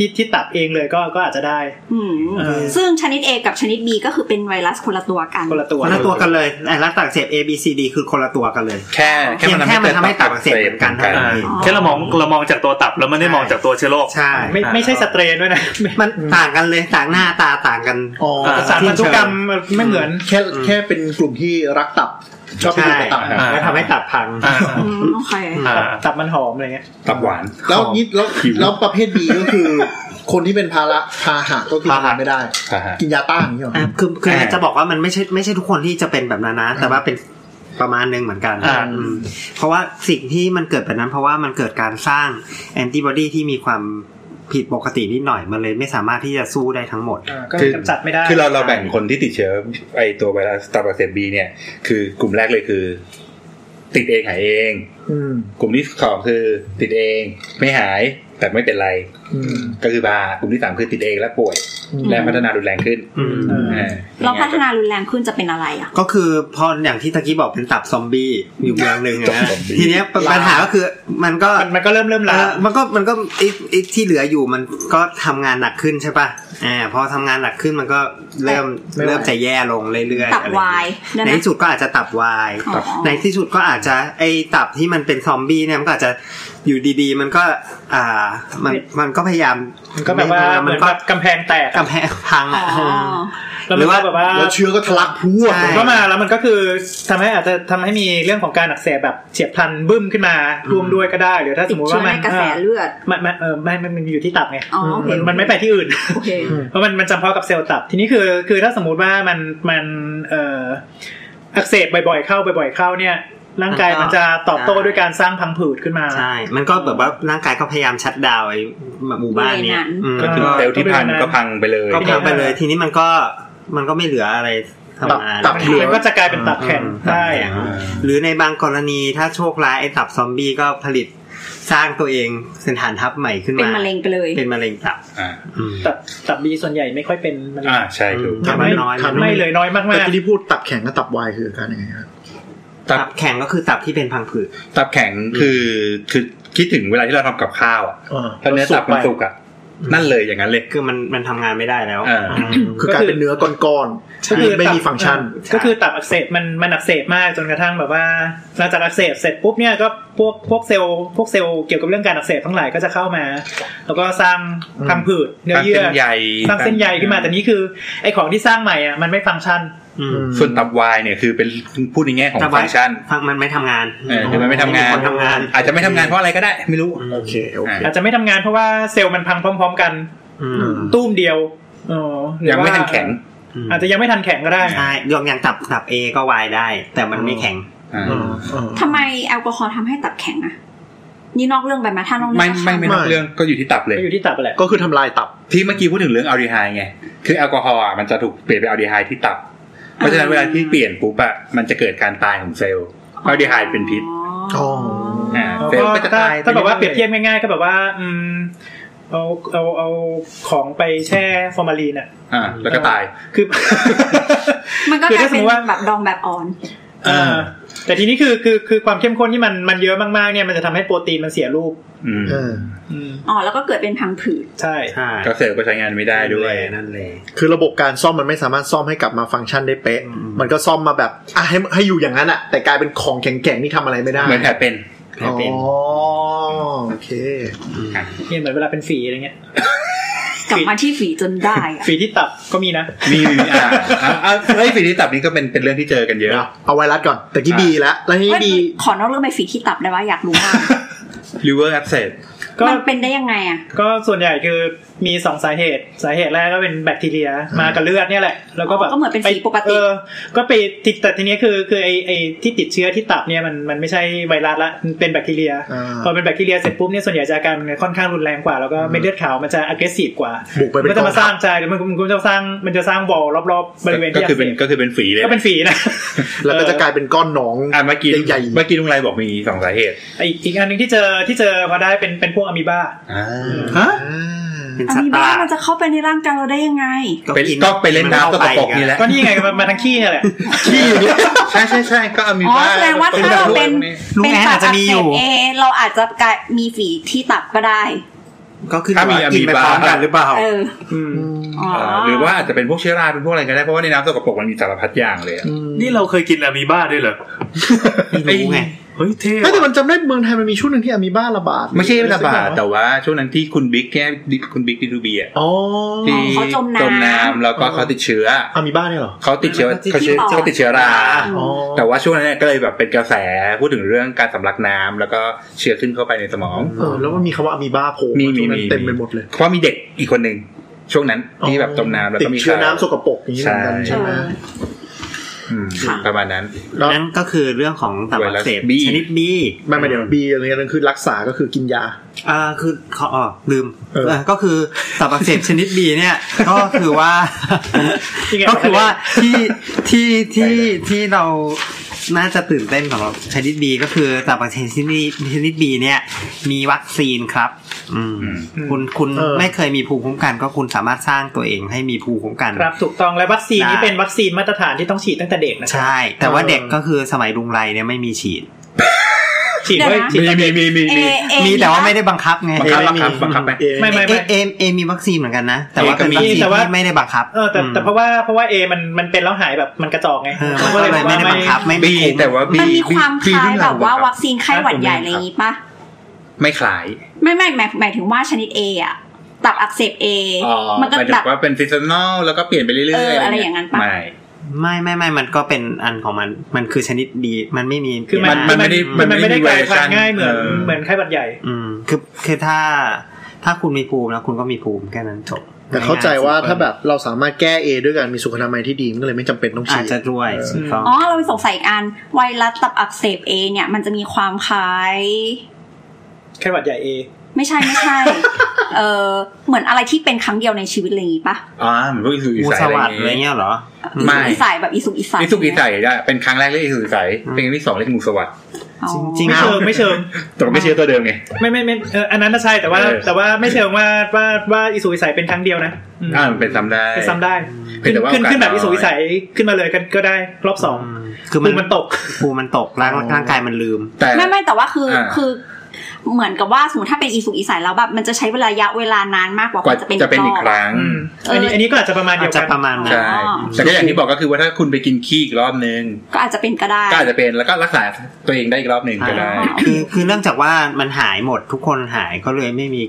S4: ที่ที่ตับเองเลยก็ก็อาจจะได้
S5: อืม
S4: เออ
S5: ซึ่งชนิด A กับชนิด B ก็คือเป็นไวรัสคนละตัวกัน
S4: คนละตัว
S3: คนละตัวกันเลยไอ้รักตับอักเสบ A B C D คือคนละตัวกันเลย
S8: แค่
S3: เพียงแค่มันทำให้ตับอักเสบเหมือนกันเท่านั้นเอง
S6: แค่เรามองเรามองจากตัวตับแล้วไม่ได้มองจากตัวเชื้อโรค
S3: ใช่
S4: ไม่ไม่ใช่สเตรนด้วยนะ
S3: มันต่างกันเลยต่างหน้าตาต่างกัน
S7: อ๋อ
S6: อ่า
S4: สารพันธุกรรมไม่เหมือน
S7: แค่แค่เป็นกลุ่มที่รักตับชอบไปดูตับ
S6: อ่า
S3: แล้วทำให้ตับพัง
S6: อ่า
S5: อืมโอเค
S6: อ่า
S4: ตับมันหอมอะไรเงี้ย
S8: ตับหวาน
S7: แล้วนี่แล้วแล้วประเภท B ก็คือ คนที่เป็นภาระพาหะก็กิน
S3: พาหะ
S7: ไม่ได้
S8: อ่าฮะ
S7: กินยาต้านอย่างนี้หรอ
S3: อ่ะคือคือ
S8: อ่า
S3: จะบอกว่ามันไม่ใช่ไม่ใช่ทุกคนที่จะเป็นแบบนั้นนะ แต่ว่าเป็นประมาณหนึงเหมือนกัน
S6: อ่า
S3: อืมเพราะว่าสิ่งที่มันเกิดแบบนั้น เพราะว่ามันเกิดการสร้างแอนติบอดีที่มีความผิดปกตินิดหน่อย มันเลยไม่สามารถที่จะสู้ได้ทั้งหมด
S4: อ่าก็
S8: คือก
S4: ำจัดไม่ได้
S8: คือเราเราแบ่งคนที่ติดเชื้อไอตัวไวรัสตับอักเสบบีเนี่ย คือกลุ่มแรกเลยคือ ติดเองหายเอง
S7: อืม
S8: กลุ่มที่สองคือติดเอง ไม่หายแต่ไม่เป็นไร
S7: อืม
S8: ก็คือบากลุ่มที่สามคือติดเองและป่วย
S7: อืม
S8: และพัฒนารุนแรงขึ้น
S3: อืม
S8: อ่า
S5: เราพัฒนารุนแรงขึ้นจะเป็นอะไรอ่ะ
S3: ก็คือพออย่างที่ตะกี้บอกเป็นตับซอมบี้อยู่เมืองหนึ่งอะนะทีเนี้ยป
S7: ลา
S3: ปัญหาก็คือมันก็
S4: มันมันก็เริ่มเริ่ม
S3: เอ่
S4: ลา
S3: อมันก็มันก็อีกอีกที่เหลืออยู่มันก็ทำงานหนักขึ้นใช่ป่ะอ่าพอทำงานหนักขึ้นมันก็เริ่ม
S7: ไม่ไหว
S3: เริ่มจะแย่ลงเรื่อยๆ
S5: ตับ
S3: อะไรอง
S5: วาย
S3: เงี้
S5: ได้ไห
S3: ใน
S5: ม
S3: ที่สุดก็อาจจะตับวาย
S5: อ๋อ
S3: ในที่สุดก็อาจจะไอตับที่มันเป็นซอมบี้เนี่ยมันก็อาจจะอยู่ดีๆ มันก็อ่ามันมันก็พยายาม
S4: มันก็แบบว่าเห
S3: มั
S4: มือน
S3: ก็
S4: แบบกำแพงแตกอะ
S3: กำแพงพัง
S5: อ๋
S3: อ่ะ
S5: อ
S4: แล้ว
S3: หรือ
S4: มันก็
S3: ว่า
S4: แบบว่า
S7: แล้วเชื้อก็ทะลักพรวด
S3: ใช่
S4: เข้ามาแล้วมันก็คือทำให้อาจจะทำให้มีเรื่องของการอักเสบแบบเฉียบพลันบึ้มขึ้นมาร่วมด้วยก็ได้ หรือถ้าส
S5: ติด
S4: มมติ
S5: เชื้
S4: ว่า
S5: อ
S4: มั
S5: ใน
S4: น
S5: กระแสเลือด
S4: มันมันเออไม่มันมันอยู่ที่ตับไง
S5: อ๋อโอเค
S4: มันมันไม่ไปที่อื่น
S5: โอเค
S4: เพราะมันมันจำเพาะกับเซลล์ตับ ทีนี้คือคือถ้าสมมุติว่ามันมันเอ่ออักเสบบ่อยๆเข้าบ่อยๆเข้าเนี่ย ร่างกายมันจะตอบโต้ด้วยการสร้างพังผืดขึ้นมา
S3: ใช่ มันก็แบบว่าร่างกายก็พยายามชัดดาวน์ไอหมู่บ้านเนี่ยอืม
S4: ก็คื
S8: คือเซลล์ที่พันก็พังไปเลย
S3: ก็พังไปเลยทีนี้มันก็มันก็ไม่เหลืออะไรทำงาน
S7: ตับเหลือ
S4: มันก็จะกลายเป็นตับแข็งได้อะ
S3: หรือในบางกรณีถ้าโชคร้ายไอ้ตับซอมบี้ก็ผลิตสร้างตัวเองเป็นฐานทัพใหม่ขึ้นมา
S5: เป็นมะเร็งไปเลย
S3: เป็นมะเร็งตับ
S8: อ่า
S3: อืม
S4: ตับตับบีส่วนใหญ่ไม่ค่อยเป็นมะเร็ง
S8: อ่าใช่ถูก
S3: ทำให้น้อย
S4: ทำให้เลยน้อยมาก
S7: แต่
S4: ๆ
S7: ที่ที่พูดตับแข็งกับตับวายคืออาการยังไงครับ
S8: ตับ
S3: ตับแข็งก็คือตับที่เป็นพังผืด
S8: ตับแข็งคือคือคิดถึงเวลาที่เราทำกับข้าวอ่ะถ้าเนื้อตับมันสุกอ่ะ
S3: อืม
S8: นั่นเลยอย่างนั้นเลย
S3: คือมันมันทำงานไม่ได้แล้ว
S8: อ่า
S7: คือกลายเป็นเนื้อก้อนๆที่ไม่มี
S4: ตับ
S7: ฟังก์ชัน
S4: เออก็คือตับอักเสบมันมันอักเสบมากจนกระทั่งแบบว่าหลังจากอักเสบเสร็จปุ๊บเนี่ยก็พวกพวกเซลล์พวกเซลล์เกี่ยวกับเรื่องการอักเสบทั้งหลายก็จะเข้ามา แล้วก็สร้าง
S7: อืม
S4: พังผืดเนื้อ
S8: ตั้ง
S4: เยื่
S8: เส้
S4: อน
S8: ใย
S4: สร้างเส้นใยขึ้นมาแต่นี้คือไอของที่สร้างใหม่อ่ะมันไม่ฟังก์ชัน
S3: อืม
S8: ส่วนตับวายเนี่ยคือเป็นพูดในแง่ของ
S3: แต่ว่า
S8: ฟังก์ชัน
S3: ฟังมันไม่ทำงาน
S8: เออคือมันไม่ทำงาน
S3: คนทำงาน
S8: อาจจะไม่ทำงานเพราะอะไรก็ได้ ไม่รู้
S7: โอเคโอเค
S4: อาจจะไม่ทำงานเพราะว่าเซลล์มันพังพร้อม ๆ กัน
S3: อืม
S4: ตุ้มเดียวอ๋อหรือ
S8: ยังไม่ทันแข็ง
S4: ว่าอาจจะยังไม่ทันแข็งก็ได้
S3: ใช่ยองอย่างตับตับเอก็วายได้ แต่มันไม่แข็ง
S8: อ่า
S7: อืมอืม
S5: ทำไมแอลกอฮอล์ทำให้ตับแข็งอ่ะ นี่นอกเรื่องไปไหมถ้านอกเรื่
S8: ไม่
S5: องก็
S8: ไม่
S5: ช่าง
S8: ไม่
S7: ไม่
S8: นอกเรื่องก็อยู่ที่ตับเลย
S4: ก็อยู่ที่ตับแหละ
S7: ก็คือทำลายตับ
S8: ที่เมื่อกี้พูดถึงเรื่องอัลดีไฮด์ไง คือแอลกอฮอล์อ่ะมันจะถูกเปลี่ยนเป็นอัลดีไฮด์ที่ตับ เพราะฉะนั้นเวลาที่เปลี่ยนปุ๊บอ่ะมันจะเกิดการตายของเซลล์อัลดีไฮด์เป็นพิษ
S7: อ๋อ
S8: อ่า
S4: แล้ว
S8: เซลล์ก็
S4: ก็
S8: จะ
S4: ถ้า
S8: ตาย
S4: ถ้าแบบว่าเปรียบเทียบง่ายๆ ก็แบบว่าอืมเอาเอาเอาของไปแช่ฟอร์มาลีนอ่ะ
S8: อ่าแล้วก็ตาย
S4: คือ
S5: มันก็
S4: คื
S5: ก
S4: อ
S5: ลาย
S4: ถ้าสม
S5: เป็
S4: มุ
S5: น
S4: ติว่า
S5: แบบดองแบบอ่อน
S4: เออแต่ทีนี้คือคือคือความเข้มข้นที่มันมันเยอะมากๆเนี่ยมันจะทำให้โปรตีนมันเสียรูป
S8: อืม
S7: เออ
S4: อืม
S5: อ๋อ แล้วก็เกิดเป็นพังผืด
S4: ใช่
S3: ใช่
S8: ก็เซลล์ก็ใช้งานไม่ได้ด้วย
S3: นั่นเลย
S7: คือระบบการซ่อมมันไม่สามารถซ่อมให้กลับมาฟังก์ชันได้เป๊ะ
S3: อืม
S7: มันก็ซ่อมมาแบบอ่ะให้ให้อยู่อย่างนั้นอะแต่กลายเป็นของแข็งๆนี่ทำอะไรไม่ได้
S8: เหมือนแผลเป็น
S3: แผล
S7: อ๋อ
S3: เป็น
S7: โอเค
S3: ม
S4: เนี่ยเหมือนเวลาเป็นฝีอะไรเงี้ย
S5: กลับมาที่ฝีจนได้อะ
S4: ฝีที่ตับก็มีนะ
S8: มีมีมีอ่าอ่าอ่าเอ้ยฝีที่ตับนี้ก็เป็นเป็นเรื่องที่เจอกันเยอะ
S7: เอาไวรัสก่อนแต่กี้
S8: อ่ะ
S7: บีแล้วแล้วทีนี้
S5: เอ้ย
S7: บี
S5: ขอนอกเรื่องไปฝีที่ตับได้ว่าอยากรู้มาก
S8: liver abscess
S4: ก็
S5: มันเป็นได้ยังไงอ่ะ
S4: ก็ส่วนใหญ่คือมีสองสาเหตุ สาเหตุแรกก็เป็นแบคทีเรียมากับเลือดเนี่ยแหละ แล้วก็แบบ
S5: อ๋อก็เหมือนเป็นฝีปกติ
S4: เออก็ไปติดแต่ทีนี้คือคือไอไอที่ติดเชื้อที่ตับเนี่ยมันมันไม่ใช่ไวรัสละมันเป็นแบคทีเรีย
S7: อ่า
S4: พอเป็นแบคทีเรียเสร็จปุ๊บเนี่ยส่วนใหญ่จะอาการมันค่อนข้างรุนแรงกว่า แล้วก็เม็ดเลือดขาวมันจะ aggressive กว่า
S7: บุกไป
S4: มั
S7: เป็น
S4: นจะมาส
S7: กอ
S4: ร้าง งใจหรือมันมันจะสร้างมันจะสร้างวอลรอบๆบริเวณ
S8: ก็
S4: ที่
S8: คือเป็น
S4: ก
S8: ก็คือเป็นฝีเล็ย
S4: ก็เป็นฝีนะ
S7: ทัพแล้วก็จะกลายเป็นก้อนหนอง
S8: อ่าเมื่อกี้
S7: ใหญ่ๆ
S8: เมื่อกี้ลุงไรบอกมีสองสาเหตุ
S4: เอออีกอีกอันหนึ่งที่เจอที่เจอพอได้เป็นเป็นพวกอะมีบา
S8: อ่า
S3: ฮะ
S7: อ่า
S3: เป็น
S5: อัน
S3: สัตว์ป
S5: นี้
S3: ระหลา
S5: บ้า
S3: ด
S5: มันจะเข้าไปในร่างกายเราได้ยังไง
S8: เป็นก็ไปเล่นน้ำก็ตกปรกนี่แหละ
S4: ก็นี่ไงมามาทั้งขี้เนี่ยแหละ
S8: ที่อยู่เนี่ยใช่ใช่ใช่ก็เอามี
S5: อ๋อ
S8: บ้า
S5: แสดงว่าถ้าเราเป็น
S3: ลุงแอนอาจจะมีอยู่
S5: เป็นตับกเสบเเราอาจจะกลายมีฝีที่ตับก็ได้
S3: ก็ขึ้นอ
S8: ถ้า
S3: ยู่ว่า
S8: มีอะ
S3: กินไป
S8: มีบา
S3: พร้อมกันหรือเปล่า
S5: เออ
S4: อืม
S5: อ๋อ
S8: เอ่อหรือว่าอาจจะเป็นพวกเชื้อราเป็นพวกอะไรก็ได้เพราะว่าในน้ำสกปรกมันมีสารพัดอย่างเลยอะ
S6: นี่เราเคยกินอะมีบ้าด้วยเหรอ
S3: ไม่รู้ไง
S6: เฮ้ยเท่
S7: เฮ้ยแต่
S6: ว่ะ
S7: มันจำได้เมืองไทยมันมีช่วงหนึ่งที่อามีบ้าระบาด
S8: ไม่ใช่ระบาด
S7: แต่
S8: แต่ว่าช่วงนั้นที่คุณบิ๊กแก้คุณบิ๊กดิทูบีอะ
S7: อ๋อ
S8: ที่
S5: เขาจมน้ำ
S8: แล้วก็เขาติดเชื้อ
S7: อามีบ้าเนี่ยเหรอ
S8: เขาติดเชื้อเขาเชื้อเขาติดเชื้อรา
S7: อ๋อ
S8: แต่ว่าช่วงนั้นเนี่ยก็เลยแบบเป็นกระแสพูดถึงเรื่องการสำลักน้ำแล้วก็เชื้อขึ้นเข้าไปในสมอง
S7: เออแล้วมันมีคำว่าอามีบ้าโผล่
S8: มี
S7: าช่วงนั้
S8: มี
S7: น
S8: มี
S7: เต็มไปหมดเลย
S8: เพราะมีเด็กอีกคนหนึ่งช่วงนั้นที่แบบจมน้ำแล้ว
S7: ติ
S8: ก็
S7: ด
S8: มี
S7: เชื้อ
S8: ข่าว
S7: น้ำสกปรกอย่างนี้เหมือนกัน
S8: ใช่
S7: ใช่ไหม
S8: อืมประมาณนั้น
S7: แล้ว
S3: นั่นก็คือเรื่องของตับอักเสบ
S8: ไวรัส B
S3: ชนิดบี
S7: ไม่ไม่เดี๋ยวบีอะไรเงี้ยนั่นคือรักษาก็คือกินยา
S3: อ่าคือขออ๋อลืม
S7: เออ
S3: เออก็คือตับอักเสบชนิดบีเนี่ย ก็คือว่า ก็คือว่าที่ที่ที่ที่เราน่าจะตื่นเต้นของเราชนิดบีก็คือตับอักเสบชนิดชนิดบีเนี่ย มีวัคซีนครับ อืม
S8: อืม
S3: คุณคุณ
S7: เออ
S3: ไม่เคยมีภูมิคุ้มกัน ก็คุณสามารถสร้างตัวเองให้มีภูมิคุ้มกัน
S4: ครับถูกต้องและวัคซีนนี้เป็นวัคซีนมาตรฐานที่ต้องฉีดตั้งแต่เด็กนะครับ
S3: ใช่ แต่ว่าเด็กก็คือสมัยลุงไรเนี่ยไม่มีฉีด
S4: ฉีดไว้
S5: เดี๋ยวนะ
S4: ฉีด
S8: มีมีมีมี
S5: เอ
S8: มี
S5: เอ
S3: มีแต่ว่าไม่ได้บังคับไง
S8: บังคับบังคับบังคับไหม
S7: เอ
S4: ไม่ไม่
S3: เอ
S4: ไม่
S3: เอเอมีวัคซีนเหมือนกันนะ แต่ว่า
S8: เอก็
S3: เป็น
S8: มี
S3: วัคซีน
S4: แต่ว่า
S3: ที่ไม่ได้บังคับ
S4: เออแต่แต่เพราะว่าเพราะว่าเอมันมันเป็นแล้วหายแบบมันกระจอกไง
S3: เออมันก็เลย
S4: แบบ
S3: ไม่
S4: ว่า
S3: ได้บังคับ ไม่
S8: บี
S3: คุ้
S8: แต่ว่าบี
S5: มันมีความคล้าย
S8: เรื่
S5: แบ
S8: อง
S5: บ
S8: ร
S5: ว่า
S8: ครั
S5: วัคซีนไข้หวัดใหญ่อะไรอย่างงี้ปะ
S8: ไม่คล้าย
S5: ไม่ไม่หมายหมายถึงว่าชนิดเออะตับอักเสบเอ
S8: อ๋อ
S5: มันก็
S8: หมายถึ
S5: แบบ
S8: งว่าเป็นซีซันนอลแล้วก็เปลี่ยนไปเรื่อย
S5: เออ
S8: ๆ
S5: อะไรอย่างนั้นปะ
S8: ไม่
S3: ไม่ไม่ไม่มันก็เป็นอันของมัน มันคือชนิดดีมันไม่มี
S4: คือมัน
S8: มันไม่ได้
S4: มันไม่ได้
S8: มันไม่
S4: กลาย
S8: มี
S4: พั
S8: variation
S4: นธุ์ง่ายเหมือน
S8: เออ
S4: เหมือนไข้หวัดใหญ่
S3: อืมคือคือถ้าถ้าคุณมีภูมิแล้วคุณก็มีภูมิแค่นั้นจบ
S7: แต่เข้าใจว่าถ้าแบบเราสามารถแก้เอด้วยการมีสุขอนามัยที่ดีมันก็เลยไม่จำเป็นต้องฉี
S3: อาจ
S7: ด
S3: จะด้วยถูกต้อง
S5: อ๋อเราไปสงสัยอีกอันไวรัสตับอักเสบเอเนี่ยมันจะมีความคล้าย
S4: ไข้หวัดใหญ่เอ
S5: ไม่ใช่ไม่ใช่ เออเหมือนอะไรที่เป็นครั้งเดียวในชีวิตอะไรอย่างงี้ปะ
S8: อ๋อเหมือนพวกอิสุกอิ
S3: มู
S8: สัย
S3: ส
S8: อะไร
S3: วัสด
S8: อย่าง
S3: อะไร
S8: เงี้ย
S3: เงี้ยเหรอ
S8: ไม่
S5: อิสายแบบอิสุกอิสาย
S8: อิสุกอิสัยได้เป็นครั้งแรกเรียกอิสุกอิสัย
S3: อืม
S8: เป็นครั้งที่สองเรียกงูสวัสด์
S5: อ๋อ
S3: จริง
S4: ไม่เชิงไม่เชิง
S8: แต่ก็ไม่เชื่อตัวเดิมไง
S4: ไม่ไม่ไม่เอออันนั้นน่ะใช่แต่ว่า
S8: เออ
S4: แต่ว่าไม่เชิงว่าว่าว่าอิสุอิสัยเป็นครั้งเดียวนะม
S8: อ่ามันเป็นซ้ำได้
S4: เป็นซ้ำได้
S8: เพีย
S4: ขึ้
S8: ง
S4: น
S8: แต่ว่าโอกาสน้อย
S4: ขึ้นขึ้นแบบอิสุอิสัยขึ้นมาเลยก็ก็ได้รอบสอง
S3: อืมคือ
S4: คื
S3: มั
S4: อน มันตก
S3: ภูมิมันตกร่างร่างกายมันลืม
S8: แต่
S5: ไม่ไม่แต่ว่าคือ
S8: อ่า
S5: คือ เหมือนกับว่าสมมติถ้าเป็นอิสุกอิสายแล้วแบบมันจะใช้เวลาระยะเวลานานมากกว่าก ก
S8: ว่า
S5: ว่าจะเป็น
S8: จะเป็นอี
S5: ร
S8: ก
S5: อบ
S8: ครั้ง
S4: อืม
S5: เอออั
S4: อันนี้อันนี้ก็อาจจะประมาณเดี
S3: อา
S4: ย
S3: จ
S4: ว
S3: จะ
S4: กัน
S3: ประมาณ
S5: อ๋อ
S3: นั้น
S8: ใช่ แต่ก็อย่างที่บอกก็คือว่าถ้าคุณไปกินขี้อีกรอบนึง
S5: ก็อาจจะเป็นก็ได้
S8: ก็อาจจะเป็นแล้วก็รักษาตัวเองได้อีกรอบหนึ่งก็ได้
S5: อ่า
S3: คือคือเนื่องจากว่ามันหายหมดทุกคนหายก็เลยไม่มี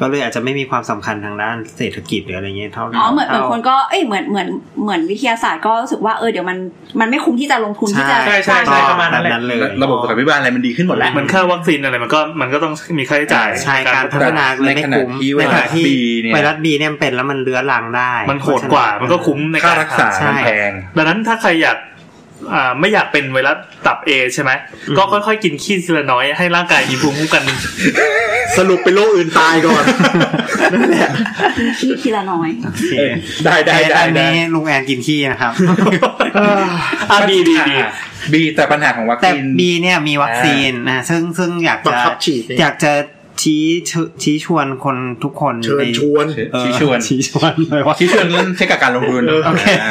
S3: ก็เลยอาจจะไม่มีความสำคัญทางด้านเศรษฐกิจหรืออะไรเงี้ยเท่า
S5: อ๋อเหมือนเหมือน
S3: ท่า
S5: คนก็เอ้ยเหมือนเหมือนเหมือนวิทยาศาสตร์ก็รู้สึกว่าเออเดี๋ยวมันมันไม่คุ้มที่จะลงทุนที่จะ
S4: ใช่ใช่ใช่ประมาณนั้นแหละ
S3: แบบเลย
S8: ระบบสุขภาพอะไรมันดีขึ้นหมดแล้ว
S6: มันค่าวัคซีนอะไรมันก็มันก็ต้องมีค่าใช้จ่าย
S3: ใช่การพัฒนาไม่ได้คุ้ม
S8: ในขณะที่ไวรัส B เนี่ย
S3: ไวรัสบีเนี่ยมันเป็นแล้วมันเลื้อรังได้
S6: มันโหดกว่ามันก็คุ้มใน
S8: ค่า
S6: การ
S8: รักษา
S6: ใช่
S8: มันแพง
S6: ดังนั้นถ้าใครอยากอ่าไม่อยากเป็นไวรัสตับเอใช่ไหมก็ค่อยๆกินขี้ทีละน้อยให้ร่างกายมีภูมิคุ้มกัน
S7: สรุปเป็นโรคอื่นตายก่อน นั่นแหละ
S5: ที่ทีละน้อย
S3: โอเค
S8: เออได้ได้
S3: แต่
S8: ได้
S3: อัน
S8: ได้
S3: นี้ลุงแอนกินขี้นะครับ
S6: อ่ะดีดีดี
S8: อ่ะบีแต่ปัญหาของวัค
S3: แต่
S8: ซีน
S3: บีเนี่ยมีวัคซีนนะซึ่งซึ่งอยาก
S7: บัง
S3: จะ
S7: คับฉีดเนี่ย
S3: อยากจะชี้ชี้ชวนคนทุกคน
S7: เชิญ
S3: ไป
S7: ชวน
S3: เออ
S8: ชี้ชวน
S3: ชี้ชวนเลยว่า
S8: ชี้ชวนเรื่องเช็คกับการลงทุน
S3: โอเค
S8: อ่า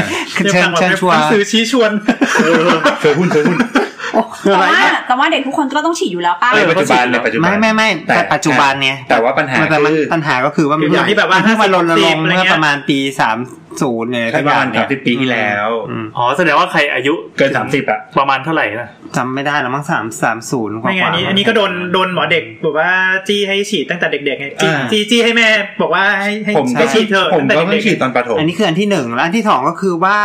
S3: เชิญเชิญชวน
S4: ซื้อชี้ชวน
S8: เธอหุ้นเธอหุ้น
S5: แต่ว่าแต่ว่าเด็กทุกคนก็ต้องฉีดอยู่แล้วป่ะ
S8: ในปัจจุบันในปัจจุบัน
S3: ไม่ไม่ไม่แต่ปัจจุบันเนี่ย
S8: แต่ว่าปัญหา
S3: แต่มัน
S8: คือ
S3: ปัญหาก็คือว่ามัน
S4: คืออย่างที่แบบว่า
S3: เพิ่งมา
S4: 50
S3: ลนลงค์
S4: อะไร
S3: เมื่อ
S4: เงี้ย
S3: ประมาณปีสามศูนย์เนี่ย
S8: ใช่ประมาณสามสิบปีที่แล้ว
S3: อืม
S6: อ๋อแสดงว่าใครอายุ
S8: เกินสามสิบอ่ะ
S6: ประมาณเท่าไหร่นะ
S3: จำไม่ได้แล้วมั้งสามสามศูนย์กว่า
S4: ไม่ไง
S3: กว่า
S4: อันนี้อันนี้ก็โดนโดนหมอเด็กบอกว่าจี้ให้ฉีดตั้งแต่เด็กๆไงจี้
S8: อ่า
S4: จี้จี้ให้แม่บอกว่าให้ให้
S8: ผม
S4: ให้ฉีดเถอะ
S8: ผม
S4: ตั้งแต่
S8: ก็เพิ่
S4: เด็
S8: ง
S4: ก
S8: ฉีดตอนประถม
S3: อันนี้คืออันที่หนึ่งแล้วอันที่สองก็คือว่า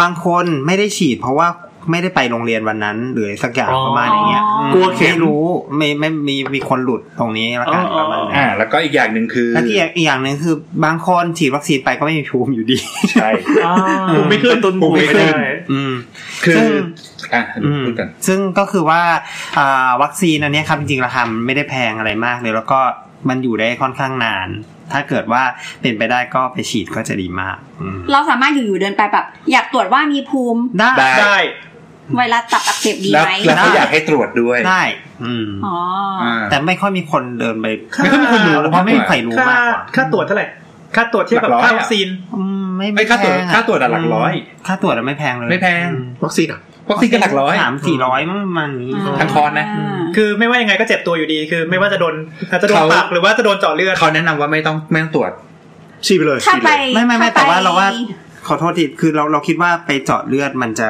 S3: บางคนไม่ได้ฉีดเพราะว่าไม่ได้ไปโรงเรียนวันนั้น หรือสักอย่างประมาณอย่างเงี้ย
S6: กลัวเข็
S3: ไม่
S6: ม
S3: รู้ไม่ไม่มีมีคนหลุดตรงนี้ละกัน
S6: อ๋
S3: ป
S6: อ
S3: ระมาณ
S8: อ่า
S3: นี้น
S8: แล้วก็อีกอย่างหนึ่งคือ
S3: แล้วที่อีกอย่างหนึ่งคือบางคนฉีดวัคซีนไปก็ไม่มีภูมิอยู่ดี
S8: ใช่
S6: ภูมิไม่ขึ้นต้นภูมิไม่
S8: ภูมิไม่ขึ้
S6: ได้
S8: น
S3: อืม
S8: คือ
S3: ซึ่ง
S8: อ่ะ
S3: อืม
S8: พูดกัน
S3: ซึ่งก็คือว่าอ่าวัคซีนอันเนี้ยครับจริงๆราคามันไม่ได้แพงอะไรมากเลย แล้วก็มันอยู่ได้ค่อนข้างนาน ถ้าเกิดว่าเป็นไปได้ก็ไปฉีดก็จะดีมากอืม
S5: เราสามารถอยู่ๆเดินไปแบบอยากตรวจว่ามีภูมิ
S3: ได้
S8: ได้
S4: ๆได้
S5: ไวรัสตับอักเสบดี
S8: แล้ว
S5: ไหม
S8: แล้วเขา
S3: ได้
S8: อยากให้ตรวจด้วย
S3: ได้อืม
S5: อ๋ออ
S8: อ่า
S3: แต่ไม่ค่อยมีคนเดินไป
S4: ไม่ค่อยมีคนรู้
S3: เพราะไม่มีใคร
S4: ค่าม
S3: รู้ากกว่า
S4: ค่าตรวจเท่าไหร่ค่าตรวจเทียบกับ
S8: หลักร้อย
S4: ค่าวัคซีน
S3: อืมไม่
S8: ไม่ค่าตรวจ
S3: แพงอะ
S8: ค่าตรวจอะหลักร้อย
S3: ค่าตรวจอะไม่แพงเลย
S8: ไม่แพง
S3: อืม
S7: วัคซีนอ่ะ
S8: วัคซีนก็หลักร้อย
S3: สามสี่ร้อยมั้งประมันนี้
S8: ทั้งคอร์สนะ
S5: า
S4: คือไม่ว่ายังไงก็เจ็บตัวอยู่ดีคือ ไม่ว่าจะโดนอาจจะโดน
S8: เขา
S4: ปากหรือว่าจะโดนเจาะเลือด
S8: เขาแนะนำว่าไม่ต้องไม่ต้องตรวจ
S7: ฉีดไปเลย
S5: ถ้า
S7: ฉีด
S5: ไป
S7: เลย
S3: ไม่ไม่ไม่แต่ว่า
S5: ถ้ไป
S3: เราว่าขอโทษทีคือเราเราคิดว่าไปเจาะเลือดมันจะ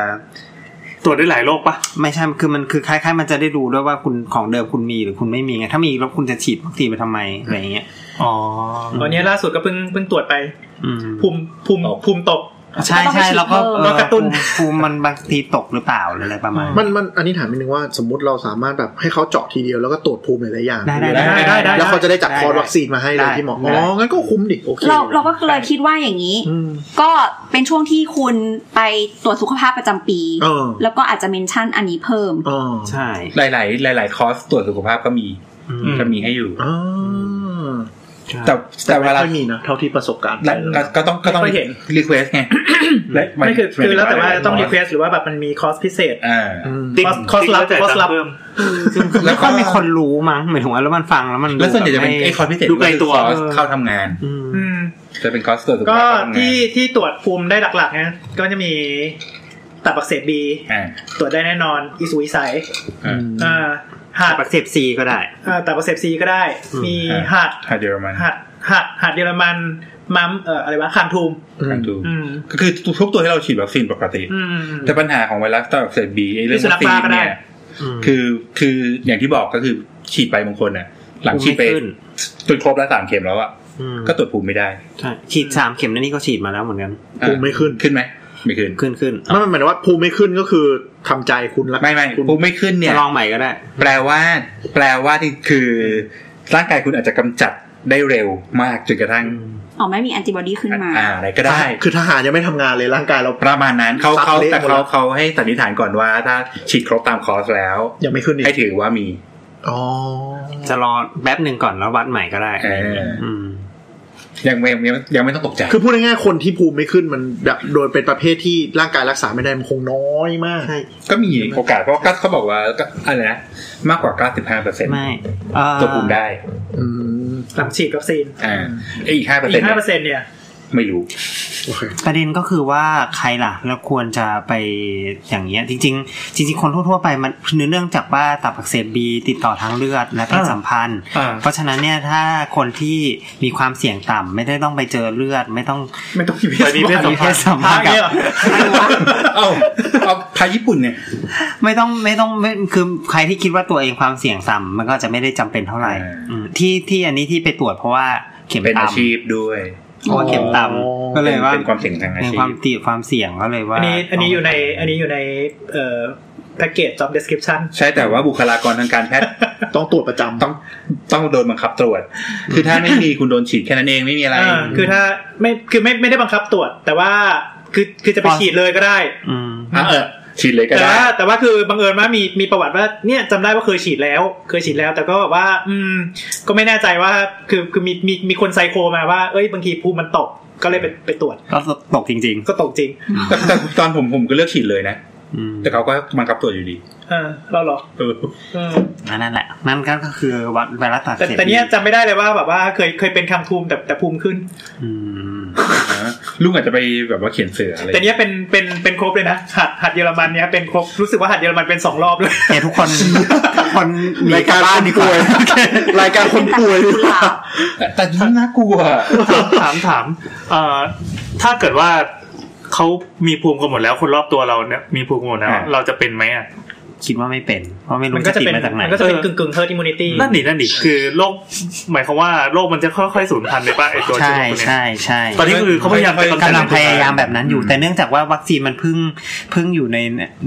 S6: ตรวจได้หลายโรคปะ
S3: ไม่ใช่คือมันคือคล้ายๆ มันจะได้ดูด้วยว่าคุณของเดิมคุณมีหรือคุณไม่มีไงถ้ามีแล้วคุณจะฉีดวัคซีนไปทำไมอะไรอย่างเงี้ย
S6: อ๋อ
S4: ตอนนี้ล่าสุดก็เพิ่งเพิ่งตรวจไป
S3: อืม
S4: ภูมิภูมิ
S8: ตก
S4: ภูมิตก
S3: ใช่ใช่แล้วก็เอ
S4: แล้
S3: อ
S4: วกระตุ้น
S3: ภูมิภูมิมันบางทีตกหรือเปล่าหรืออะไรประมาณ
S7: มันมันอันนี้ถามนิดนึงว่าสมมติเราสามารถแบบให้เขาเจาะทีเดียวแล้วก็ตรวจภูมิหลายๆอย่าง
S3: ได้ได้
S4: ได้
S3: ได้
S4: ได้ได้
S7: แล้วเขาจะได้จัดคอร์ส
S3: ได้
S7: วัคซีนมาให้เลย
S3: ได้
S7: ที่หมอ
S3: ได้
S7: อ๋อ งั้นก็คุ้มดิโอเค
S5: เราเราก็เลยคิดว่าอย่างนี้
S7: อืม
S5: ก็เป็นช่วงที่คุณไปตรวจสุขภาพประจำปี
S7: เออ
S5: แล้วก็อาจจะเมนชั่นอันนี้เพิ่ม
S7: อ๋อ
S3: ใช่
S8: หลาย ๆ หลาย ๆ คอร์สตรวจสุขภาพก็มีก็มีให้อยู่
S7: อ๋อ
S8: แต่แต่เว
S7: ไม่
S8: ลา
S7: ค่อยมีนะเท่าที่ประสบการณ์
S8: ก็ก็ต้องก็ต้อง
S4: ไม่ค่อยเห็น
S8: รีเควสไงและน
S4: ไม่คือคือแล้วแต่ว่าต้องรีเคว
S8: ส
S4: สหรือว่าแบบมันมีคอร์สพิเศษ
S8: อ่า
S7: อืม
S6: ติ๊ก
S4: คอสคอส
S6: ติ๊ก
S4: ลับ
S6: แล้วจ่าย
S4: คอส
S6: ตัง
S4: ลับ
S6: ค์เพิ่ม
S8: แล้
S3: แล้ว ว
S8: ก็
S3: ก็มีคนรู้มั้งหมายถึงว่าแล้วมันฟังแล้วมัน
S8: แล้วส่วนใหญ่จะเป็น
S3: บบม่
S8: ไอ้คอร์สพิเศษ
S6: ดูไกลตัว
S8: ก็คือคอร์สเข้าทำงาน
S3: อืม
S4: อืม
S8: จะเป็นคอร์สตรวจสุข
S4: ก็
S8: ภาพเข้าทำงาน
S4: ที่ที่ตรวจภูมิได้หลักๆนะก็จะมีตับอักเสบบี
S8: อ่า
S4: ตรวจได้แน่นอนอีสุอีใส
S8: อ่า
S4: อ่า
S3: ตั
S4: หัด
S3: บอักเสบซีก็ได้
S4: อ่าตับอักเสบซีก็ได้
S3: อืม
S4: มี
S8: อ่า
S4: หัด
S8: ฮาร์ดเยอรมัน
S4: หัดหัดหัดเยอรมันมัมเอ่ออะไรวะคางทูม
S7: อื
S8: กั
S7: ม
S8: นดู
S4: อืม
S8: ก็คือทุกตัวที่เราฉีดวัคซีนปกติ
S4: อืม
S8: แต่ปัญหาของไวรัสตับอักเสบบีไอ้เรื่อง
S4: พิษสุนั
S8: วั
S4: ข
S8: คซี
S4: บ้าน ก็ได้
S8: เนี่ย
S3: คือ
S8: คือคืออย่างที่บอกก็คือฉีดไปบางคนอ่ะ หลังฉีดไป
S3: ภูมิไม่ขึ้น
S8: จนครบแล้วสามเข็มแล้วอ่ะ
S3: ม
S8: ก็ตรวจภูมิไม่ได้
S3: ใช่ฉีดสามเข็มแล้วนี่ก็ฉีดมาแล้วเหมือนกัน
S8: อ่ะ
S7: ภูมิไม่ขึ้น
S8: ขึ้นไหมไม่ขึ้น
S3: ขึ้นขึ้น
S7: ไม่ไม่หมายถึงว่าภูมิไม่ขึ้นก็คือทำใจคุณละ
S8: ไม่ไม่ภูมิไม่ขึ้นเนี่ย
S3: จะลองใหม่ก็ได้
S8: แปลว่า แปลว่าที่คือร่างกายคุณอาจจะกำจัดได้เร็วมากจนกระทั่ง
S5: อ๋อไม่มีแอนติบอดีขึ้นมา
S8: อ่าอะไรก็ได้
S7: คือทหารยังไม่ทำงานเลยร่างกายเรา
S8: ประมาณนั้นเขา
S7: ซัด
S8: เขา
S7: เละ
S8: แต่
S7: หมด
S8: เขา
S7: แล้ว
S8: เขาให้สันนิษฐานก่อนว่า ถ้าฉีดครบตามคอร์สแล้ว
S7: ยังไม่ขึ้นอี
S8: ให้
S7: ก
S8: ถือว่ามี
S7: อ๋อ
S3: จะรอแป๊บหนึ่งก่อนแล้ววัดใหม่ก็ได้
S8: เออ
S3: ม
S8: ยังไม่ยังไม่ยังไม่ต้องตกใจ
S7: คือพูดง่ายๆคนที่ภูมิไม่ขึ้นมันแบบโดยเป็นประเภทที่ร่างกายรักษาไม่ได้มันคงน้อยมาก
S3: ใช่
S8: ก็มีโอกาสเพราะก็เขาบอกว่าก็อะไรนะมากกว่า 95เปอร์เซ็นต์
S3: ไม่เอ่อ
S8: ตัวภูมิได้
S7: อืม
S4: หลังฉีดวัคซีน
S8: อ่าไอ้อีก5เปอร์
S4: อี
S8: เซ็น
S4: ก
S8: ต์
S4: ห้าเปอร์เซ็นต์เนี่ย
S8: ไม่รู้
S7: โอเค
S3: ประเด็นก็คือว่าใครล่ะ แล้วควรจะไปอย่างเงี้ย จริง ๆ จริง ๆ คนทั่วๆไปมันเนื่องจากว่าตับอักเสบบีติดต่อทางเลือดและเพศสัมพันธ์
S6: อ่า
S3: เพราะฉะนั้นเนี่ยถ้าคนที่มีความเสี่ยงต่ำไม่ได้ต้องไปเจอเลือด ไม่ต้อง
S4: ไม่ต้องมีเพ
S6: ไปมีเพศสัม
S3: มี
S6: พั
S3: เพ
S6: น
S3: ศ
S6: ธ์
S3: สัมพันธ์กับ
S4: เนี่ยเหรอ
S8: เอ้าเอาพายญี่ปุ่นเนี่ย
S3: ไม่ต้องไม่ต้องไม่คือใครที่คิดว่าตัวเองความเสี่ยงต่ำมันก็จะไม่ได้จำเป็นเท่าไหร่
S8: อ่า
S3: อืมที่ที่อันนี้ที่ไปตรวจเพราะว่าเข็ม
S8: เป็นอา
S3: ต่ำ
S8: ชีพด้วย
S3: เพราะว่าเข็มต่ำก็เลยว่า
S8: เป็นความเสี่ยงทางอา
S3: เป็น
S8: ชี
S3: ควา
S8: พ
S3: มติดความเสี่ยงก็เลยว่า
S4: อันนี้อันนี้อยู่ในอันนี้อยู่ในเอ่อแพ็กเกจ job description
S8: ใช่แต่ว่าบุคลากรทางการแพทย์
S7: ต้องตรวจประจำ
S8: ต้องต้องโดนบังคับตรวจ คือถ้าไม่มีคุณโดนฉีดแค่นั้นเองไม่มีอะไร
S4: เออคือถ้าไม่คือไม่ไม่ได้บังคับตรวจ แต่ว่าคือคือจะไปฉีดเลยก็ได้
S3: อืม
S8: อ่ะเออฉีดเลยก็
S4: แต่
S8: ได้
S4: ว่าแต่ว่าคือบังเอิญว่ามีมีประวัติว่าเนี่ยจำได้ว่าเคยฉีดแล้ว เคยฉีดแล้ว แต่ก็แบบว่า อืม ก็ไม่แน่ใจว่าคือคือมีมีมีคนไซโคมาว่าเอ้ยบางทีภูมิมันตกก็เลยไปไปตรวจ
S3: ก็ตกจริง
S4: ก็ตกจริง
S8: แต่แต่ตอนผมผมก็เลือกฉีดเลยนะ
S3: ๆ อืม
S8: แต่เขาก็บังคับตรวจอยู่ดี
S4: เออเราเหรอ
S8: เออ
S4: เออ
S3: อันนั่นแหละ นั่นก็คือวัดไวรัสตับ
S4: แต่
S3: เสพ
S4: แต่เนี้ยจำไม่ได้เลยว่าแบบว่าเคยเคยเป็นคังทูมแต่แต่ภูมิขึ้น
S3: อืม
S8: นะลุงอาจจะไปแบบว่าเขียนเสืออะไร
S4: แต่เนี้ยเป็นเป็นเป็นครบเลยนะหัดหัดเยอรมันเนี้ยเป็นครบรู้สึกว่าหัดเยอรมันเป็นสองรอบเลย
S3: เนี่ยทุกคนทุกคนหนี
S7: ราย
S3: กลั
S7: กา
S3: บ
S7: ร
S3: บ้า
S7: คน น
S3: ดีก
S7: ป่
S3: ว่า
S7: วยรายการคนป่วยดีกว่า
S8: แต่แต่นี่น่ากลัว
S6: ถามถามเอ่อถ้าเกิดว่าเขามีภูมิกันหมดแล้ว คนรอบตัวเราเนี่ยมีภูมิกันหมดแล้ว เราจะเป็นไหมอ่ะ
S3: คิดว่าไม่เป็น เพราะไม่รู้
S4: มันก็
S3: จะ
S4: จะ
S3: ติด
S4: เป็น
S3: มาจากไหน
S4: มันก็จะเป็น
S6: เออ
S4: กึ่งกึ่งเฮิร์ตอิมมูนิตี้
S6: นั่นดินั่นดิคือโรคหมายความว่าโรคมันจะค่อยๆสูญพันธุ์ไปป่ะไอตัวเชื้
S3: ใช่
S6: อพวกเนี้ย
S3: ใช่ใช่
S6: ตอนนี้คือเขาพยายามจะ
S3: กำลังพยายาม
S6: แบ
S3: แบ
S6: บ
S3: บนั้นอยู่ แต่เนื่องจากว่าวัคซีนมันเพิ่งเพิ่งอยู่ใน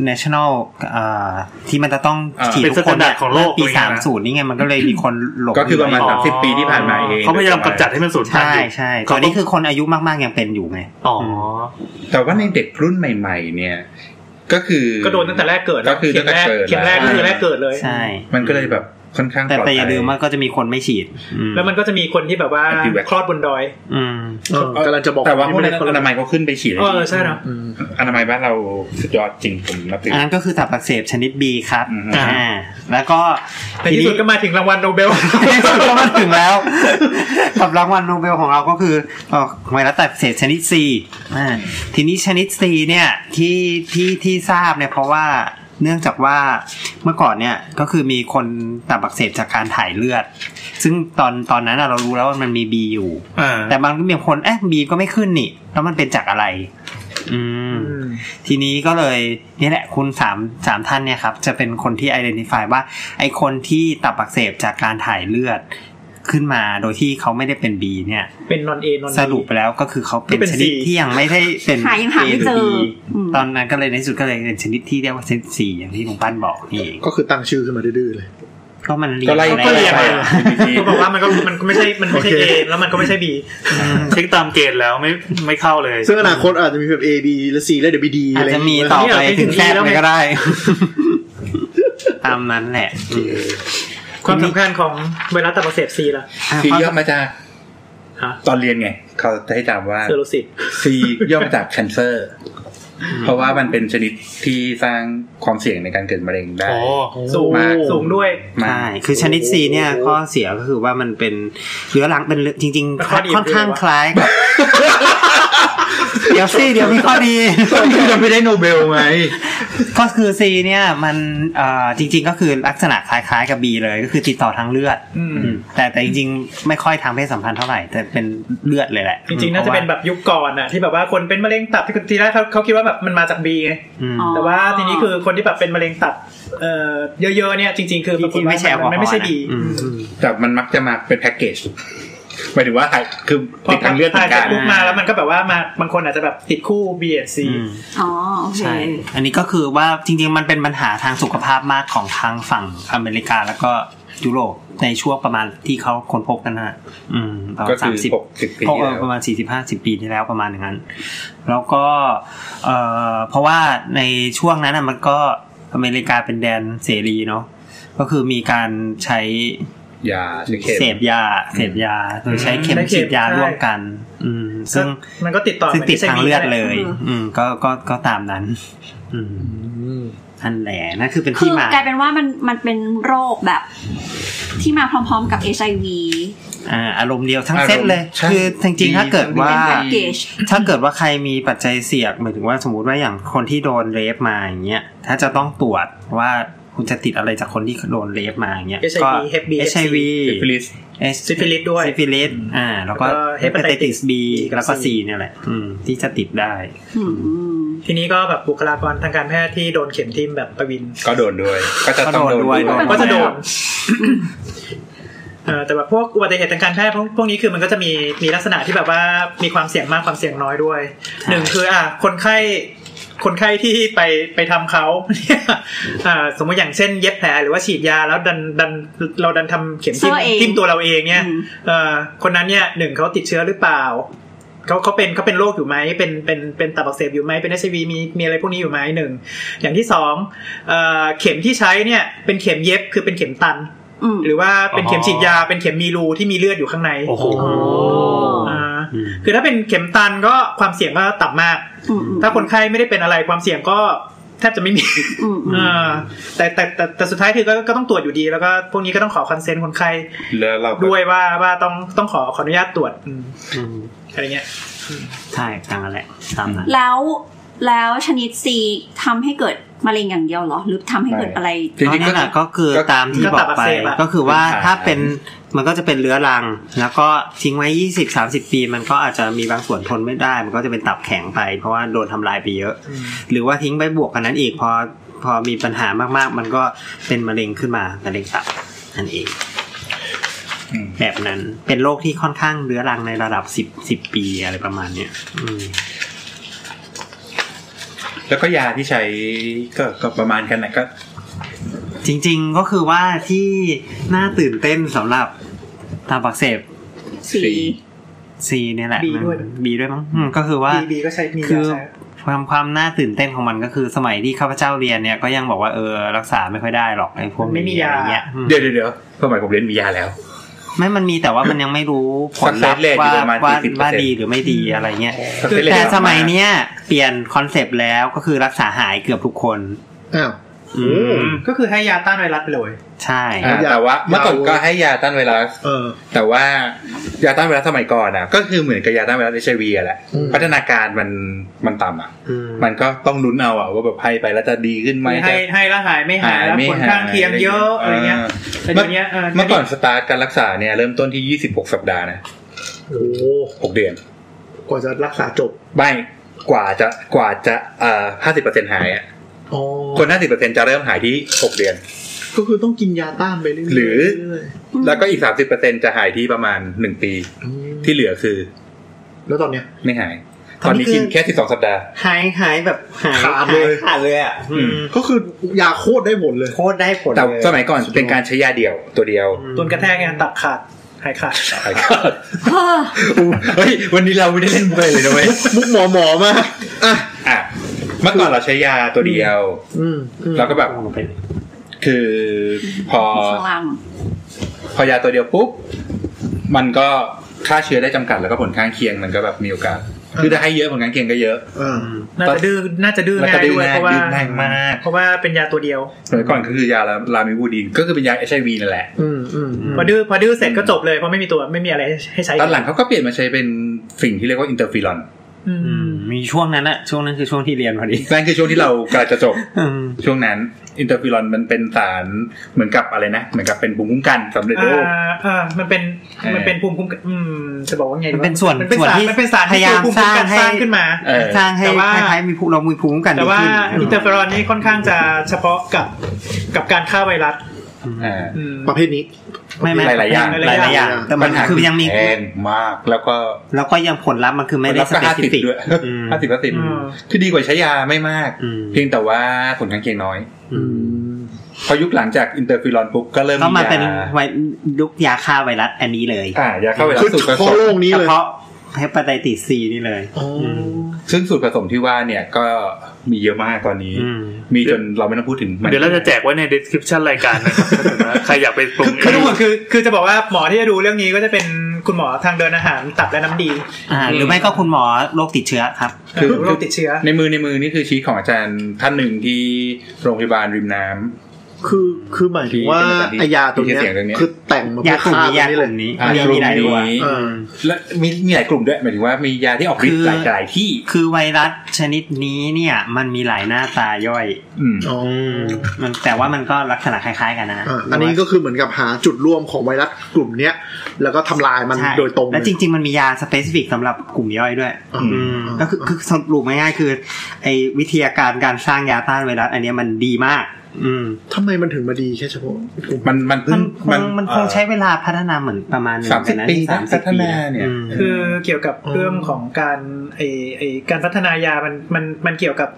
S3: national อ่าที่มันจะต้อง
S6: อ่า
S3: ฉีด
S6: เป็น
S3: ทุกคน
S6: standard ของโลก
S3: ปี
S6: อะไรเงี้
S3: สาย ม
S6: นะ
S3: ศูนย์นี่ไง มันก็เลยมีคนหลง
S8: ก็คือประมาณ
S3: ยู่
S8: สามสิบปีที่ผ่านมาเอง
S6: เขาพยายามกำจัดให้มันสูญพันธุ์
S3: ใช่
S6: อยู่
S3: ใช่ตอนนี้คือคนอายุมากๆ ยังเป็นอยู่ไง
S6: อ๋อ
S8: แต่ว่าในเด็กรุ่นใหม่ ๆ เนี่ย ก็คือ
S4: ก็โดนตั้งแต่แรกเกิด
S8: ก็คือ
S4: เข็มแรก
S8: ตั้งแต่เกิด
S4: เข็มแรกก็คือแรกเกิดเลย
S3: ใช่
S8: มันก็เลยแบบ ค่อนข้าง
S3: แต่
S8: ปลอด
S3: แต่อย่า
S8: ภัย
S3: ลืมว่าก็จะมีคนไม่ฉีดอื
S4: แล้วมันก็จะมีคนที่แบบว่า
S8: อันที่แบบ
S4: คลอดบนดอย
S3: อืม
S7: เออกำลังจะบอก
S8: แต่ว่าพวกนั้น
S7: ไม่ได้
S8: อ
S7: คนละ
S8: นามัยเขาขึ้นไปฉีด
S4: เออใช่เนาะ
S7: อืม
S8: อนามัยบ้านเราสุดยอดจริงผมนับถือ
S3: อัน
S8: อ
S3: นั้นก็คือตับอักเสบชนิด B ครับ
S8: อืม
S3: อ่าแล้วก็
S4: ในที่สุดก็มาถึงรางวัลโนเบล
S3: ทีนี้ก็มาถึงแล้ว กับรางวัลโนเบลของเราก็คือเอ่อไวรัสตับอักเสบชนิด C อ่าทีนี้ชนิด C เนี่ยที่ที่ที่ทราบเนี่ยเพราะว่าเนื่องจากว่าเมื่อก่อนเนี่ยก็คือมีคนตับอักเสบจากการถ่ายเลือด ซึ่งตอนตอนนั้นอะเรารู้แล้วว่ามันมี B อยู่
S6: อ่า
S3: แต่บางมีคนเอ๊ะ B ก็ไม่ขึ้นนี่ แล้วมันเป็นจากอะไร อืม ทีนี้ก็เลยเนี่ยแหละคุณสามสามท่านเนี่ยครับ จะเป็นคนที่ identify ว่า ไอคนที่ตับอักเสบจากการถ่ายเลือด ขึ้นมาโดยที่เขาไม่ได้เป็น B เนี่ย
S4: เป็นนอนเอนอน
S3: สรุปแล้วก็คือเขาเป็
S4: ที่
S3: น
S4: เป็น
S3: ชนิด
S4: C
S3: ที่ยังไม่ได้เป็น
S5: หายังหา
S3: A ห
S5: ไม่
S3: รื
S5: เจ
S3: อ
S5: อ
S3: B
S5: อืม
S3: ตอนนั้นก็เลยในที่สุดก็เลยเป็นชนิดที่เรียกว่าชนิด C อย่างที่ลุงปั้นบอกนี่เอง
S7: ก็คือตั้งชื่อขึ้นมาดื้อๆเลย
S3: ก็มันเรีย
S8: ก็ไล่
S4: ก็เรียน
S8: ไป
S4: มา
S8: ดี
S4: ก็บอกว่ามันก็มันก็ไม่ใช่มันไม่ใช่เอแล้วมันก็ไม่ใช่บี
S6: เช็คตามเกณฑ์แล้วไม่ไม่เข้าเลย
S7: ซึ่งอนาคตอาจจะมีแบบ A B และ C และ W D
S3: อา
S7: อะ
S3: จ
S7: ไร
S3: จะ
S7: ย่าง
S3: มี
S7: เงี้ย
S3: ต่อไปถึงแค่ไหนก็ได้ ตามนั้นแหละอืม
S4: ความสำคัญของไวรัสตับอักเสบซีล่ะ
S8: ๆซีย่อมาจาก
S4: ฮะ
S8: ตอนเรียนไง เขาจะให้จำว่า
S4: เซอโรซิส
S8: ซีย่อมาจาก cancer เพราะว่ามันเป็นชนิดที่สร้างความเสี่ยงในการเกิดมะเร็งได้
S6: โอ้
S4: สูง
S8: มาก
S4: สูงด้วย
S8: มาก
S3: ใช่ คือชนิด C เนี่ยข้อเสียก็คือว่ามันเป็นเรื้อรังเป็นเรื้อจริง
S4: แต่
S3: ๆ
S4: ข้อดี
S3: ค่อนข้างคล้ายกับ เดี๋ยวซีเดี๋ยวมีข้อดี
S7: จะไม่ได้โนเบลไหม
S3: ก็คือ C เนี่ยมันเอ่อจริง ๆ ก็คือลักษณะคล้ายๆกับ B เลยก็คือติดต่อทางเลือด
S4: อืม
S3: อืมแต่แต่จริงๆ ไม่ค่อยทางเพศสัมพันธ์เท่าไหร่ แต่เป็นเลือดเลยแหละ
S4: จริงๆ น่าจะเป็
S3: พ
S4: น
S3: ว่
S4: แบบยุคก่อนน่ะที่แบบว่าคนเป็นมะเร็งตับที่ทีแรกเขาเขาคิดว่าแบบมันมาจากบีไง
S3: อืม
S5: อ๋อ
S4: แต่ว่าทีนี้คือคนที่แบบเป็นมะเร็งตับเอ่อเยอะๆเนี่ยจริงๆ คือปรากฏ
S3: ที่
S4: ว่า
S3: ไม่ใช่แอลกอฮอล์
S4: มันไม่ใช่บี
S3: อืม
S8: แต่มันมักจะมาเป็นแพ็กเกจหมายถึงว่าถ่ายคือติดทางเลือดเหมือนกัน
S4: พอผ่าจากคุกมาแล้วมันก็แบบว่ามาบางคนอาจจะแบบติดคู่ B and C
S3: อืม
S5: อ๋อโอเค
S3: ใช่ อันนี้ก็คือว่าจริงๆ มันเป็นปัญหาทางสุขภาพมากของทางฝั่งอเมริกาแล้วก็ยุโรปในช่วงประมาณที่เขาค้นพบกันนะฮะอืมตอน
S8: ก็คื
S3: สา
S8: อ
S3: มสิบ
S8: หกสิบปี
S3: เอ
S8: ที่
S3: อ
S8: แล้ว
S3: ประมาณสี่สิบห้าสิบปีที่แล้วประมาณอย่างนั้น แล้วก็เอ่อเพราะว่าในช่วงนั้นน่ะมันก็อเมริกาเป็นแดนเสรีเนาะก็คือมีการใช้
S8: ยาเช็คเข็ม
S3: เสพยาเสพยาโดยใช้เข็ม
S4: ใช้เข็ม
S3: ฉีดยา
S4: ใช่
S3: ร่วมกัน อืมซึ่ง
S4: มันก็ติดต่อ
S3: ซึ่ง
S4: หมือน
S3: ติด
S4: ที่ใช้
S3: ทาง
S4: B
S3: เลือด
S4: นั่นแหะ
S3: เลย อืมก็ก็ก็ตามนั้น อืม นั่นแหละนั่นคือเป็น
S5: คื
S3: ที่
S5: อ
S3: มาก
S5: ลายเป็นว่ามันมันเป็นโรคแบบ ที่มาพร้อมๆกับ HIV
S3: อ่าอารมณ์เดียวทั้ง
S8: อารมณ์
S3: เซตเลย
S8: ใช่
S3: คือจริงๆ ถ้าเกิดว่า
S5: เป็น
S8: ทั้
S5: แพ็ก
S8: ง
S5: เกจ
S3: ถ้าเกิดว่าใครมีปัจจัยเสี่ยงหมายถึงว่าสมมติว่าอย่างคนที่โดนเรฟมาอย่างเงี้ยถ้าจะต้องตรวจว่าคุณจะติดอะไรจากคนที่โดนเรฟมาอย่างเงี้ย
S4: HIV
S3: ก็
S4: Hep B Hep
S3: เอช
S4: C
S3: ไอวี
S8: ซิฟิลิส
S4: ซิฟิลิสด้วย
S3: ซิฟิลิสอ่า แล้วก็
S4: แล้วก็
S3: เฮปา
S4: Hepatitis
S3: ติติสบีแล้วก็
S4: C
S3: ซีเนี่ยแหละอืมที่จะติดได้
S5: อืม
S4: ทีนี้ก็แบบบุคลากรทางการแพทย์ที่โดนเข็มทิ่มแบบประวิน
S8: ก็โดนด้วย ก็จะต้อง
S3: ก็
S8: โด
S3: โดน
S8: น
S3: ด้วย
S8: ด้วย
S4: ก็จะโดน
S8: น
S4: เออแต่แบบพวกอุบัติเหตุทางการแพทย์พวกพวกนี้คือมันก็จะมีมีลักษณะที่แบบว่ามีความเสี่ยงมากความเสี่ยงน้อยด้วย
S3: ใช่
S4: หนึ่งคืออ่ะคนไข้คนไข้ที่ไปไปทำเขา เนี่ยอ่าสมมติอย่างเช่นเย็บแผลหรือว่าฉีดยาแล้วดันดันเราดันทำเข็มจิ้ม
S5: เสื้อเอง
S4: จิ้มตัวเราเองเนี่ย
S5: อืม
S4: เอ่อคนนั้นเนี่ยหนึ่งเขาติดเชื้อหรือเปล่าเขาเขาเป็นเขาเป็นโรคอยู่ไหมเป็นเป็นเป็นตับอักเสบอยู่ไหมเป็นเอชวีมีมีอะไรพวกนี้อยู่ไหมหนึ่งอย่างที่สองเอ่อเข็มที่ใช้เนี่ยเป็นเข็มเย็บคือเป็นเข็มตัน
S5: อืม
S4: หรือว่าเป็นเข็มฉีดยาเป็นเข็มมีรูที่มีเลือดอยู่ข้างใน
S6: โอ้โห
S5: อ๋อ
S4: อ่า
S3: อืม
S4: คือถ้าเป็นเข็มตันก็ความเสี่ยงก็ต่ำมาก
S5: อืมอืม
S4: ถ้าคนไข้ไม่ได้เป็นอะไรความเสี่ยงก็แทบจะไม่มี
S5: อืมอืม
S4: อ่าแต่แต่แต่แต่สุดท้ายคือก็ก็ต้องตรวจอยู่ดี แล้วก็พวกนี้ก็ต้องขอคอนเซนต์คนไข้
S8: แล้วเราก็
S4: ด้วยว่าว่าต้องต้องขอขออนุญาตตรวจอืม
S3: อืม
S4: อะไรเงี้ย
S3: ใช่ตามนั้นแหละตามนั้น
S5: แล้วแล้วชนิด C ทำให้เกิดมะเร็งอย่างเดียวเหรอ หรือทำให้เกิดอะไร
S8: จ
S3: ก็
S8: ริงๆ
S3: นั่นแห
S8: ก็
S3: ละก็คือตามที่บอกไป ก็คือว่าถ้าเป็นมันก็จะเป็นเรื้อรัง แล้วก็ทิ้งไว้ 20 30 ปี มันก็อาจจะมีบางส่วนทนไม่ได้ มันก็จะเป็นตับแข็งไป เพราะว่าโดนทำลายไปเยอะ
S4: อืม
S3: หรือว่าทิ้งไปบวกกันนั้นอีกพอพอมีปัญหามากๆ มันก็เป็นมะเร็งขึ้นมามะเร็งตับนั่นเอง
S8: อืม
S3: แบบนั้นเป็นโรคที่ค่อนข้างเรื้อรังในระดับ 10 10 ปีอะไรประมาณเนี้ยอืม
S8: แล้วก็ยาที่ใช้ก็ก็ประมาณกันนะก็
S3: จริงๆก็คือว่าที่น่าตื่นเต้นสำหรับตาบักเสบ
S5: C
S3: ซีเนี่ยแหละ
S4: บีด้วย
S3: บีด้วยมั้งอืมก็คือว่า
S4: บีบีก็ใช้มี
S3: คือ
S4: ใช้
S3: ความความน่าตื่นเต้นของมันก็คือสมัยที่ข้าพเจ้าเรียนเนี่ยก็ยังบอกว่าเออรักษาไม่ค่อยได้หรอกไอ้พวก
S4: ไม่มี
S3: นี้
S4: ยา
S3: อะไรเงี้ยอืม
S8: เดี๋ยวเดี๋ยวเดี๋ยวสมัยผมเล่นมียาแล้ว
S3: ไม่มันมีแต่ว่ามันยังไม่รู้ผลลัพธ์
S8: Success rate อยู่
S3: ว่า
S8: ประมาณ
S3: ว่า
S8: 40%
S3: ว่าดีหรือไม่ดีอะไรเงี้ย
S8: คือ
S3: แต่สมัยเนี้ยเปลี่ยนคอนเซปต์แล้วก็คือรักษาหายเกือบทุกคน
S7: อ้าว
S3: อืม
S4: ก็คือให้ยาต้านไวรัสไปเลย
S3: ใช่
S8: อ่าแต่ว่าเมื่อก่อนก็ให้ยาต้านไวรัส
S7: เออ
S8: แต่ว่ายาต้านไวรัสสมัยก่อนอ่ะ ก็คือเหมือนกับยาต้านไวรัสเอชวีแหละ
S7: อืม
S8: พัฒนาการมันมันต่ำอ่ะ
S3: อืม
S8: มันก็ต้องลุ้นเอาอ่ะว่าแบบให้ไปแล้วจะดีขึ้นไหม
S4: ให้
S8: จะ
S4: ให้แล้วหายไม่หายแล้ว
S8: ไม่
S4: ผลข้างเคียงเยอะอะไรเงี้ยแต่เดี๋ยวนี้ย
S8: เมื่อก่อนสตาร์ทการรักษาเนี่ยเริ่มต้นที่ 26 สัปดาห์นะ
S7: โอ้โห
S8: 6เดือน
S7: กว่าจะรักษาจบ
S8: ไม่กว่าจะกว่าจะเอ่อ50%หายอ่ะ
S7: อ๋อ
S8: คน 50%จะเริ่มหายที่ 6 เดือน
S7: ก็คือต้องกินยาต้านไปเรื่อยๆ
S8: หรือ
S7: เรื่อย
S8: แล้วก็อีก 30%จะหายที่ประมาณ 1 ปี
S7: ๆอืม
S8: ที่เหลือคือ
S7: แล้วตอนเนี้ย
S8: ไม่หาย ตอนนี้กินแค่ 12 สัปดาห์
S3: หายหายแบบหาย
S7: ขาดเลย
S3: หขาดเลยอ่ะ
S8: อืม
S7: ก็คือยาโคตรได้ผลเลย
S3: โคตรได้ผล
S8: แต่
S3: เลย
S8: สมัยก่อนเป็นการใช้ยาเดี่ยวตัวเดียว
S4: ตนกระแทกงานตับขาดหายขาด
S8: หายขาด เฮ้ยวันนี้เราไม่ได้เล่นมุกอะไรเลยนะเว้ย
S7: มุกหมอหมอมากอ่ะ
S8: อ่ะเมื่อก่อนเราใช้ยาตัวเดียว
S7: อืมอืม
S8: เราก็แบบคือพอ
S5: ข้างล่าง
S8: พอยาตัวเดียวปุ๊บมันก็ฆ่าเชื้อได้จำกัดแล้วก็ผลข้างเคียงมันก็แบบมีโอกาสคือถ้าให้เยอะผลข้างเคียงก็เยอะ
S7: อ่า
S4: น่าจะดื้อน่าจะดื้อ
S8: แล้ว
S4: ง่า
S8: ก็
S4: ย
S8: ดื้อ
S4: ด้วย
S8: ง่ายดื้อ
S4: เพราะว่า
S8: ง่ายมาก
S4: เพราะว่าเป็นยาตัวเดียว
S8: สมัยก่อนก็คือยาลาลามิวูดีนก็คือเป็นยาเอชไอวีนั่นแหละ
S7: อืมอืมอืม
S4: พอดื้อพอดื้อเสร็จก็จบเลยเพราะไม่มีตัวไม่มีอะไรให้ใช้
S8: ตอนหลังเขาก็เปลี่ยนมาใช้เป็นสิ่งที่เรียกว่าอินเตอร์ฟิลอน
S4: อื
S3: อื
S4: ม
S3: มมีช่วงนั้นอะช่วงนั้นคือช่วงที่เรียนพอดี
S8: นั่นคือช่วงที่เรา กำลังจะจบ
S3: อืม
S8: ช่วงนั้นอินเตอร์ฟิลอนมันเป็นสารเหมือนกับอะไรนะ เหมือนกับเป็นภูมิคุ้มกันสำเร็จรูป
S4: อ่าอ่ามันเป็นมันเป็นภูมิคุ้มกันอืมจะบอกว่าไงดี
S3: มัน
S4: วะ
S3: เป็นส่วน
S4: มันเป็น
S3: ส่วน
S4: สาร
S3: ที่
S4: มันเป็นสาร
S3: พ
S4: ที่
S3: ยายาม
S4: ภูมิ
S3: ส
S4: คุ้
S3: ร้าง
S4: มกัน
S3: ให้
S4: สร้างขึ้นมา
S8: เออ
S3: สร้างให้
S4: แต่ว่า
S3: คล้ายๆมีภูเรามีภูมิคุ้มกัน
S4: แต่ว่า
S3: ดี
S4: อิ
S3: ขึ้
S4: นเตอร์เฟอรอนนี่ค่อนข้างจะเฉพาะกับกับการฆ่าไวรัส
S8: อ่า
S4: อืม
S7: ประเภทนี้
S3: ไม่ไม่
S8: หลายๆอย่าง
S3: หลายๆอย่าง แต่มันคือยังมี
S8: แพงมากแล้วก็
S3: แล้วก็ยังผลลัพธ์มันคือไม่ได้ส
S8: แล้ว
S3: เป
S8: ก็ห้า
S3: ซิ
S8: สิบ
S3: ฟิก
S8: ด้วย
S3: อืม
S8: ห้าสิบห้าสิบ
S4: อืม
S8: คือดีกว่าใช้ยาไม่มาก
S3: อืม
S8: เพียงแต่ว่าผลข้างเคียงน้อย
S3: อืม
S8: พอยุคหลังจากอินเตอร์ฟิลอนปุ๊บก็เริ่ม
S3: ก็มาเป็น
S8: ยา
S3: ไวยุคยาฆ่าไวรัสอันนี้เลย
S8: อ่ายาเข้าไปรั
S7: คือบ
S8: สูตรผ
S7: ข้อ
S8: สม
S7: โลกนี้
S3: เฉ
S7: เลย
S3: พาะเฮปาไตติซีนี่เลย
S7: อ๋ออ
S3: ม
S8: ซึ่งสูตรผสมที่ว่าเนี่ยก็มีเยอะมากตอนนี้
S3: อืม
S8: มีจนเราไม่ต้องพูดถึงมัน
S6: เดี๋ยวเราจะแจกไว้ใน description รายการนะครับถ้าเกิดว่าใครอยากไปปรุงเอ
S4: คือทุ
S6: ง
S4: กคนคือคือจะบอกว่าหมอที่จะดูเรื่องนี้ก็จะเป็นคุณหมอทางเดินอาหารตับและน้ำดี
S3: อ่าหรือไม่ก็คุณหมอโรคติดเชื้อครับ
S4: คือโรคติดเชื้อ
S8: ในมือในมือนี่คือชีทของอาจารย์ท่านหนึ่งที่โรงพยาบาลริมน้ำ
S7: คือคือหมายถึงว่าไอยาตัวเนี้ย
S8: ที่เสียงเรื่องเนี้ย
S7: คือแต่งมาเพื่
S3: ยา
S7: อก
S3: ลุ่ม
S7: ฆ่า
S3: นี้า
S7: ตัวยนี้
S3: ก
S7: เล
S3: ลุ่
S7: ย
S3: มนี้
S8: อ่า
S3: มีมีหลายตัว
S8: กลุ่มนี้
S7: เออ
S8: และมีมีหลายกลุ่มด้วยหมายถึงว่ามียาที่ออกฤท
S3: คื
S8: ธิ์
S3: อ
S8: หลายหลายที่
S3: คือไวรัสชนิดนี้เนี่ย มันมีหลายหน้าตาย่อย
S8: อืม
S7: อ๋อ
S3: มันแต่ว่ามันก็ลักษณะคล้าย ๆ กันนะ
S7: อ่ะอันนี้ก็คือเหมือนกับหาจุดร่วมของไวรัสกลุ่มเนี้ย แล้วก็ทำลายมัน
S3: ใช่
S7: โดยตรง
S3: และจริง ๆ มันมียาสเปซิฟิกสำหรับกลุ่มย่อยด้วย
S7: อืม
S3: อืมก็คือคือสรุปง่ายๆคือไอ้วิทยาการการสร้างยาต้านไวรัสอันเนี้ยมันดีมาก อืม
S7: ทำไมมันถึงมาดีแค่เฉพาะกลุ่ม
S8: มันมันเพิ่
S3: มัน
S8: ง
S3: คงมันคงใช้เวลาพัฒนาเหมือนประมาณหนึ่ง
S8: สามสิบ
S3: นะ
S8: ปี
S3: สามสิบ
S8: พัฒ
S3: ปี
S8: นาเนี่ย
S3: อืม
S4: คือเกี่ยวกับเรื่องของการไอไอการพัฒนายามันมันมันเกี่ยวกับ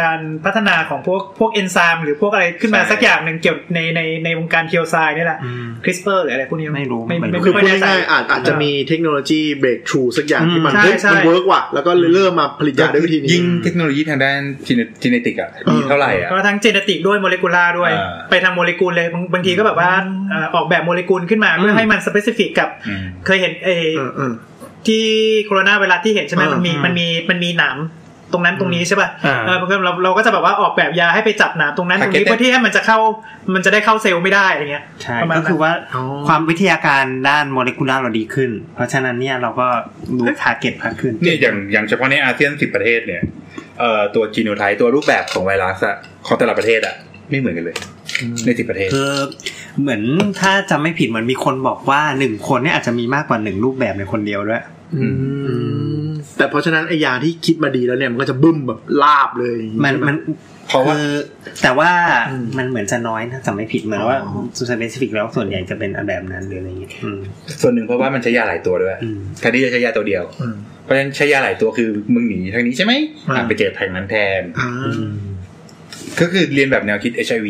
S4: การพัฒนาของพวกพวกเอนไซม์หรือพวกอะไรขึ้นมาสักอย่างหนึ่งเกี่ยวในในในวงการเคียวไซน์นี่แหละ
S3: อืม
S4: คริสเปอร์หรืออะไรพวกนี้
S3: ไม่รู้
S4: ไม่
S3: ไม่รู้
S4: ไม่
S7: คือ
S4: ค่อย
S7: พูด
S4: แน่ใจ
S7: ง่ายๆอาจอาจจะมีเทคโนโลยีเบรกทรูสักอย่างที่มัน
S4: ใช่
S7: เฮ้ย
S4: ใช่
S7: มันเวิร์กว่ะแล้วก็เลยเริ่มมาผลิตยาด้วยวิธีนี้
S8: ยิ่งเทคโนโลยีทางด้านจีเนติกอ่ะมีเท่าไหร่อ่ะ
S4: เพราะทั้งเจเนติกด้วยโมเลกุลาด้วย
S8: อ่า
S4: ไปทางโมเลกุลเลยบางบางทีก็แบบว่าเอ่อออกแบบโมเลกุลขึ้นมาเพื่อให้มันสเปซิฟิกกับ
S8: อืม
S4: เคยเห็นไอ
S7: เออเออ
S4: ที่โคโรนาไวรัสที่เห็นใช่ไหม
S7: อ่ามั
S4: มันมี
S3: อืม
S4: มันมีมันมีหนามตรงนั้นตรงนี้ใช่ป่ะ
S6: อ่า
S4: เออเพราะฉะนั้นเราเราก็จะแบบว่าออกแบบยาให้ไปจับหนามตรงนั้นตรงนี้
S8: Targeted
S4: เพื่อที่ให้มันจะเข้ามันจะได้เข้าเซลล์ไม่ได้อะไรเงี้ย
S3: ใช่
S4: ประมาณ
S3: ก็
S4: นั้
S3: คือ
S4: น
S3: ว่า
S7: อ๋อ
S3: ความวิทยาการด้านโมเลกุลาร์เราดีขึ้น เพราะฉะนั้นเนี่ยเราก็รู้ทาร์เก็ตมากขึ้น
S8: เนี่ยอย่างอย่างเฉพาะในอาเซียนสิบประเทศเนี่ยเอ่อตัวจีโนไทป์ตัวรูปแบบของไวรัสอะของแต่ละประเทศอ่ะ ไม่เหมือนกันเลย ในสิบประเทศ
S3: คือเหมือนถ้าจำไม่ผิดเหมือนมีคนบอกว่าหนึ่งคนเนี่ยอาจจะมีมากกว่าหนึ่งรูปแบบในคนเดียวด้วย
S7: อืมแต่เพราะฉะนั้นไอยาที่คิดมาดีแล้วเนี่ยมันก็จะบึ้มแบบลาบเลยอย่างงี้
S3: มัน
S7: ใช่ไห
S3: มัน
S8: เพราะว่า
S3: คือแต่ว่า
S7: อืม
S3: มันเหมือนจะน้อยนะจำไม่ผิดเหมือนว่า
S7: อ๋อ
S3: สุสเปซิฟิกแล้วส่วนใหญ่จะเป็นอันแบบนั้นหรืออะไรอย่างเงี้ยอืม
S8: ส่วนหนึ่งเพราะว่ามันใช้ยาหลายตัวด้วย
S3: อืม
S8: แทนที่จะใช้ยาตัวเดียว
S7: อืม
S8: เพราะฉะนั้นใช้ยาหลายตัวคือมึงหนีทางนี้ใช่ไหมอ่ะ
S7: อ่า
S8: ไปเจอทางนั้นแทน
S7: อ่า
S8: ก็คือเรียนแบบแนวคิด HIV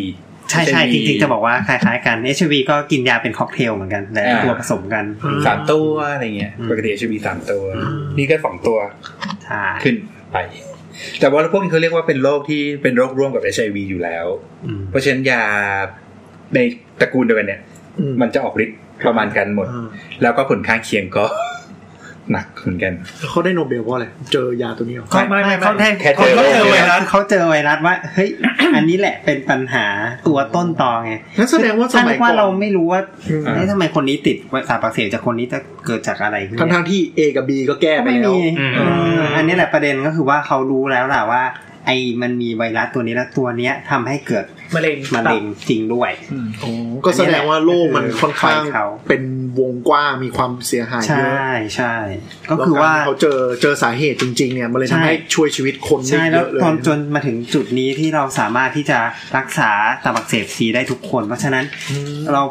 S3: ใช่ใช่จ
S8: HIV
S3: ริงๆจะบอกว่าคล้ายๆกันเอชวีก็กินยาเป็นค็อกเทลเหมือนกันแต่
S8: อ่า
S3: ตัวผสมกัน
S8: สามตัวอะไรเงี้ย ปกติ HIV สามตัว นี่ก็สองตัว
S3: ใช่
S8: ขึ้นไป แต่ว่าพวกนี้เขาเรียกว่าเป็นโรคที่เป็นโรคร่วมกับ HIV อยู่แล้ว
S3: อืม
S8: เพราะฉะนั้นยาในตระกูลเดียวกันเนี่ย
S7: อืม
S8: มันจะออกฤทธิ์ประมาณกันหมด
S7: อ่า
S8: แล้วก็ผลข้างเคียงก็ หนักเหมือนกัน
S7: แล้วเขาได้โนเบลเพราะอะไรเจอยาตัวนี้เหรอ
S3: เขา
S4: ไม่
S3: ไม่
S4: ไม่
S3: เขาได้
S8: แค่
S3: เขา
S8: เจอ
S3: เจอไวรัสเขาเจอไวรัสว่าเฮ้ย อันนี้แหละเป็นปัญหาตัวต้นตอไง
S7: งั้นแสดงว่าสมัย
S3: ท่นว่า
S7: ก่อ
S3: เรา
S7: น
S3: ไม่รู้ว่า
S7: อืม
S3: เอ๊ะทำไมคนนี้ติดสารปักเสบจากคนนี้จะเกิดจากอะไรขึ้น
S7: ทั้ง
S3: เนี่ย
S7: ทางๆที่ A กับ B ก็แก้
S3: ก็
S7: ไป
S3: ไม่
S7: แล้
S3: มี
S7: ว
S6: อืม
S3: เอออันนี้แหละประเด็นก็คือว่าเขารู้แล้วล่ะว่า ไอ้มันมีไวรัสตัวนี้แล้วตัวเนี้ยทำให้เกิด
S4: มะเร็ง
S3: มะเร็งจริงด้วย
S4: อืม
S7: ก็แสดงว่าโลกมันค่อนข้าง
S3: ไฟเขา
S7: เป็นวงกว้างมีความเสียหาย
S3: ใช
S7: เยอะ
S3: ่ใช่ก็คือว่า
S7: แล้รที่เขาเจอเจอสาเหตุจริง ๆ เนี่ยมันเลย
S3: ใช่
S7: ทำให้ช่วยชีวิตคนได้
S3: ใช่
S7: เย
S3: แล้ว
S7: อะเลย
S3: ตอนจนมาถึงจุดนี้ที่เราสามารถที่จะรักษาตับอักเสบซีได้ทุกคน เพราะฉะนั้นเรา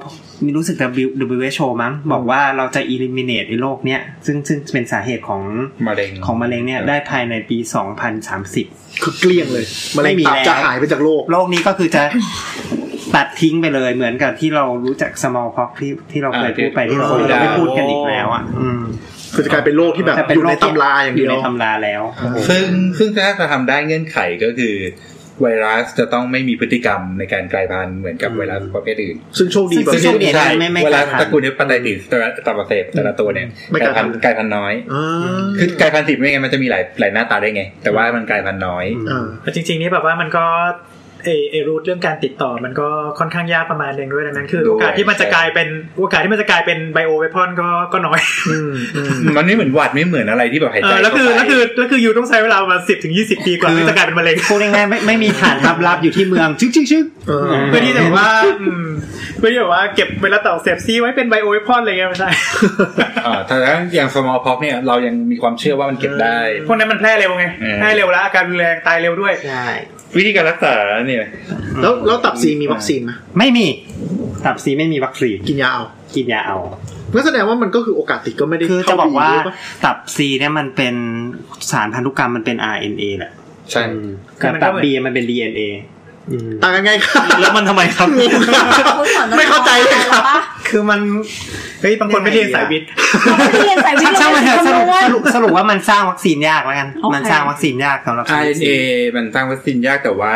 S3: มีรู้สึก W- WHO มั้งบอกว่าเราจะ eliminate ไอ้โรคเนี้ยซึ่งซึ่งเป็นสาเหตุของ
S8: มะเร็ง
S3: ของมะเร็งเนี่ยได้ภายในปี 2030
S7: คือเกลี้ยงเลยมันเลย
S3: ไม่มี
S7: ตับ
S3: แล้ว
S7: จะหายไปจากโลก
S3: โรคนี้ก็คือจะ ตัดทิ้งไปเลยเหมือนกับที่เรารู้จัก small pox ที่ที่เราเคยพูดไปที่เรา
S7: อ่าที่
S3: เราไม่พูดกันอีกแล้วอ่ะอืม
S7: คือจะกลายเป็นโรคที่แบบ
S3: แต่
S7: อยู่ในตำราอย่างเดียว
S3: ในตำราแล้ว
S8: ซึ่งซึ่งถ้าจะทำได้เงื่อนไขก็คือ ไวรัสจะต้องไม่มีพฤติกรรมในการกลายพันธุ์เหมือนกับไวรัสประเภทอื่น
S7: ซึ่งโชคดีประ
S3: ซึ่ง
S7: เภ
S3: โช
S7: ท
S3: คดี
S7: นี้
S3: ไม่ไม่ไม่
S8: เวลา
S3: ไกลพันธุ์
S8: ตระกูลเฮปาไตติสแต่ละตับอักเสบแต่ละตัวเนี่ย
S7: ไม่
S8: ก
S7: ไกล
S8: ลาย
S7: พั
S8: พัน
S7: นธุ์
S8: ธุ์กลายพันธุ์น้อย
S7: อ่า
S8: คือกลายพันธุ์ติดไม่ไงมันจะมีหลายหลายหน้าตาได้ไง แต่ว่ามันกลายพันธุ์น้อย
S7: อ่า
S4: แต่จริงๆนี่แบบว่ามันก็เอเอรูทเรื่องการติดต่อมันก็ค่อนข้างยากประมาณหนึ่งด้วยดังนั้นคือ
S8: ด้วย
S4: โอกาสที่มันจะกลายเป็นโอกาสที่มันจะกลายเป็นไบโอเวพอนก็ก็น้อย
S8: มันไม่เหมือนหวัดไม่เหมือนอะไรที่แบบหาย
S4: เอ
S8: ใจ
S4: อแล้วคือ
S8: เข้าไป
S4: แล้วคือแล้วคืออยู่ต้องใช้เวลาประมาสิบถึงยี่สิบปีกว่าที่จะกลายเป็นมะเร็ง
S3: พูดง่ายๆไม่ไม่มีฐานทับลับอยู่ที่เมืองชึกชึกชึก
S7: เออ
S4: เพื่อที่จะแบบว่าอืมเพื่อที่แบบว่าเก็บเวลาต่อเสพซีไว้เป็นไบโอเวพอนอะไรเงี้ยไม่ใช่
S8: อ่าถ้าอย่างสมอลพ็อกเนี่ยเรายังมีความเชื่อว่ามันเก็บได้
S4: พวกนั้นมันแพร่เร็วไง
S8: เออ
S4: แพร่เร็วแล้วอาการรุนแรงตายเร็วด้วย
S3: ใช่
S8: วิธีการรักษาเนี่ย
S7: แล้วแล้วตับซีมีวัคซีนไหม
S3: ไม่มี ตับซีไม่มีวัคซีน
S7: กินยาเอา
S3: กินยาเอา
S7: งั้นแสดงว่ามันก็คือโอกาสติดก็ไม่ได้
S3: คือจะบอก
S7: เท่
S3: ว่า
S7: ดีหรืเปล่
S3: ตับซีเนี่ยมันเป็นสารพันธุกรรมมันเป็น RNA แหละ
S8: ใช่
S3: อืมกับตับบีมันเป็น DNA อืม
S7: ต่างกันไงครับ
S6: แล้วมันทำไมครับ
S7: ไม่เข้าใจเลยครับ
S5: ปะ
S3: คือมัน
S4: เฮ้ยบางคนไม่ได้เรียนสายวิทย์
S5: เรียนสายวิทย์
S3: ช่างมันเถอะส
S5: เรีย
S3: รุปส
S5: นคำนวณ
S3: รุปสรุปว่ามันสร้างวัคซีนยากแล้วกัน
S5: โอเค
S3: มันสร้างวัคซีนยากสำหรับ
S8: ไอเอมันสร้างวัคซีนยากแต่ว่า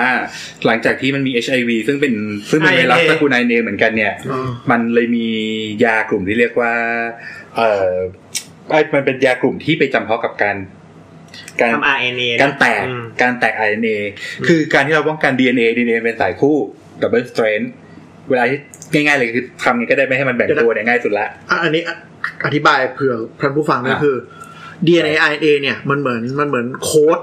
S8: หลังจากที่มันมี HIV ซึ่งเป็นซึ่งเป็นไวรัสตระกูลไอเอเหมือนกันเนี่ย
S7: อืม
S8: มันเลยมียากลุ่มที่เรียกว่า เออไอ้มันเป็นยากลุ่มที่ไปจำเพาะกับการการ
S3: ทำ RNA นะ
S8: การแตก
S3: อืม
S8: การแตก RNA คือการที่เราป้องกัน DNA DNA เป็นสายคู่ double strand เวลาที่ง่ายๆเลยคือทำไงก็ได้ไม่ให้มันแบ่งตัวเนี่ยง่ายสุดละ
S7: อ่ะอันนี้อ่ะอธิบายเผื่อท่านผู้ฟังนะ
S8: อ่ะ
S7: คือ DNA RNA เนี่ยมันเหมือนมันเหมือนโค้ด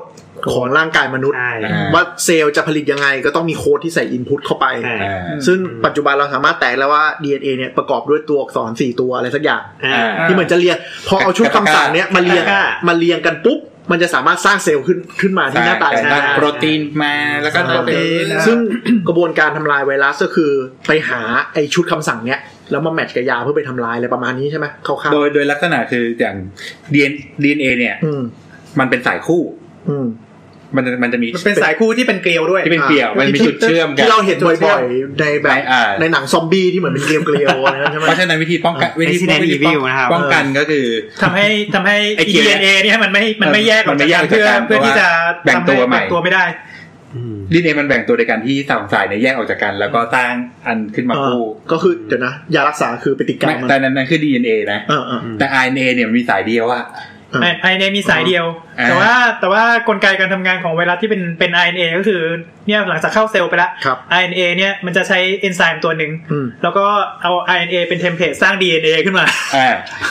S7: ของร่างกายมนุษย์
S3: ใช่
S8: อ่า
S7: ว่าเซลล์จะผลิตยังไงก็ต้องมีโค้ดที่ใส่อินพุตเข้าไป
S3: ใช่
S8: อ่า
S7: ซึ่งปัจจุบันเราสามารถแตกแล้วว่า DNA เนี่ยประกอบด้วยตัวอักษร 4 ตัวอะไรสักอย่าง
S3: อ่า
S7: ที่เหมือนจะเรียงพอเอาชุดคำสั่งเนี้ยมาเรียง
S3: กะกะ
S7: มาเรียงกันปุ๊บ มันจะสามารถสร้างเซลล์ขึ้นขึ้นมาที่หน้าตา
S8: ใช่
S7: ใช่
S8: ได้โปรตีนมาแล้วก็
S7: โปร
S8: เป็น
S7: ตีนซึ่ง กระบวนการทำลายไวรัสก็คือไปหาไอชุดคำสั่งเนี้ยแล้วมาแมทช์กับยาเพื่อไปทำลายอะไรประมาณนี้ใช่ไหมคร่าว
S8: โดยโดยลักษณะคืออย่าง DNA เนี่ย
S7: ๆอืม
S8: มันเป็นสายคู่
S7: อืม
S8: มันมันจะมี
S4: มันเป็นสายคู่ที่เป็นเกลียวด้วย
S8: ที่เป็นเกลี่ยวมันมีจุดเชื่อมกัน
S7: ที่เราเห็นบ่อยๆในแบบ
S8: ในอ่า
S7: ในหนังซอมบี้ที่เหมือนเป็นเกลียวๆอะไรนั่นใช่ไหม
S8: เพราะฉะนั้นวิธีป้องกันวิธีป้อง
S3: Resident
S8: วิธีป้อง
S3: Evil นะครับ
S8: ป้องกันก็คือ
S4: ทำให้ทำให้
S8: ไอ้เขียว
S4: DNA เนี่ยมันไม่มันไม่แยกอ
S8: มั
S4: อน ก
S8: ไม่
S4: จาก
S8: แย
S4: กั
S8: ก
S4: น
S8: จากกัน
S4: เพื่อเพื่อที่จะ
S8: แบ่งตัว
S4: ทำ
S8: ใหม่
S4: แบ่งตัวไม่ได้
S8: ดีเอมันแบ่งตัวโดยการที่ต่างสายเนี่ยแยกออกจากกัน แล้วก็สร้างอันขึ้นมา
S7: เออ
S8: คู่
S7: ก็คือเดี๋ยวนะยารักษาคือไปติดกา
S8: ไม่
S7: วมัน
S8: แต่นั้นนั่นคือ DNA นะ
S7: เออเออ
S8: แต่ RNA เนี่ยมันมีสายเดียวอะ
S7: เออ
S4: ไอไอเนมีสายเดียว
S8: อ่า
S4: แต่ว่าแต่ว่ากลไกการทำงานของไวรัสที่เป็นเป็น RNA ก็คือเนี่ยหลังจากเข้าเซลล์ไปแล้ว
S7: ครับ
S4: RNA เนี่ยมันจะใช้เอนไซม์ตัวหนึ่ง
S7: อืม
S4: แล้วก็เอา RNA เป็นเทมเพลตสร้าง DNA ขึ้นมา
S8: อ่า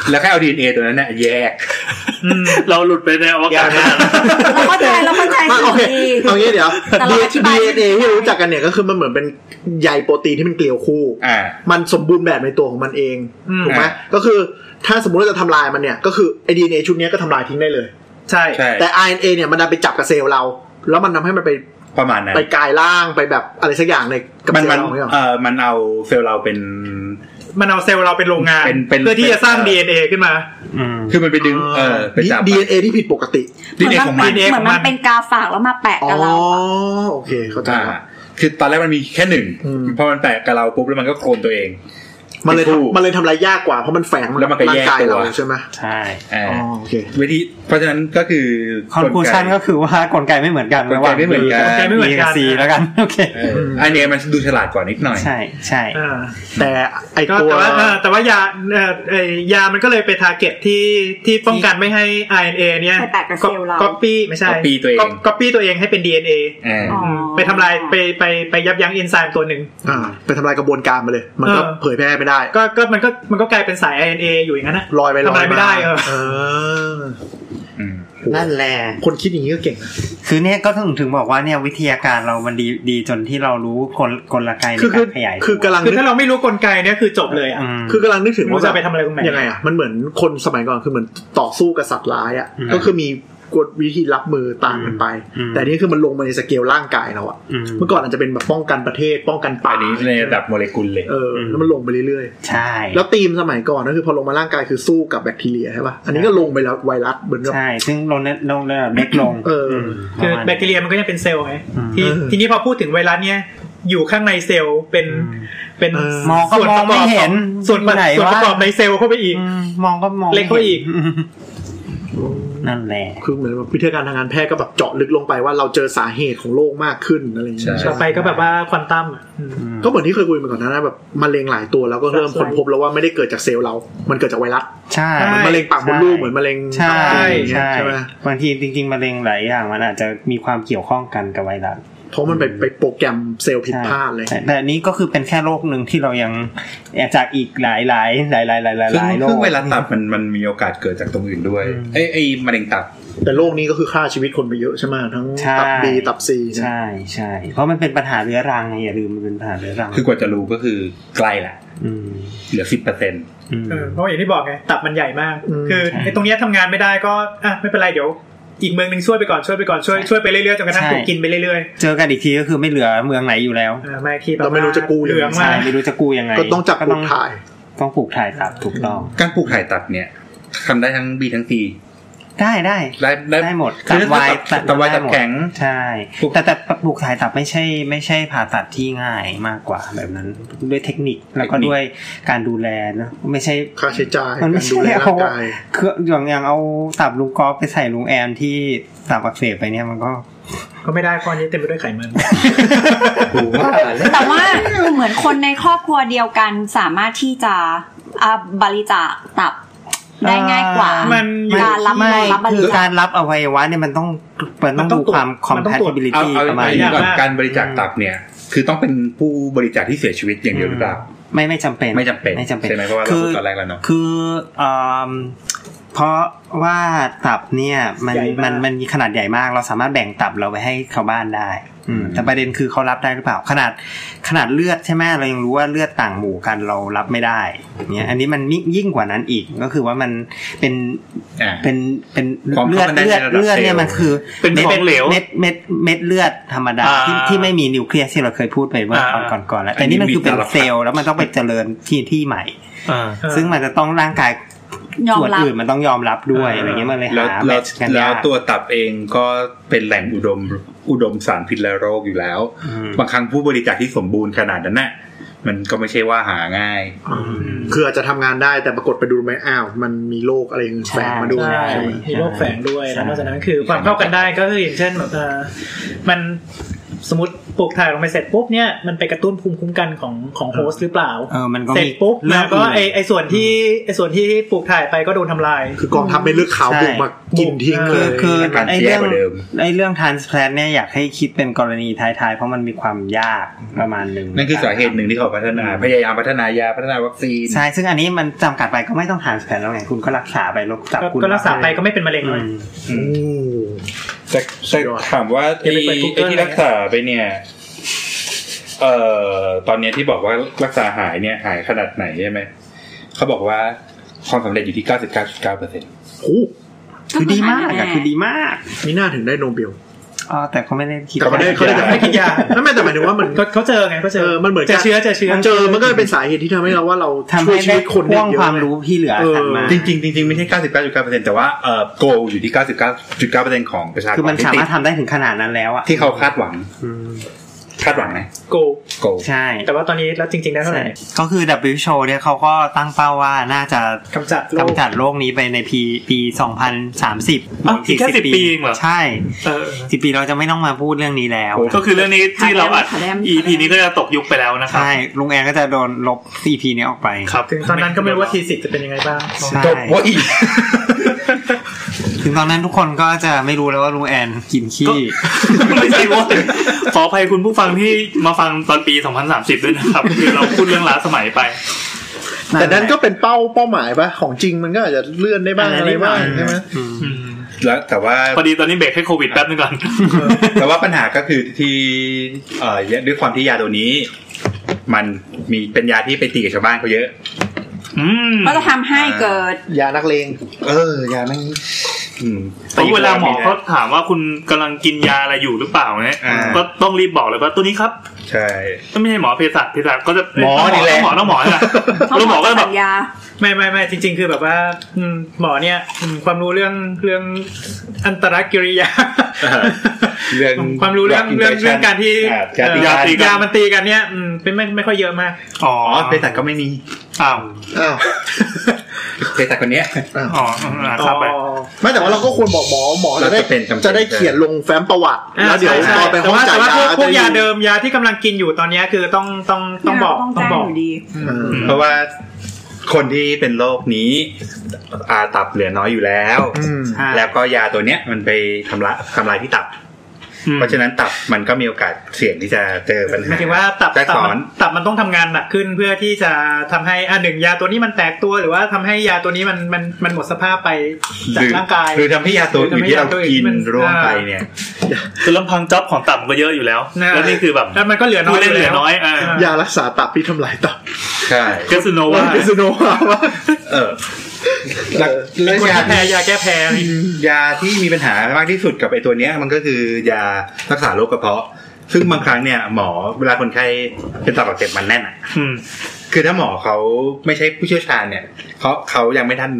S8: แล้วแค่เอา DNA ตัวนั้นเนี่ยแยก
S4: อืม
S6: เราหลุดไปในอวกาศนะ
S5: เราเข้าใจเราเข้าใจ
S7: มาโอเค
S5: ดี
S7: เอางี้เดี๋ยว
S5: แต่เราอธิบาย
S7: DNA ที่เรารู้จักกันเนี่ยก็คือมันเหมือนเป็นใยโปรตีนที่มันเกลียวคู่
S8: อ่า
S7: มันสมบูรณ์แบบในตัวของมันเอง
S4: อืม
S7: ถูกไหม
S8: อ่ะ
S7: ก็คือถ้าสมมติเราจะทำลายมันเนี่ย ก็คือไอดีเอชุดเนี้ยก็ทำลายทิ้งได้เลย
S4: ใช่
S8: ใช่
S7: แต่ RNA เนี่ยมันดันไปจับกับเซลล์เรา แล้วมันทำให้มันไป
S8: ประมาณนั้น
S7: ไปกลายร่างไปแบบอะไรสักอย่างในกับ
S8: มัน
S7: เซลล์
S8: มัน
S7: เราเนี่ยหรอ
S8: เออมันเอาเซลล์เราเป็น
S4: มันเอาเซลล์เราเป็นโรงงาน
S8: เป็นเป็น
S4: เพื่อที่จะสร้าง DNA ขึ้นมา
S3: อืม
S8: คือมันไปดึงเออไปจับ
S7: ดีเอที่ผิดปกติ
S8: DNA ของมัน
S4: DNA
S5: เหมือน
S4: ของมั
S5: มัน
S4: น
S5: เป็นกาฝากแล้วมาแปะ
S7: อ๋อ
S5: กับเรา
S7: โอเคเข้าใจ
S8: อ่า
S7: ละ
S8: คือตอนแรกมันมีแค่หนึ่ง
S7: อืม
S8: พอมันแตกกับเราปุ๊บแล้วมันก็โคลนตัวเอง
S7: มันเลย
S8: เป็นคู่
S7: มันเลยทำลายยากกว่าเพราะมันแฝงา
S8: แล้วมันก็
S7: ร่างกาย
S8: แยกตัว
S7: เราใช่ไหม
S3: ใช่
S8: อ่า
S7: อ๋อโอเค
S8: วิธีเพราะฉะนั้นก็คือ
S3: คอนคูชันก็คือว่ากลไกไม่เหมือนกัน
S8: กล
S3: ระห
S8: ไก
S3: ว่าง
S8: ไม่เหมือนกัน
S4: กลไกไม่เหมือน
S3: B
S4: กั
S3: กับ
S4: น
S3: C แล้วกันโอเค
S8: เอออันเนี้ยมันดูฉลาดกว่านิดหน่อย
S3: ใช่ใช่
S4: อ่า
S7: แต่ไอ
S4: ก็
S7: ตัว
S4: แต่ว่าเออแต่ว่ายาเอ่อเอ่ยยามันก็เลยไปทาร์เก็ตที่ที่ป้องกันไม่ให้ RNA เนี่ย
S5: ไปแตกกับเซลล์เรา
S4: ก็ปี้ไม่ใช่
S8: copy ตัวเอง
S4: ก็ปี้ตัวเองให้เป็น DNA
S8: อ่า
S5: อ๋อ
S4: มไปทำลายไปไปไปยับยั้งเอนไซม์ตัวหนึ่ง
S7: อ่าไปทำลายกระบวนการมาเลย มันก็
S4: เออ
S7: เผยแพร่ไม่ได้
S4: ก็ก็มันก็มันก็กลายเป็นสาย RNA อยู่อย่างนั้นนะ
S7: ลอยไปล
S4: ทำ
S7: อ
S4: ลายยไม่ได้เออ
S7: เออ
S8: อืม
S3: นั่นแหละ
S7: คนคิดอย่างนี้ก็เก่งนะ
S3: คือเนี่ยก็ถึงถึงบอกว่าเนี่ยวิทยาการเรามันดีดีจนที่เรารู้กลกลไกใน
S7: คือคื
S3: กา
S7: อ
S3: รขยายตัว
S7: คือกำลัง
S4: คือ
S7: นึก
S4: ถ้าเราไม่รู้กลไกเนี่ยคือจบเลยอ่ะ
S3: อืม
S7: คือกำลังนึกถึง
S4: ไม่รู้
S7: ว่า
S4: จะไปทำอะไรตรงไหน
S7: ยังไงอ่ะมันเหมือนคนสมัยก่อนคือเหมือนต่อสู้กับสัตว์ร้ายอ่ะ
S3: อืม
S7: ก็คือมีกฎวิธีรับมือต่างกันไป
S3: อืม
S7: แต่นี่คือมันลงมาในสเกลร่างกายเราอ่ะ
S3: อืม
S7: เมื่อก่อนอาจจะเป็นแบบป้องกันประเทศป้องกันป่า
S8: อันนี้ในระดับโมเลกุลเลย
S7: เออ
S3: ม
S7: แล้วมันลงไปเรื่อย
S3: ใช่
S7: ๆ แล้วธีมสมัยก่อนก็คือพอลงมาร่างกายคือสู้กับแบคทีเรียใช่ป่ะอันนี้ก็ลงไปแล้วไวรัสเหมือนกับ
S3: ใช่ซึ่งลงเล็กลงเล็กลง
S7: เออ
S3: มป
S4: คือ
S3: ระมาณ
S4: แบคทีเรียมันก็ยังเป็นเซลล์ไง
S3: อืม
S4: ทีทีนี้พอพูดถึงไวรัสเนี่ยอยู่ข้างในเซลล์เป็น
S3: อืม
S4: เป็น
S7: เออ
S3: มองก็
S4: ส่วนป
S3: มอ
S4: ระ
S3: งไม่
S4: กบ
S3: เห็น
S4: ส่วนประ
S3: ไหน
S4: ส่วนประกอบ
S3: วะ
S4: ในเซลล์เข้าไปอีก
S3: อืมมองก็มองไม่
S4: เล็กกว่าอีก
S3: มนั่นแหละ
S7: คือเหมือนแบบวิทยาการทางการแพทย์ก็แบบเจาะลึกลงไปว่าเราเจอสาเหตุของโรคมากขึ้นอะไรอย่างเงี้ย
S8: ใช่
S4: ต่อไปก็แบบว่าควอนตัมอ่ะอืม
S3: อืม
S7: ก็เหมือนที่เคยคุยมาก่อนหนานะแบบมะเร็งหลายตัวแล้วก็เริ่ม
S4: ใช่
S7: ค้นพบแล้วว่าไม่ได้เกิดจากเซลล์เรา มันเกิดจากไวรัส
S3: ใช่
S7: เหมือนมะเร็งปากมดลูกเหมือนมะเร็ง
S3: ใช่
S7: อะไรอย่างเงี้ย
S3: ใช่
S7: ใช่ไหม
S3: บางทีจริงๆมะเร็งหลายอย่างมันอาจจะมีความเกี่ยวข้องกันกับไวรัส
S7: เพราะมันไปไปโปรแกรมเซลล์ผิด
S3: ใช่
S7: พลาดเลย
S3: แต่แต่อันนี้ก็คือเป็นแค่โรคหนึ่งที่เรายังจากอีกหลายหลายหลายหลายหลายหลาย
S8: ซึ่ง
S3: โรค
S8: ซึ่งเวลาตับมันมันมีโอกาสเกิดจากตรงอื่นด้วย
S3: อืม
S8: ไอ้ยไอ้มะเร็งตับ
S7: แต่โรคนี้ก็คือฆ่าชีวิตคนไปเยอะใช่ไหมทั้ง
S3: ใช่
S7: ตับบีตับซี
S3: ใช่ใช่เพราะมันเป็นปัญหาเรื้อรังไงอย่าลืมมันเป็นปัญหาเรื้อรัง
S8: คือกว่าจะรู้ก็คือใกล้ละ
S3: อืม
S8: เหลือสิบเปอร์เซ็นต์
S3: อืม
S4: เออเพราะว่าอย่างที่บอกไงตับมันใหญ่มาก คือ
S3: ใช่
S4: ไอ้ตรงเนี้ยทำงานไม่ได้ก็อ่ะไม่เป็นไรเดี๋ยว อีกเมืองหนึ่งช่วยไปก่อนช่วยไปก่อนช่วยช่วยไปเรื่อยๆจนกระทั่ง
S3: ใช่
S4: ถูกกินไปเรื่อย
S3: เจอกันอีกทีก็คือไม่เหลือเมืองไหนอยู่แล้ว
S4: ๆเออไม่ที่แบบ
S7: เราไม่รู้จะกู้
S4: เหลือง
S3: ใช่
S4: มาก
S3: ไม่รู้จะกู้ยังไง
S7: ก็ต้องจับ
S3: ก็
S7: ป
S3: ต้
S7: ลู
S3: อก ง
S7: ถ่าย
S3: ต้องปลูกถ่ายตับถูกต้อง
S8: การปลูกถ่ายตับเนี่ยทำได้ทั้ง B ทั้ง C
S3: ได้ได้
S8: ได้ได้
S3: ได้หมด
S8: คือ
S3: ตับวาย
S8: ตับตับวาย
S3: ตั
S8: ตั
S3: บบ หมด
S8: แข็ง
S3: ใช่
S8: ปลูก
S3: แต่แต่ปลูกถ่ายตับไม่ใช่ไม่ใช่ผ่าตัดที่ง่ายมากกว่าแบบนั้นด้วยเทคนิคแล้วก็ด้วยการดูแลนะไม่ใช่
S7: ค่าใช้จ่าย
S3: มันไม่
S7: การดูแล
S3: ใช่
S7: ร่า
S3: เอา
S7: งกาย
S3: เครื่องอย่างอย่างเอาตับลุงกอล์ฟไปใส่ลุงแอนที่ตับอักเสบไปเนี่ยมันก็
S4: ก็ไม่ได้ข้อนี้เต็มไปด้วยไขมัน
S5: แต่ว่าเหมือนคนในครอบครัวเดียวกันสามารถที่จะอ่าบริจาคตับได้ง่ายกว่า
S3: อ่
S4: มันอยู่
S5: การรับ
S3: ไม่
S5: รับบริจาค
S3: คือการรับอวัยวะเนี่ยมันต้องมัน
S4: มันต้
S3: ต้อ
S4: องง
S3: ดู
S4: ตรวจ
S3: ความ
S4: มันต้องตรวจ
S8: เอา
S3: compatibility
S8: เอา
S3: ประมาณ
S8: เอาอย่างนี้ก่อน
S4: ยากมาก
S8: การบริจาคตับเนี่ย คือต้องเป็นผู้บริจาคที่เสียชีวิตอย่างเดียวหรือเปล่า
S3: ไม่ไม่จำเป็น
S8: ไม่จำเป็น
S3: ไม่จำเป็น
S8: ใช่ไหมเพราะว่าเรา
S3: คื
S8: พูดตอนแรกแล้วเนอะ
S3: คือเอ่อเพราะว่าตับเนี่ยมัน
S4: ใหญ่มาก
S3: มันมันมีขนาดใหญ่มาก เราสามารถแบ่งตับเราไปให้ชาวบ้านได้อืมแต่ประเด็นคือเขารับได้หรือเปล่า ขนาดขนาดเลือดใช่ไหมเรายังรู้ว่าเลือดต่างหมู่กันเรารับไม่ได้เนี่ยอันนี้มันยิ่งยิ่งกว่านั้นอีกก็คือว่ามันเป็น
S8: อ่า
S3: เป็นเป็น
S8: ความ
S3: เลือด
S8: เข้าไปได้
S3: เลือด
S8: ในระดับ
S3: เลือดเนี่ย
S8: เซลล์
S3: มันคือ
S6: เป็นของเหลว
S3: เม็ดเม็ดเม็ดเม็ดเลือดธรรมดา
S6: อ่า
S3: ที่ที่ไม่มีนิวเคลียสที่เราเคยพูดไปเมื่อตอน
S6: อ่า
S3: ก่อนๆแล้วแต่นี่มันคือเป็นเซลล์แล้วมันต้องไปเจริญที่ที่ใหม่
S6: อ่า
S3: ซึ่งมันจะต้องร่างกาย
S5: ยอม
S3: ส่วน
S5: รับ
S3: อื่นมันต้องยอมรับด้วยอะไรเงี้ยมันเลย
S8: แล้ว
S3: หาแบ
S8: แล้ว
S3: บกัน
S8: แล้ว
S3: ยาก
S8: ตัวตับเองก็เป็นแหล่งอุดมอุดมสารพิษและโรคอยู่แล้ว
S3: อืม
S8: บางครั้งผู้บริจาคที่สมบูรณ์ขนาดนั้นน่ะมันก็ไม่ใช่ว่าหาง่าย
S7: อืมคืออาจจะทำงานได้แต่ปรากฏไปดูไหมอ้าว มันมีโรคอะไรอื่นแฝงมาด้วย
S3: ใช่
S7: ใช่ไหม
S4: มีโรคแฝงด้วย
S3: ใช่
S4: แล้วนอกจากนั้นคือความเข้ากันได้ก็คืออย่างเช่นแบบเอ่อมันสมมติปลูกถ่ายลงไปเสร็จปุ๊บเนี่ยมันไปกระตุ้นภูมิคุ้มกันของของโฮสต์หรือเปล่า
S3: เออมันก็
S4: เสร็จ
S3: มี
S4: ปุ๊บแล้วก็ไอ
S3: เรื่งน
S4: ไอส่วนที่ไอส่วนที่ปลูกถ่ายไปก็โดนทำลาย
S7: คือกองทัพไม่เลือกขาว
S3: ใช่
S7: บุกมากินทิ้งเล
S3: คือยคือ
S8: อาการ
S3: ไอ
S8: แย่
S3: เรื่อง
S8: กว่าเดิม
S3: ไอเรื่อง transplant เนี่ยอยากให้คิดเป็นกรณีท้ายๆ เพราะมันมีความยากประมาณหนึ่ง
S8: นั่นคือสาเหตุหนึ่งที่เขาพัฒนา พยายามพัฒนายาพัฒนาวัคซีน
S3: ใช่ซึ่งอันนี้มันจำกัดไปก็ไม่ต้อง transplant แล้วไงคุณก็รักษาไปโรคตับ
S4: ก็
S3: คุณ
S4: ก็รักษาไปก็ไม่เป็นมะเร็ง
S3: อื
S4: เลย
S3: ม
S7: โอ้
S8: แต่แต่ถามว่า
S4: เดี๋ยว
S8: ไอ้
S4: ไปเปิด Google
S8: ไอ้ที่รักษาไปเนี่ย เอ่อตอนเนี้ยที่บอกว่ารักษาหายเนี่ยหายขนาดไหนใช่ไหมเขาบอกว่าความสำเร็จอยู่ที่ 99.9เปอร์เซ็นต์
S7: โอ้
S3: คือดีมาก
S5: ก็หย
S3: อะ
S5: แน่
S3: คือดีมาก
S7: มีหน้าถึงได้โนเบล
S3: อ๋อแต่เขาไม่ได้คิด
S7: แต่เขาได้เขาได้แต่
S4: ไม่กินยา
S7: นั่นไม่แต่หมายถึงว่ามัน
S4: ก็เขาเจอไงเขาเจ
S7: เอ
S4: อ
S7: อมันเหมือน
S4: เจอเชื้อเจอเชื้อ
S7: มันเจอมันก็เป็นสาเหตุที่ทำให้เราว่าเรา
S3: ทำ
S7: ช่วย
S3: ให้
S7: ชี
S3: ได้
S7: วิตคน
S3: พ่
S7: ได้
S3: วง
S7: เยอะ
S3: ความ
S7: เลย
S3: รู้ที่เหลือถัดมา
S8: จริงๆจริงๆไม่ใช่ 99.9เปอร์เซ็นต์แต่ว่าเอ่อโกอยู่ที่ 99.9เปอร์เซ็นต์ของประชากร
S3: คือมัน
S8: ที่
S3: สา
S8: ติ
S3: มา
S8: ด
S3: รถทำได้ถึงขนาดนั้นแล้วอะ
S8: ที่เขาคาดหวัง
S3: อืม
S8: คาดหวังไหม
S4: โก
S8: โก
S3: ใช่
S4: แต่ว่าตอนนี้แล้วจริงๆได้เท่าไหร่
S3: ก็คือ WHO เนี่ยเขาก็ตั้งเป้าว่าน่าจะ
S4: กำจัดโรค
S3: กำจัดโรคนี้ไปในปีปี 2030
S6: อ้าวอีกแค่10ปีเองเหรอ
S3: ใช่
S4: เออ
S3: 10 ปีเราจะไม่ต้องมาพูดเรื่องนี้แล้ว
S6: ก็คือเรื่องนี้ที่เราอัด
S5: ขอแดม
S6: EP นี้ก็จะตกยุคไปแล้วนะครับ
S3: ใช่ ลุงแอนก็จะโดนลบ EP นี้ออกไป
S6: ครับ
S4: ถึงตอนนั้นก็ไม่รู้ว่าทีสิทธ์จะเป็นยังไงบ้าง
S3: ใช่
S8: จบโว้ย
S3: ถึงตอนนั้นทุกคนก็จะไม่รู้แล้วว่าลุงแอนกินขี้
S6: ไม่ใช่โว้ย ขออภัยคุณผู้ฟังที่มาฟังตอนปี 2030 ด้วยนะครับ คือเราพูดเรื่องล้าสมัยไป
S7: แต่นั้นก็เป็นเป้าเป้าหมายปะของจริงมันก็อาจจะเลื่อนได้บ้าง
S3: อะไร
S7: อะไรบ้าง
S3: นิดหน่อย
S7: ใช่ไหม
S8: แล้วแต่ว่า
S6: พอดีตอนนี้เบรกให้โควิดแป๊บนึงก่ อน
S8: แต่ว่าปัญหาก็คือที่เอ่อด้วยความที่ยาตัวนี้ มันมีเป็นยาที่ไปตีกับชาวบ้านเขาเยอะ
S6: อืม
S5: ก็จะทำให้เกิด
S7: ยานักเลงเออยานักเลง
S8: อืม
S6: แต่เวลาหมอเขา
S8: ตี
S6: ถามว่าคุณกำลังกินยาอะไรอยู่หรือเปล่าเนี่ย
S8: อ่า
S6: ก็ต้องรีบบอกเลยว่าตัวนี้ครับ
S8: ใช่
S6: ไม่ใช่หมอเภสัชเภสัชก็จะ
S8: หมอนี่แหละ
S6: ต้องหมอต้องหมอนะแล้วหมอก็จะแบบ
S5: สัญญา
S4: ไม่ไม่ไม่จริง ๆ คือแบบว่าอืมหมอเนี่ยอืมความรู้เรื่องเรื่องอันตรกิริยา
S8: อ่าเรื่อง
S4: ความรู้เรื่อง
S8: drug
S4: เรื่อง
S8: interaction
S4: เรื่องการที่
S8: อ่าการตีกัน
S4: เอ่อยามันตีกันเนี่ยอืมเป็นไม่ไม่ค่อยเยอะมาก
S6: อ๋อ
S8: อ๋อเภสัชก็ไม่มี
S6: อ้าว
S7: อ้าว
S8: เภสัชคนเนี้ย
S6: อ๋ออ่าครับไป
S7: ไม่แต่ว่าเราก็ควรบอกหมอหมอจะได้
S8: เราจะเป็นจำเป็น
S7: จะได้เขียนลงแฟ้มประวัติ
S4: อ่า
S7: แล้วเดี๋ยว
S4: ใช่
S7: ตอนไป
S4: แต่
S7: ห้อง
S4: ว่า
S7: จ่า
S4: แต่
S7: ย
S4: ว่าพวย
S7: าก
S4: พวกยา
S7: จะได้
S4: เดิมยาที่กำลังกินอยู่ตอนเนี้ยคือต้องต้องต้องบอก
S5: ต้อง
S4: ต้อ
S5: แจ้ง
S4: งบอก
S5: อยู่ดี
S7: เออ
S8: เพราะว่าคนที่เป็นโรคนี้ อาตับเหลือน้อยอยู่แล้ว
S7: อืม
S3: ใช่
S8: แล้วก็ยาตัวเนี้ยมันไปทำลายทำลายที่ตับ
S6: อืม
S8: เพราะฉะนั้นตับมันก็มีโอกาสเสี่ยงที่จะเจอปัญหาม
S4: หายถึงว่าตับ
S8: แทรก
S4: ตับ
S8: ซ้อ
S4: มัน นตับมันต้องทำงานหนักขึ้นเพื่อที่จะทำให้อ่ะหนึ่งยาตัวนี้มันแตกตัวหรือว่าทำให้ยาตัวนี้มันมันมันหมดสภาพไปจากร่างกาย
S8: หรือทำให้ยาตัวอื่นที่เรากินร่วมไปเนี่ย
S6: คือลำพังจ็อบของต่ำก็เยอะอยู่แล้ว
S4: นะ
S6: แล้วนี่คือแบบ
S4: แล้วมันก็เหลือน้
S6: ผู้
S4: อย
S6: เล่นเหลือน้อยอ่าย
S7: ารักษาตับที่ทำลายตับ
S8: ใช่
S6: เกสโนวา
S7: เอสโนวาว่า
S8: เออแล้วแล้ว
S4: คน
S8: ยา
S4: ที่แพ้
S8: ที่
S4: ยาแก้แพ้อะไรอย่างเงี้ย
S8: ยาที่มีปัญหามากที่สุดกับไอตัวเนี้ย มันก็คือยารักษาโรคกระเพาะ ซึ่งบางครั้งเนี่ย หมอเวลาคนไข้เป็นตับอักเสบมันแน่นอะ
S6: อืม
S8: คือถ้าหมอเขาไม่ใช่ผู้เชี่ยวชาญเนี่ยเขาเขายังไม่ทัน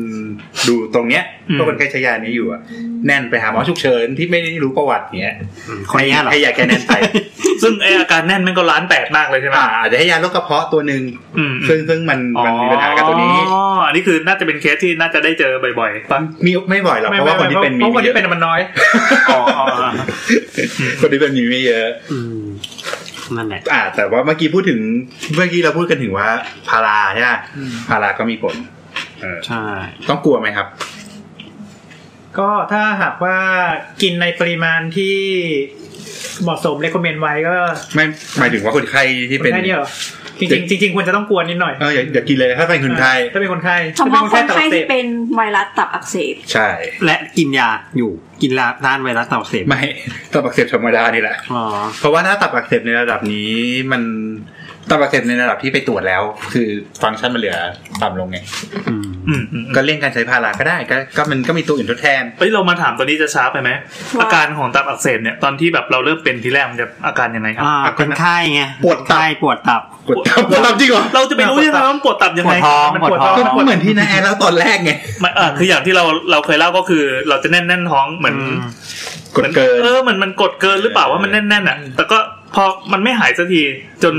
S8: ดูตรงเนี้ยว่าคนไข้ใช้ยานี้อยู่อะแน่นไปหาหมอฉุกเฉินที่ไม่ได้รู้ประวัติเนี้ย
S3: คนเนี้ยเหรอ
S8: ให้ยาแก้แน่นไป
S6: ซึ่งไออาการแน่นมันก็ล้านแปดมากเลยใช่ไหม
S8: อ่าอาจจะให้ยาโรคกระเพาะตัวหนึ่ง
S6: อืม
S8: ซึ่งซึ่งมันมันมีปัญหากับตัวนี้
S6: อ๋ออันนี้คือน่าจะเป็นเคสที่น่าจะได้เจอบ่อยๆปะ
S8: มีไม่บ่อยหรอกเพราะว่าคนที่เป็นมี
S4: เพราะคน
S8: เย
S4: ที่
S8: อะ
S4: เป็นมันน้อย
S6: อ๋ออ๋ออ๋อ
S8: คนที่เป็นมีไม่เยอะ
S3: อืมนั่นแหละ
S8: อ่า แต่ว่าเมื่อกี้พูดถึงเมื่อกี้เราพูดกันถึงว่าพาราใช่ไหมพาราก็มีผลเออ
S3: ใช่
S8: ต้องกลัวไหมครับ
S4: ก็ถ้าหากว่ากินในปริมาณที่เหมาะสม recommend ไว้ก็
S8: ไม่หมายถึงว่าคนไข้ที่เป็น
S4: แค่นี้เหรอจริงๆจริงๆควรจะต้องกลัวนิดหน่อย
S8: เอออย่าอย่ากินเลยถ้าเป็นคนไข้
S4: ถ้าเป็นคนไข้
S5: เฉพาะคนไข้ที่
S4: เป็น
S5: เป็นไวรัสตับอักเสบ
S8: ใช่
S3: และกินยาอยู่กินลาต้านไวรัสตับอักเสบ
S8: ไม่ตับอักเสบธรรมดานี่แหละ
S3: อ๋อ
S8: เพราะว่าถ้าตับอักเสบในระดับนี้มันตับอักเสบในระดับที่ไปตรวจแล้ว คือฟังก์ชันมันเหลือต่ำลงไง
S3: อืม
S6: อืมอืม
S8: ก็เลี่ยงการใช้พาราก็ได้ก็ก็มันก็มีตัวอื่นทดแทน
S6: เฮ้ยเรามาถามตัวนี้จะช้าไปไหม
S5: ว่า
S6: อาการของตับอักเสบเนี่ยตอนที่แบบเราเริ่มเป็นทีแรกมันจะอาการยังไงครับ
S3: อ่าเป็นไข้ไง
S7: ปวดตับ
S3: ไข้ปวดตับ
S8: กดตับก ดตับจริงเหรอ
S6: เราจะไปรู้ยังไงว่ามันปวดตับยัง
S3: ปว
S6: ไง
S3: ดท้องปวดท้อง
S8: ก็เหมือนที่นาแอนแล้วตอนแรกไง
S6: ไม่อ่ะคืออย่างที่เราเราเคยเล่าก็คือ เราจะแน่นแน่นท้องเหมือน
S3: อืม
S8: กดเกิน
S6: เออเหมือนมันกดเกินหรือเปล่า
S8: เออ
S6: ว่ามันแน่นแน่นๆอ่ะ แต่ก็พอมันไม่หายสักที จน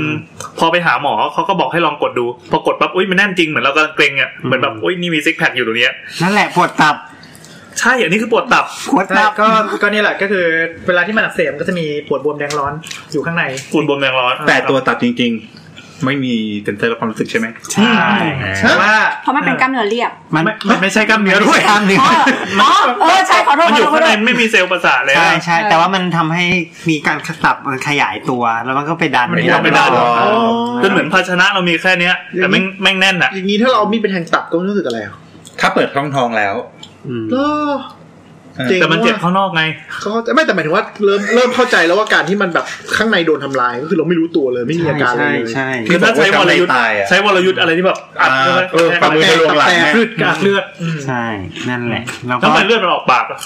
S6: พอไปหาหมอเขาก็บอกให้ลองกดดู พอกดปั๊บอุ้ยมันแน่นจริงเหมือนเรากำลังเกรงอ่ะเหมือนแบบอุ้ยนี่มีซิกแพคอยู่ตรงเนี้ย
S3: นั่นแหละปวดตับ
S6: ใช่อันนี้คือปวดตับ
S3: ปวด
S4: ใช่
S3: ตับ
S4: ก็ก็นี่แหละก็คือเวลาที่มันอักเสบมันก็จะมีปวดบวมแดงร้อนอยู่ข้างใน
S6: ปวดบวมแรงร้อน
S8: แต่ตัวตับจริงๆ ไม่มีเซนเซอร์รับความรู้สึกใช่ไหม
S3: ใช่
S4: แต่ว่า
S5: เพราะมันเป็นกล้ามเนื้อเรียบ
S3: มัน
S4: ไม่มันไม่ใช่กล้ามเนื้อด้วย
S3: กล้ามเนื้อ
S5: อ๋ออ๋อเออใช่ขอโทษ
S6: มัน
S5: ขอ
S6: อยู่
S5: โทษขอ
S6: ข้าง
S5: โท
S6: ใน
S5: ษ
S6: ไม่มีเซลล์ประสาทเลย
S3: ใช่
S6: อ่ะ
S3: ใช่แต่ว่ามันทำให้มีการขตับมันขยายตัว แล้วมันก็ไปดัน
S6: มันดันไปดัน
S3: รอบ
S8: อ๋อ
S6: จนเหมือนภาชนะเรามีแค่เนี้ย แต่แม่งแม่งแน่นอ่ะ
S7: อย่างนี้ถ้าเราเอามีดไปแทงตับก็ไม่รู้สึกอะไรหรอ
S8: ถ้าเปิดช่องทองแล้ว
S3: อืม
S7: เออ จริง
S6: แต่มันเจ็บข้างนอกไง
S7: ก็เข้าใจไม่แต่หมายถึงว่าเริ่มเริ่มเข้าใจแล้วว่าการที่มันแบบข้างในโดนทำลายก็คือเราไม่รู้ตัวเลยไม่มีอาการอะไรเลย
S3: ใช่ใช่
S6: คือถ้าใช้วรยุทธ์
S8: ตายอ่ะ
S6: ใช้วรยุทธ์อะไรที่แบบอัด
S8: อ่า
S6: เข้าไป
S8: เออฝ่ามือ
S7: แต่
S8: จะลงหลัง
S7: แต่
S8: ไหม
S7: พืช
S4: กากเลือดอืม
S3: ใช่นั่นแหละแล้ว
S6: แล้ว
S3: ก็
S6: ทำไมเลือดมันออกปากอ่ะ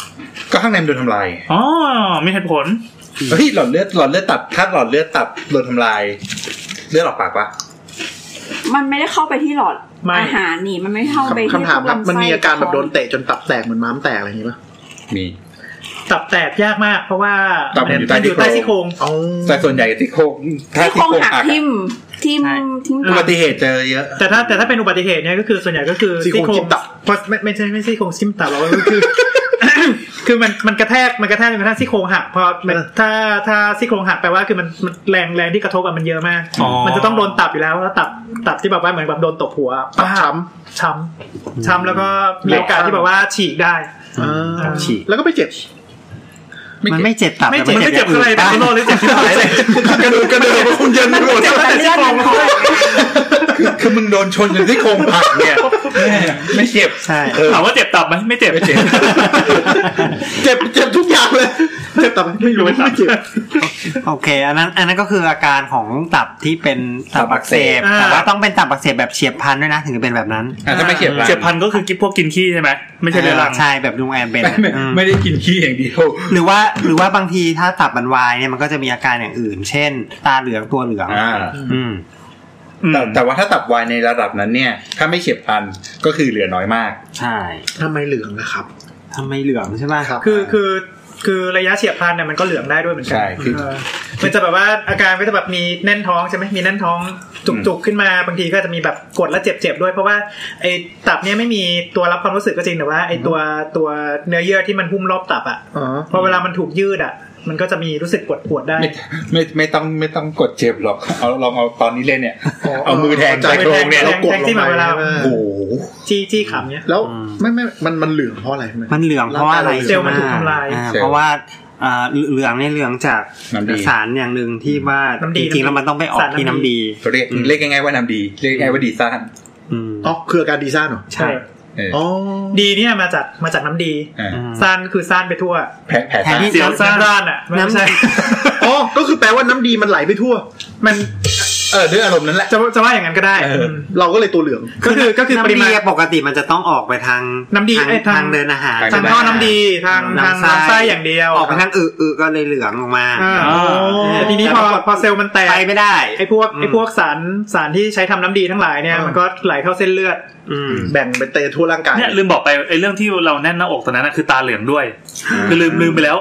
S8: ก็ข้างในมันโดนทำลาย
S6: อ๋อมีเหตุผล
S8: เฮ้ยหลอดเลือดหลอดเลือดตับถ้าหลอดเลือดตับโดนทำลาย เลือดออกปากปะ
S5: มันไม่ได้เข้าไปที่หลอด
S4: ไม่
S5: อาหารนี่ มันไม่เข้าไป
S7: คำ
S5: ที่
S7: คำถามครับ
S5: ลำไส้
S7: มันมีอาการแบบโดน
S5: ท้
S7: เตะจนตับแตกเหมือนม้ามแตกอะไรอย่างนี้ปะ
S8: มี
S4: ตับแตกยากมาก เพราะว่า
S8: ตับมันอยู่ใต้
S4: อยู่ใต้ซี่โครง
S7: เอา
S8: แต่ส่วนใหญ่ที่โครงถ้า
S5: ที่
S8: ที่
S5: โครง
S8: โครง
S5: หัก
S8: หัก
S5: ทิ่มทิ่มทิ่ม
S8: อุ
S5: ตั
S8: บั
S5: บ
S8: ติเหตุเจอเยอะ
S4: แต่ถ้าแต่ถ้าเป็นอุบัติเหตุเนี่ยก็คือส่วนใหญ่ก็คือ
S7: ซี่โครงจิ้มตับ
S4: เพราะไม่ไม่ใช่ไม่ใช่ซี่โครงซิมตับหรอกก็คือ คือมันมันกระแทกมันกระแทกจนกระทั่งซี่โครงหักพอมัน
S7: เออ
S4: ถ้าถ้าซี่โครงหักแปลว่าคือมันมันแรงแรงที่กระทบอะมันเยอะมาก
S6: อ๋อ
S4: มันจะต้องโดนตับอยู่แล้วแล้วตับตับที่แบบว่าเหมือนแบบโดนตบหัว
S7: ตับช้
S4: ช้ำช้ำแล้วก็มีโอกาสที่แบบว่าฉีกได้
S7: ำอ่า
S3: ฉีก
S7: แล้วก็ไปเจ็บ
S3: มันไม่เจ็บตับ
S4: ไม่เจ็บ
S3: แต่
S4: ไม่เจ็บ
S3: ย่าง
S4: อะไร
S3: น
S4: แต่ข้างนอกเลยเจ็บที่ไหนเลย
S7: กระดูกกระดูกคุณเย็นไปหมด
S4: เจ็บตั้งแต่ซี่โครง
S8: คือคือมึงโดนชนจนที่โครงหักเนี่ยไม่เจ็บ
S3: ใช่
S8: เออ
S6: ถามว่าเจ็บตับไหมไม่เจ็บ
S8: ไม่เจ็บ
S7: เจ็บเจ็บทุกอย่างเลยเจ็บแต่ไม่รู้ไม่เจ็บ
S3: โอเค อันนั้นอันนั้นก็คืออาการของตับที่เป็นตับอักเสบ
S4: อ่า
S3: แต่ว่าต้องเป็นตับอักเสบแบบเฉียบพลันด้วยนะถึงจะเป็นแบบนั้น
S8: อ่ะถ้าไม่เจ็บ
S6: เจ็บพันธุ์ก็คือกินพวกกินขี้ใช่ไหมไม่ใช่เรื้อรัง
S3: ใช่แบบลุงแอมเป็น
S8: ไม่
S3: อืม
S8: ไม่ได้กินขี้อย่างเดียว
S3: หรือว่าหรือว่าบางทีถ้าตับมันวายเนี่ยมันก็จะมีอาการอย่างอื่น เช่น ตาเหลืองตัวเหลือง
S8: อ่า
S3: อืม
S8: แต่แต่ว่าถ้าตับวายในระดับนั้นเนี่ย ถ้าไม่เฉียบพลันก็คือเหลือน้อยมาก
S3: ใช่
S7: ทำไมเหลืองนะครับ
S3: ทำไมเหลืองใช่ไหม
S7: ครับ
S4: คือคือคือระยะเฉียบพลันเนี่ยมันก็เหลืองได้ด้วยเหมือนกั
S8: ใช่คือ
S4: เออมันจะแบบว่าอาการก็จะแบบมีแน่นท้องใช่ไหมมีแน่นท้องจุกๆขึ้นมาบางทีก็จะมีแบบกดและเจ็บๆด้วย เพราะว่าไอ้ตับเนี่ยไม่มีตัวรับความรู้สึกก็จริงแต่ว่าไอ้ตัวตัวเนื้อเยื่อที่มันหุ้มรอบตับอ่ะ
S7: อ๋อ
S4: พอเวลามันถูกยืดอ่ะ มันก็จะมีรู้สึกปวดปวดๆได้
S8: ไม่ไม่ไม่ต้องไม่ต้องกดเจ็บหรอก เอาลองเอาตอนนี้เล่นเนี่ย
S7: อ๋อ
S8: เอามือแทง
S4: เอา
S8: ใต้
S4: มือแท
S8: โคร
S4: ง
S8: งเนี่ย
S4: แท
S8: แล้
S7: เรา
S8: ว
S4: ง
S7: กดลงไปใช่ไหม
S8: โอ้โห
S4: จี้จี้ขำเนี่ย
S7: แล้วไม่ไม่มันมันเหลืองเพราะอะไรทำไม
S3: มันเหลืองเพราะอะไร
S4: เซลล์มันถูกทำลาย
S3: อ่เพราะว่าอ่าเหลืองเนี่ยเหลืองจาก
S8: น้ำดี
S3: สารอย่างหนึ่งที่ว่า
S4: น้ำดี
S3: จริงๆแล้วมันต้องไปออก
S4: สารน้ำดี
S3: ที่น้ำดี
S8: เรียกเรียกง่ายๆว่าน้ำดี เรียกง่ายๆว่าดีซ่าน
S3: อืม
S7: อ๋อคืออาการดีซ่านเหรอ
S4: ใช่
S8: เออ
S7: อ๋อ
S4: ดีเนี่ยมาจากมาจากน้ำดี
S8: อ่า
S3: อืม
S4: ซ่านคือซ่านไปทั่ว
S8: แผลแผล
S3: แผลที่
S6: เสียวซ่าน
S4: น้ำด้านอ่ะไม่ใช่
S7: อ๋อ ก็คือแปลว่าน้ำดีมันไหลไปทั่ว
S4: มัน
S8: เออด้วยอารมณ์นั้นแหละ
S4: จะจะว่าอย่างนั้นก็ได้
S8: เออ
S4: ม
S7: เราก็เลยตัวเหลือง
S4: ก็คือก็คือปริ
S3: น้ำ
S4: มา
S3: ดี
S4: ณ
S3: ปกติมันจะต้องออกไปทาง
S4: น้ำดี
S3: ทาง
S4: เอ้ยทา
S3: ทา
S4: ง
S3: งเดินอาหาร
S8: ท
S4: ทางท่อน้ำดีทางทางลำไส้อย่างเดียว
S3: ออกไปทางอือๆก็เลยเหลืองออกมา
S4: อ่า
S6: อ๋อ
S4: แต่ทีนี้พอพอเซลล์มันแตก
S3: ไปไม่ได้
S4: ไอ้พวก
S3: ม
S4: ไอ้พวกสารสารที่ใช้ทำน้ำดีทั้งหลายเนี่ย
S7: อ่ามั
S4: มันก็ไหลเข้าเส้นเลือด
S3: อืม
S7: แบ่งเป็นเตะทั่วร่างกาย
S6: เนี่ยลืมบอกไปไอ้เรื่องที่เราแน่นหน้าอกตอนนั้นนะคือตาเหลืองด้วย
S7: อืม
S6: คือลืมลืมไปแล้ว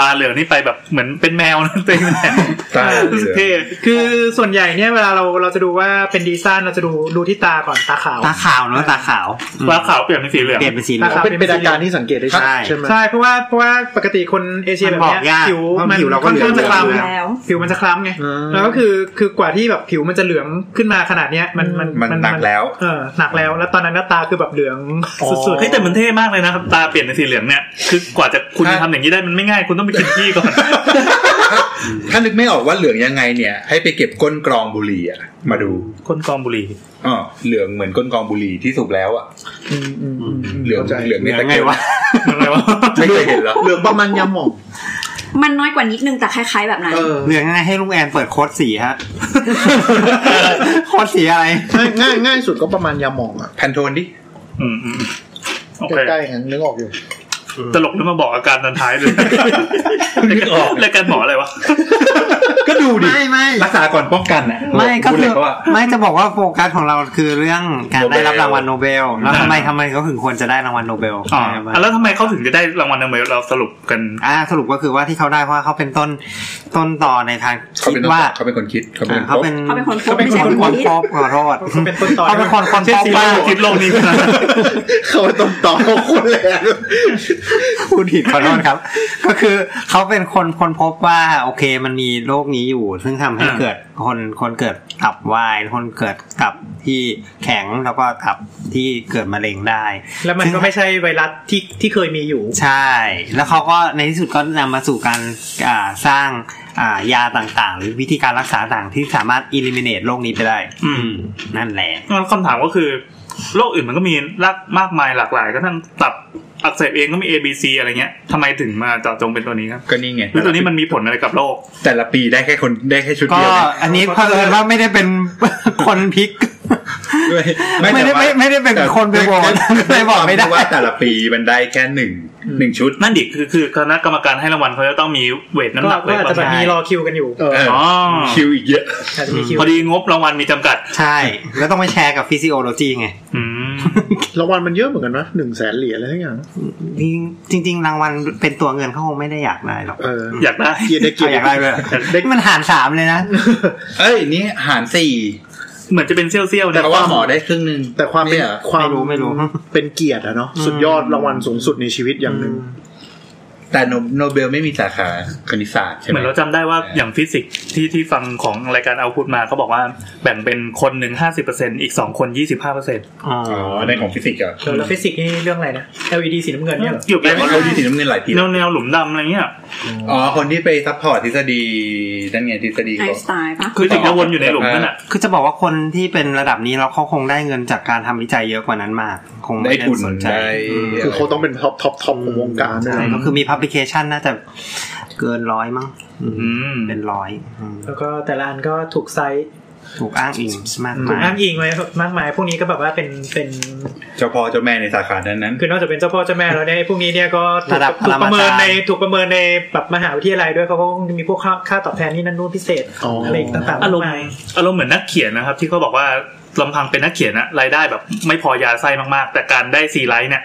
S6: ตาเหลืองนี่ไปแบบเหมือนเป็นแมวนะตัวเองเป็นแมว
S8: ตา
S6: รู้ สึกเท่
S4: คือส่วนใหญ่เนี่ยเวลาเราเราจะดูว่าเป็นดีซ่านเราจะดูดูที่ตาก่อนตาขาว
S3: ตาขาวเนาะตาขาวอืม
S6: ฟ้าขาวเปลี่ยนเป็นสีเหลือง
S3: เปลี่ยนเป็นสีเหลือง
S4: ตาขาว
S7: เป็นเป็นอาการที่สังเกตได้ชัด
S3: ใช่
S7: ใช่ไหม
S4: ใช่เพราะว่าเพราะว่าปกติคนเอเชีย
S3: มัน
S4: แบบ
S3: บอก
S4: เนี้ย
S3: ยาก
S4: ผิว
S3: เพราะ
S4: มัน
S3: ผิวเราก็
S4: ค่อนข้าง
S3: เหลือง
S4: จะคล้ำ
S5: แล้ว
S4: ผิวมันจะคล้ำไง
S7: อืม
S4: แล้วก็คือคือกว่าที่แบบผิวมันจะเหลืองขึ้นมาขนาดเนี้ยมันมัน
S8: มันหนักแล้ว
S4: เออหนักแล้วแล้วตอนนั้นหน้าตาคือแบบเหลืองสุดๆ
S6: เฮ้ยแต่มันเท่มากเลยนะครับตาเปลี่ยนเป็นสีเหลืองเนี่ยคือกว่าจะคุณ
S8: ใช่
S6: ทำอย่างนี้ได้มันไม่ง่ายคุณต้องไปกินที่ก่อน
S8: ถ้านึกไม่ออกว่าเหลืองยังไงเนี่ย ให้ไปเก็บก้นกรองบุหรี่อะมาดู
S6: คนกองบุหรี่
S8: อ๋อเหลืองเหมือนก้นกรองบุหรี่ที่สูบแล้วอ่ะเหลือง
S7: เข้าใจ
S8: เหลืองในตะ
S3: ไง
S8: เกียบ
S3: วะ
S6: อะไรวะ
S8: ไม่เคยเห็นเหรอ
S7: เหลืองประมาณยาหม่อง
S5: มันน้อยกว่านิดนึงแต่คล้ายๆแบบนั้น
S7: เออ
S3: เหลืองง่ายให้ลุงแอนเปิดโค้ดสี ฮะ โค้ดสีอะไร
S7: ง่ายง่ายง่ายสุดก็ประมาณยาหม่องอะ
S8: แพนโทนดิ
S6: อืมอืมอืมโอเค
S7: ใกล้ๆกันนึกออกอยู่
S6: ตลกแล้วมาบอกอาการตอนท้ายเลย
S8: นึกออก
S6: รายการหมออะไรวะ
S8: ก็ดูดิ
S3: ไม่ไม่
S8: รักษาก่อนป้องกันนะ
S3: ไม่ก็
S8: พูด
S3: คื
S8: เลย
S3: อ
S8: เขาว่า
S3: ไม่จะบอกว่าโฟกัสของเราคือเรื่องการ
S8: โนเบล
S3: ได้รับรางวัลโนเบล แล้วทำไมทำไมเขาถึงควรจะได้รางวัลโนเบล
S6: อ๋อ
S3: ใช่ไหม
S6: อ่ะแล้วทำไมเขาถึงจะได้รางวัลนำเบลเราสรุปกัน
S3: อ่าสรุปก็คือว่าที่เขาได้เพราะว่าเขาเป็นต้นต้นต่อในทาง
S8: เขา
S3: คิ
S8: เป็น
S3: ด
S8: ว่า
S3: ว่า
S8: เขาเป็นคนคิดเขาเป็น
S3: อ่าเขาเป็น
S5: เขาเป็นคนพบ
S3: เขาเป็น
S5: ไม่ใช่
S3: คน
S5: ค
S3: คน น
S5: คิด
S3: พบขอโทษ
S4: เขาเป็นต้นต่อ
S3: เขาเป็นคนคนพบว่า
S6: คิดโลกนี้ขึ้นมา
S7: เขาไปตรงต่อคนแหลก
S3: พูดผิดขอโทษครับ ก็คือเขาเป็นคนคนพบว่า โอเคมันมีโรคนี้อยู่ ซึ่งทำให้เกิดคนคนเกิดตับวายคนเกิดตับที่แข็งแล้วก็ตับที่เกิดมะเร็งได้
S4: แล้วมันก็ไม่ใช่ไวรัสที่ที่เคยมีอยู่
S3: ใช่ แล้วเขาก็ในที่สุดก็นำมาสู่การอ่าสร้างอ่ายาต่างๆ หรือวิธีการรักษาต่างที่สามารถ eliminate โรคนี้ไปได้
S6: อืม
S3: นั่นแหละ
S6: งั้นคำถามก็คือโรคอื่นมันก็มีรากมากมายหลากหลายก็ทั้งตับอักเสบเองก็มี A B C อะไรเงี้ยทำไมถึงมาเจาะจงเป็นตัวนี้ครับ
S8: ก็นี่ไง
S6: หรือตัวนี้มันมีผลอะไรกับโรค
S8: แต่ละปีได้แค่คนได้แค่ชุด
S3: ก็
S8: เดียวเนี่ย
S3: อันนี้เผอิญว่าไม่ได้เป็น คน พิก
S8: ด้วย
S3: ไม่ได้
S8: แต่ว่า
S3: ไม่ไม่ได้เป็น
S8: แต่
S3: คนไปบอกไปบอกไม่ได้
S8: เพราะว่าแต่ละปีมันได้แค่หนึ่งหนึ่งชุด
S6: นั่นดิคือคือคณะกรรมการให้รางวัลเขาจะต้องมีเวทน้ำหนัก
S4: ก็
S6: ไว้
S4: อาจ
S6: ป
S4: จะ
S6: ระ
S4: แบบ
S6: มาณ
S4: มีรอคิวกันอยู่
S7: เออ
S8: เออ
S6: อ๋อ
S8: คิวอีกเยอะ
S4: อาจจะมีคิว
S6: พอดีงบรางวัลมีจำกัด
S3: ใช่ แล้วต้องไปแชร์กับฟิสิโอโลจีไง
S6: อืม
S7: รางวัลมันเยอะเหมือนกันนะหนึ่งแสนเหรียญอะไรทั้งอย่าง
S3: จริงจริง ๆ รางวัลเป็นตัวเงินเขาคงไม่ได้อยากได้หรอก
S7: เออ
S6: อยากได้
S7: เกียรติได้เกียรติ
S3: อยากได้เลย
S7: ได้
S3: นี่มันหารสามเลยนะ
S8: เอ้ยนี่หารสี่
S6: เหมือนจะเป็นเซี่ยวเซี่ยวๆ
S8: แต่
S6: นะ
S8: ว่าหมอได้ครึ่งหนึ่ง
S7: แต่ความเป็น
S8: เนี่ย
S7: ความ
S3: ไม่รู้ไม่รู้
S7: เป็นเกียรติอะเนาะสุดยอดรางวัลสูงสุดในชีวิตอย่างหนึ่ง
S8: แต่โนโนเบลไม่มีสาขาคณิตศาสตร์ใช่ไห
S6: เห
S8: ม
S6: มือนเราจำได้ว่าอย่างฟิสิกส์ที่ที่ฟังของรายการเอาพูดมาเขาบอกว่าแบ่งเป็นคนหนึ่งห้าสิบเปอร์เซ็นอีกสองคนยี่สิบห้าเปอร์เซ็น
S3: อ๋อ
S8: อ๋อได้ของฟิสิกส์เหรอ
S4: แล้วฟิสิกส์นี่เรื่องอะไรนะ LED สีน้ำเงินเนี่ยเหรอ
S6: อยู่แบ
S8: ได้
S6: บ
S8: ของดีสีน้ำเงินหลายที
S6: แน
S8: แล้ว
S6: วแนวหลุมดำอะไรเงี้ย
S8: อ๋อคนที่ไปซัพพอร์ตทฤษฎีนั่นไงทฤษฎี
S5: ไอ
S8: ของ
S5: สไตล์ปะ
S6: คือจริงๆแล้ววนอยู่ในหลุมนั่นอ่ะ
S3: คือจะบอกว่าคนที่เป็นระดับนี้แล้วเขาคงได้เงินจากการทำวิจัยเยอะกว่านั้นมาก คง
S8: ได้
S3: ไม่ได้
S8: ทุน
S3: สนใจ
S8: ได้
S3: อืม
S7: คือเขาต้องเป็นท็อปท็อปท็อปของวงการด้วย
S3: ใช่
S7: นะ
S3: ก็คือมีพับลิเคชันน่าจะเกินร้อยมั้งอืม
S6: อืม
S3: เป็นร้อยอืม
S4: แล้วก็แต่ละอันก็ถูกไซส์
S3: ถูกอ้างอิงมาก
S4: ถูก
S3: มาย
S4: อ้างอิงไว้มากมาย พวกนี้ก็แบบว่าเป็นเป็น
S8: เจ้าพ่อเจ้าแม่ในสาขานั้นนั้น
S4: คือนอกจากเป็นเจ้าพ่อเจ้าแม่แล้วเนี่ยไอ้พวกนี้เนี่ยก็ถูกถูกประเมินในถูกประเมินในแบบมหาวิทยาลัยด้วยเขาก็คงจะมีพวกค่าค่าตอบแทนนี่นั่นนู่นพิเศษอะไรต่างๆ
S6: อาร
S4: มาม ก
S6: ณ์
S4: มาย
S6: อารมณ์เหมือนนักเขียนนะครับ ที่เขาบอกว่าลำพังเป็นนักเขียนอะรายได้แบบไม่พอยาไส้มากๆ แต่การได้ซีไลท์เนี่ย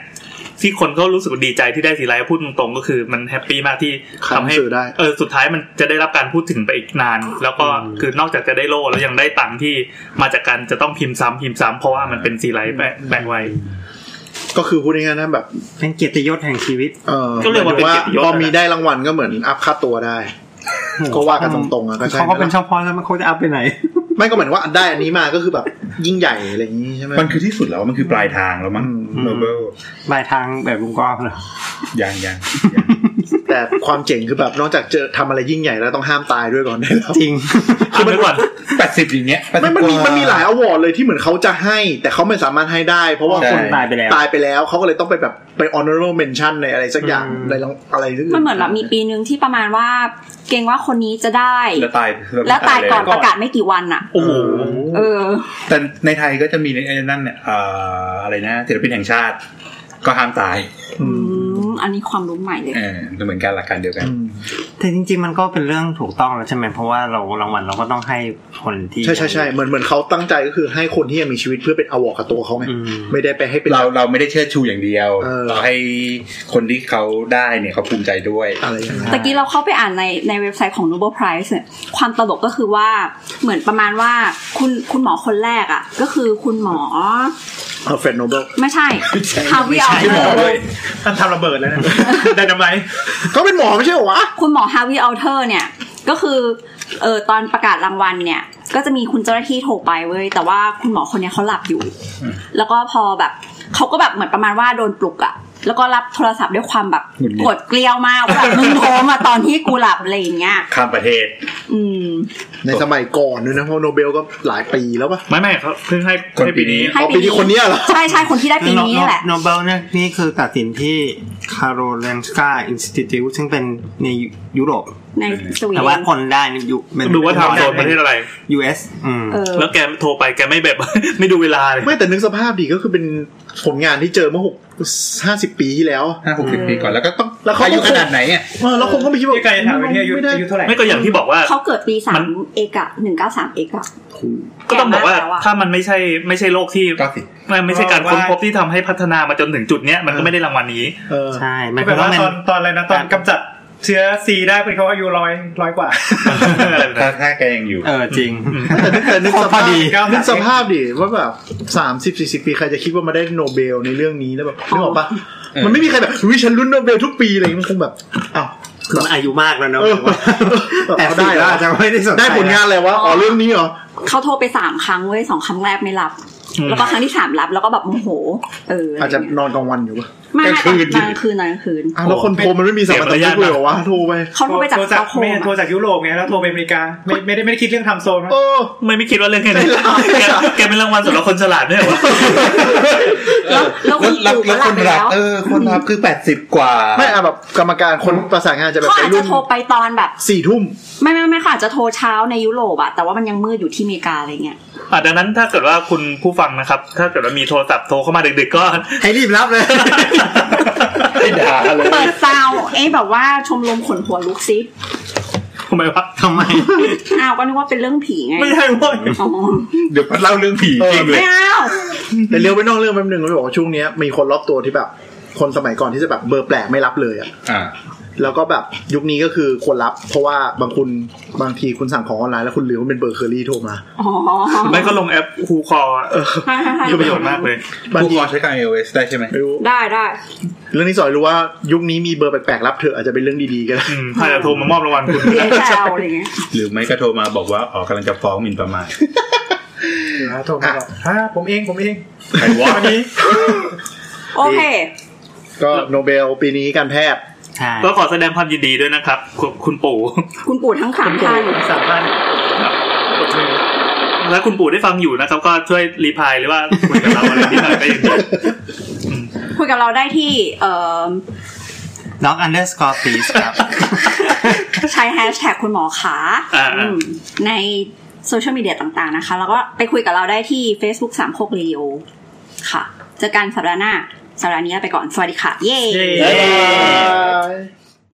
S6: ที่คนเขารู้สึกดีใจที่ได้ซีไลท์พูดตรงๆก็คือมันแฮปปี้มากที่
S7: ขาย
S6: ทำให้
S7: สื่อได้
S6: เออสุดท้ายมันจะได้รับการพูดถึงไปอีกนาน แล้วก็คือนอกจากจะได้โล่แล้วยังได้ตังค์ที่มาจากการจะต้องพิมพ์ซ้ำพิมพ์ซ้ำเพราะว่ามันเป็นซีไลท์แปะแปะไว้
S7: ก็คือพูดง่ายๆนะแบบ
S3: เป็นเกียรติยศแห่งชีวิต
S7: เออ
S6: ก็เรียกว่าเป็นเกียรติยศ
S7: พอมีได้รางวัลก็เหมือนอัพค่าตัวได้ ก็ว่ากันตรงๆอะก็ใช่
S3: เขาก็
S7: ไหม
S3: เป็น
S7: ล่ะ
S3: ช่องพอแล้วมันเขาจะอัพไปไหน
S7: ไม่ก็เหมือนว่าได้อันนี้มาก็คือแบบยิ่งใหญ่อะไรอย่างนี้ใช่ไหม
S8: มันคือที่สุดแล้วมันคือปลายทางแล้วมั้ง
S3: อืม
S8: โนเบล
S3: ปลายทางแบบลุงกอล์ฟเหรอ
S8: ยังยัง
S7: แต่ความเจ๋งคือแบบนอกจากเจอทำอะไรยิ่งใหญ่แล้วต้องห้ามตายด้วย ก่อนได้แล้ว
S3: จริง
S6: คือมันก่อน
S8: แปดสิบอย่างเงี้ย80
S7: ไม่มันมี
S8: กว่า
S7: มันมีหลายอวอร์ดเลยที่เหมือนเขาจะให้ แต่เขาไม่สามารถให้ได้ เพราะว่า
S8: ใช่
S7: คน
S3: ตายไปแล้ว
S7: ตายไปแล้วเขาก็เลยต้องไปแบบไป honorable mention ในอะไรสักอย่าง
S3: อืม
S7: ในรางอะไรสักย่าง
S5: มันเหมือนแบบมีปีหนึ่งที่ประมาณว่า เกรงว่าคนนี้จะได้
S8: แล้วตาย
S5: แล้วตายก่อนประกาศไม่กี่วันอ่ะ
S6: โอ้โห
S5: เออ
S8: แต่ในไทยก็จะมีในนั่นเนี่ยเอ่ออะไรนะศิลปินแห่งชาติ ก็ห้ามตาย
S5: อืม อันนี้ความรู้ใหม่เลย
S8: เออเหมือนกันหลักการเดียวกัน
S7: อืม
S3: แต่จริง ๆ มันก็เป็นเรื่องถูกต้องแล้วใช่ไหมเพราะว่าเรารางวัลเราก็ต้องให้คนที่
S7: ใช่ใช่ใช่เหมือนเหมือนเขาตั้งใจก็คือให้คนที่ยังมีชีวิตเพื่อเป็นอวอร์ดกับตัวเขาไง
S3: อืม
S7: ไม่ได้ไปให้เป็น
S8: เราเราไม่ได้เชิดชูอย่างเดียว
S7: เออ
S8: เราให้คนที่เขาได้เนี่ยเขาภูมิใจด้วย
S7: อะไรอย่างเงี้ย
S5: ตะกี้เราเข้าไปอ่านในในเว็บไซต์ของ Nobel Prize เนี่ยความตลกก็คือว่าเหมือนประมาณว่าคุณคุณหมอคนแรกอ่ะ ก็คือคุณหมอ
S7: เอาเฟรนโนเบล
S5: ไม่ใช่ฮาวิ
S8: ไม่
S5: เอา
S8: ใช่หมอเลย
S4: ท่านทำระเบิดแล้วนะไดนาไมต์
S7: เขาเป็นหมอไม่ใช่เหรอวะ
S5: คุณหมอฮาวิเอาเทอร์เนี่ย ก็คือเออตอนประกาศรางวัลเนี่ย ก็จะมีคุณเจ้าหน้าที่โทรไปเว้ยแต่ว่าคุณหมอคนเนี้ยเขาหลับอยู่ แล้วก็พอแบบเขาก็แบบเหมือนประมาณว่าโดนปลุกอะแล้วก็รับโทรศัพท์ด้วยความแบบโกดเกลียวมากว่าแบบมึงโทรมาตอนที่กูหลับอะไรอย่างเงี้ย
S8: ข้ามประเทศ
S5: อืม
S7: ในสมัยก่อนด้วยนะเพราะโนเบลก็หลายปีแล้วปะ
S6: ไม่ไม่เขาเพิ่งให้
S8: คน
S6: ให้
S8: ปีนี้
S5: ให้
S7: อ๋อปีนี้คนเนี้ยเหรอ
S5: ใช่ใช่คนที่ได้ปีนี้แหละ
S3: โนเบลเนี่ยนี่คือตัดสินที่คาร์โรเลนสกาอินสติทิวซึ่งเป็นในยุโรป
S5: ในสวี
S3: แต่
S5: เด
S3: ว่าน คนได้นี่อยู่เป็น
S6: ดูว่าทำโซนประเทศอะไร
S3: US อืม
S5: เออ
S6: แล้วแกโทรไปแกไม่แบบ ไม่ดูเวลาเลย
S7: ไม่แต่นึกสภาพดีก็คือเป็นผลงานที่เจอเมื่อหกห้าสิบปีที่แล้ว
S8: ห้าหกสิบปีก่อนแล้วก็ต้อง
S7: แล้วเขา
S8: อายุขนาดไหนอ่ะ
S7: เออแล้วคนก็ไม่คิดว่า
S4: ที่กายถามว่าเนี่ยอายุ
S7: ไม่ได้
S4: อายุเท่าไหร่
S6: ไม่ก็อย่างที่บอกว่า
S5: เขาเกิดปีสา
S6: มั
S5: ม
S6: น
S5: เอกอะหนึ่งเก้าสามเอกอะ
S6: ก็ต้องบอกว่าถ้ามันไม่ใช่ไม่ใช่โลกที่
S8: เก้าสิบ
S6: ไม่ไม่ใช่การค้นพบที่ทำให้พัฒนามาจนถึงจุดเนี้ยมันก็ไม่ได้รางวัลนี้
S7: เออ
S3: ใช่ มัน
S4: แบ
S3: ก็
S4: บ
S3: ต้อ
S4: ว่าง
S3: เป็น
S4: ตอนตอนอะไรนะตอนกำจัดเชื้อซีได้เป็นเขาอายุร้อยร้อยกว่า
S6: อะไรแบบ
S8: ถ้า
S6: นั้น
S8: ถ้าแกยังอยู่
S3: เออจริง
S7: แต่นึกแต่นึก
S3: พ
S7: ส
S3: อ
S7: ภาพ
S3: ดี
S7: นึกสภาพดิว่าแบบสามสิบสี่สิบปีใครจะคิดว่ามาได้โนเบลในเรื่องนี้แล้วแบบนึกออกปะ
S8: เออ
S7: มันไม่มีใครแบบวิฉันลุ้นโนเบลทุกปีอะไรอย่างงี้มันคงแบบอ้าว
S3: คือมันอายุมากแล้วเนอะ
S7: เออ
S3: แต่
S7: เอาได้
S3: ได้
S7: แล้
S3: แล้ว วอาจจะไม่ได้สนใจ
S7: ได้ผลงานอะไรวะอ๋อเรื่องนี้เหรอ
S5: เขาโทรไปสามครั้งเว้ยสองครั้งแรกไม่รับ แล้วก็ครั้งที่สามรับแล้วก็แบบโมโห เออ
S7: อา
S5: อา
S7: จจะนอนกลางวันอยู่ปะ
S5: ไม่
S8: กลางคื
S5: ไม่
S8: นดิ
S5: กลางคืนนอนกลางคืน
S7: อ้าวแล้วคนโทรมันไม่มีสมรรถนะเลยเหรอวะโทรไป
S5: เขาโทรไปจากสตอกโฮ
S4: ไม่
S5: ล์ม
S4: โทรจากยุโรปไงแล้วโทรไปอเมริกาไม่ไม่ได้ไม่ได้คิดเรื่องทำโซนว่า
S7: เออ
S6: ไม่ไม่คิดว่าเรื่องแค่นี้แกแกเป็นรางวัลสำหรับคนฉลาดด้วยเหรอวะ
S5: แล้วแล้วคุณ
S8: แล้ว
S5: ปู่
S8: แล้ว
S5: ก็ห
S8: ค
S5: ลับ
S8: น
S5: ไป
S8: รับ
S5: แล้ว
S8: เออคนรับคือแปดสิบกว่า
S7: ไม่อะแบบกรรมการคนประสานงานจะแบบ
S5: เขา
S7: ไป
S5: อาจ
S7: รุ่
S5: จะ
S7: น
S5: โทรไปตอนแบบ
S7: สี่ทุ่ม
S5: ไม่ไม่ไม่เขาอาจจะโทรเช้าในยุโรปอะแต่ว่ามันยังมืดอยู่ที่อเมริกาอะไรเงี้ย
S6: อ่ะดังนั้นถ้าเกิดว่าคุณผู้ฟังนะครับ ถ้าเกิดว่ามีโทรศัพท์โทรเข้ามาดึกๆก็
S3: ให้รีบรับเลย
S8: ไม่ด่าเลย
S5: เปิดซาวเอ้แบบว่าชมรมขนหัวลุกซิ
S6: ทำไมวะ
S3: ทำไม
S5: อ้าวก็นึกว่าเป็นเรื่องผีไง
S6: ไม่ใช่เว้ย
S5: อ๋อ
S8: เดี๋ยวมาเล่าเรื่องผีจริงเล
S5: ไม่
S8: ย
S5: เอา
S7: แต่เลี้ยวไปนอกเรื่องแป๊บนึงเขาบอกว่าช่วงเนี้ยมีคนรอบตัวที่แบบ คนสมัยก่อนที่จะแบบเบอร์แปลกไม่รับเลยอะ
S8: อ่า
S7: แล้วก็แบบยุคนี้ก็คือคนรับ เพราะว่าบางคุณบางทีคุณสั่งของออนไลน์แล้วคุณลืมว่าเป็นเบอร์เคอรี่โทรมา
S5: อ๋อ
S6: ไม่ก็ลงแอปคูคออะ
S5: ใช่ใช่ใช่
S6: มีประโยชน์มากเลย
S7: บาง
S8: ผู้
S7: ที
S8: กองใช้การ iOS ได้ใช่ไหม
S7: ไม่รู้
S5: ได้ได้
S7: เรื่องที่สอยรู้ว่ายุคนี้มีเบอร์แปลกๆรับเธอะอาจจะเป็นเรื่องดีๆก็ได้
S6: อืมถ้าจะโทรมามอบรางวัลคุณ
S5: เดี๋ยวแซวอะไรเงี้ย
S8: หรือไม่ก็โทรมาบอกว่าอ๋อกำลังจะฟ้องหมิ่นประมาท
S4: นะโทรมาบอกฮ่าผมเองผมเอง
S8: ใครวะ
S4: วันนี้
S5: โอเค
S7: ก็โนเบลปีนี้การแพทย์
S3: ใช่
S6: ก็ขอแสดงความยินดีด้วยนะครับ คุณคุณปู่
S5: คุณปู่ทั้งสามท่าน
S4: สามพัน
S6: แล้วคุณปู่ได้ฟังอยู่นะครับ ก็ช่วยรีพลายหรือว่าคุยกับเราอะไรที่หน่อยก็ยังดี
S5: คุยกับเราได้ที่ เอ่อ
S3: ด็อกอันเดอร์สกอร์ปีสครับ
S5: ใช้แฮชแท็กคุณหมอขา
S6: อ่า
S5: อืมในโซเชียลมีเดียต่างๆนะคะ แล้วก็ไปคุยกับเราได้ที่ Facebook สามโคกเรดิโอค่ะ เจอกันสัปดาห์หน้า สัปดาห์นี้ไปก่อน สวัสดีค่ะ เย้
S4: เย้
S3: เย้
S7: Bye.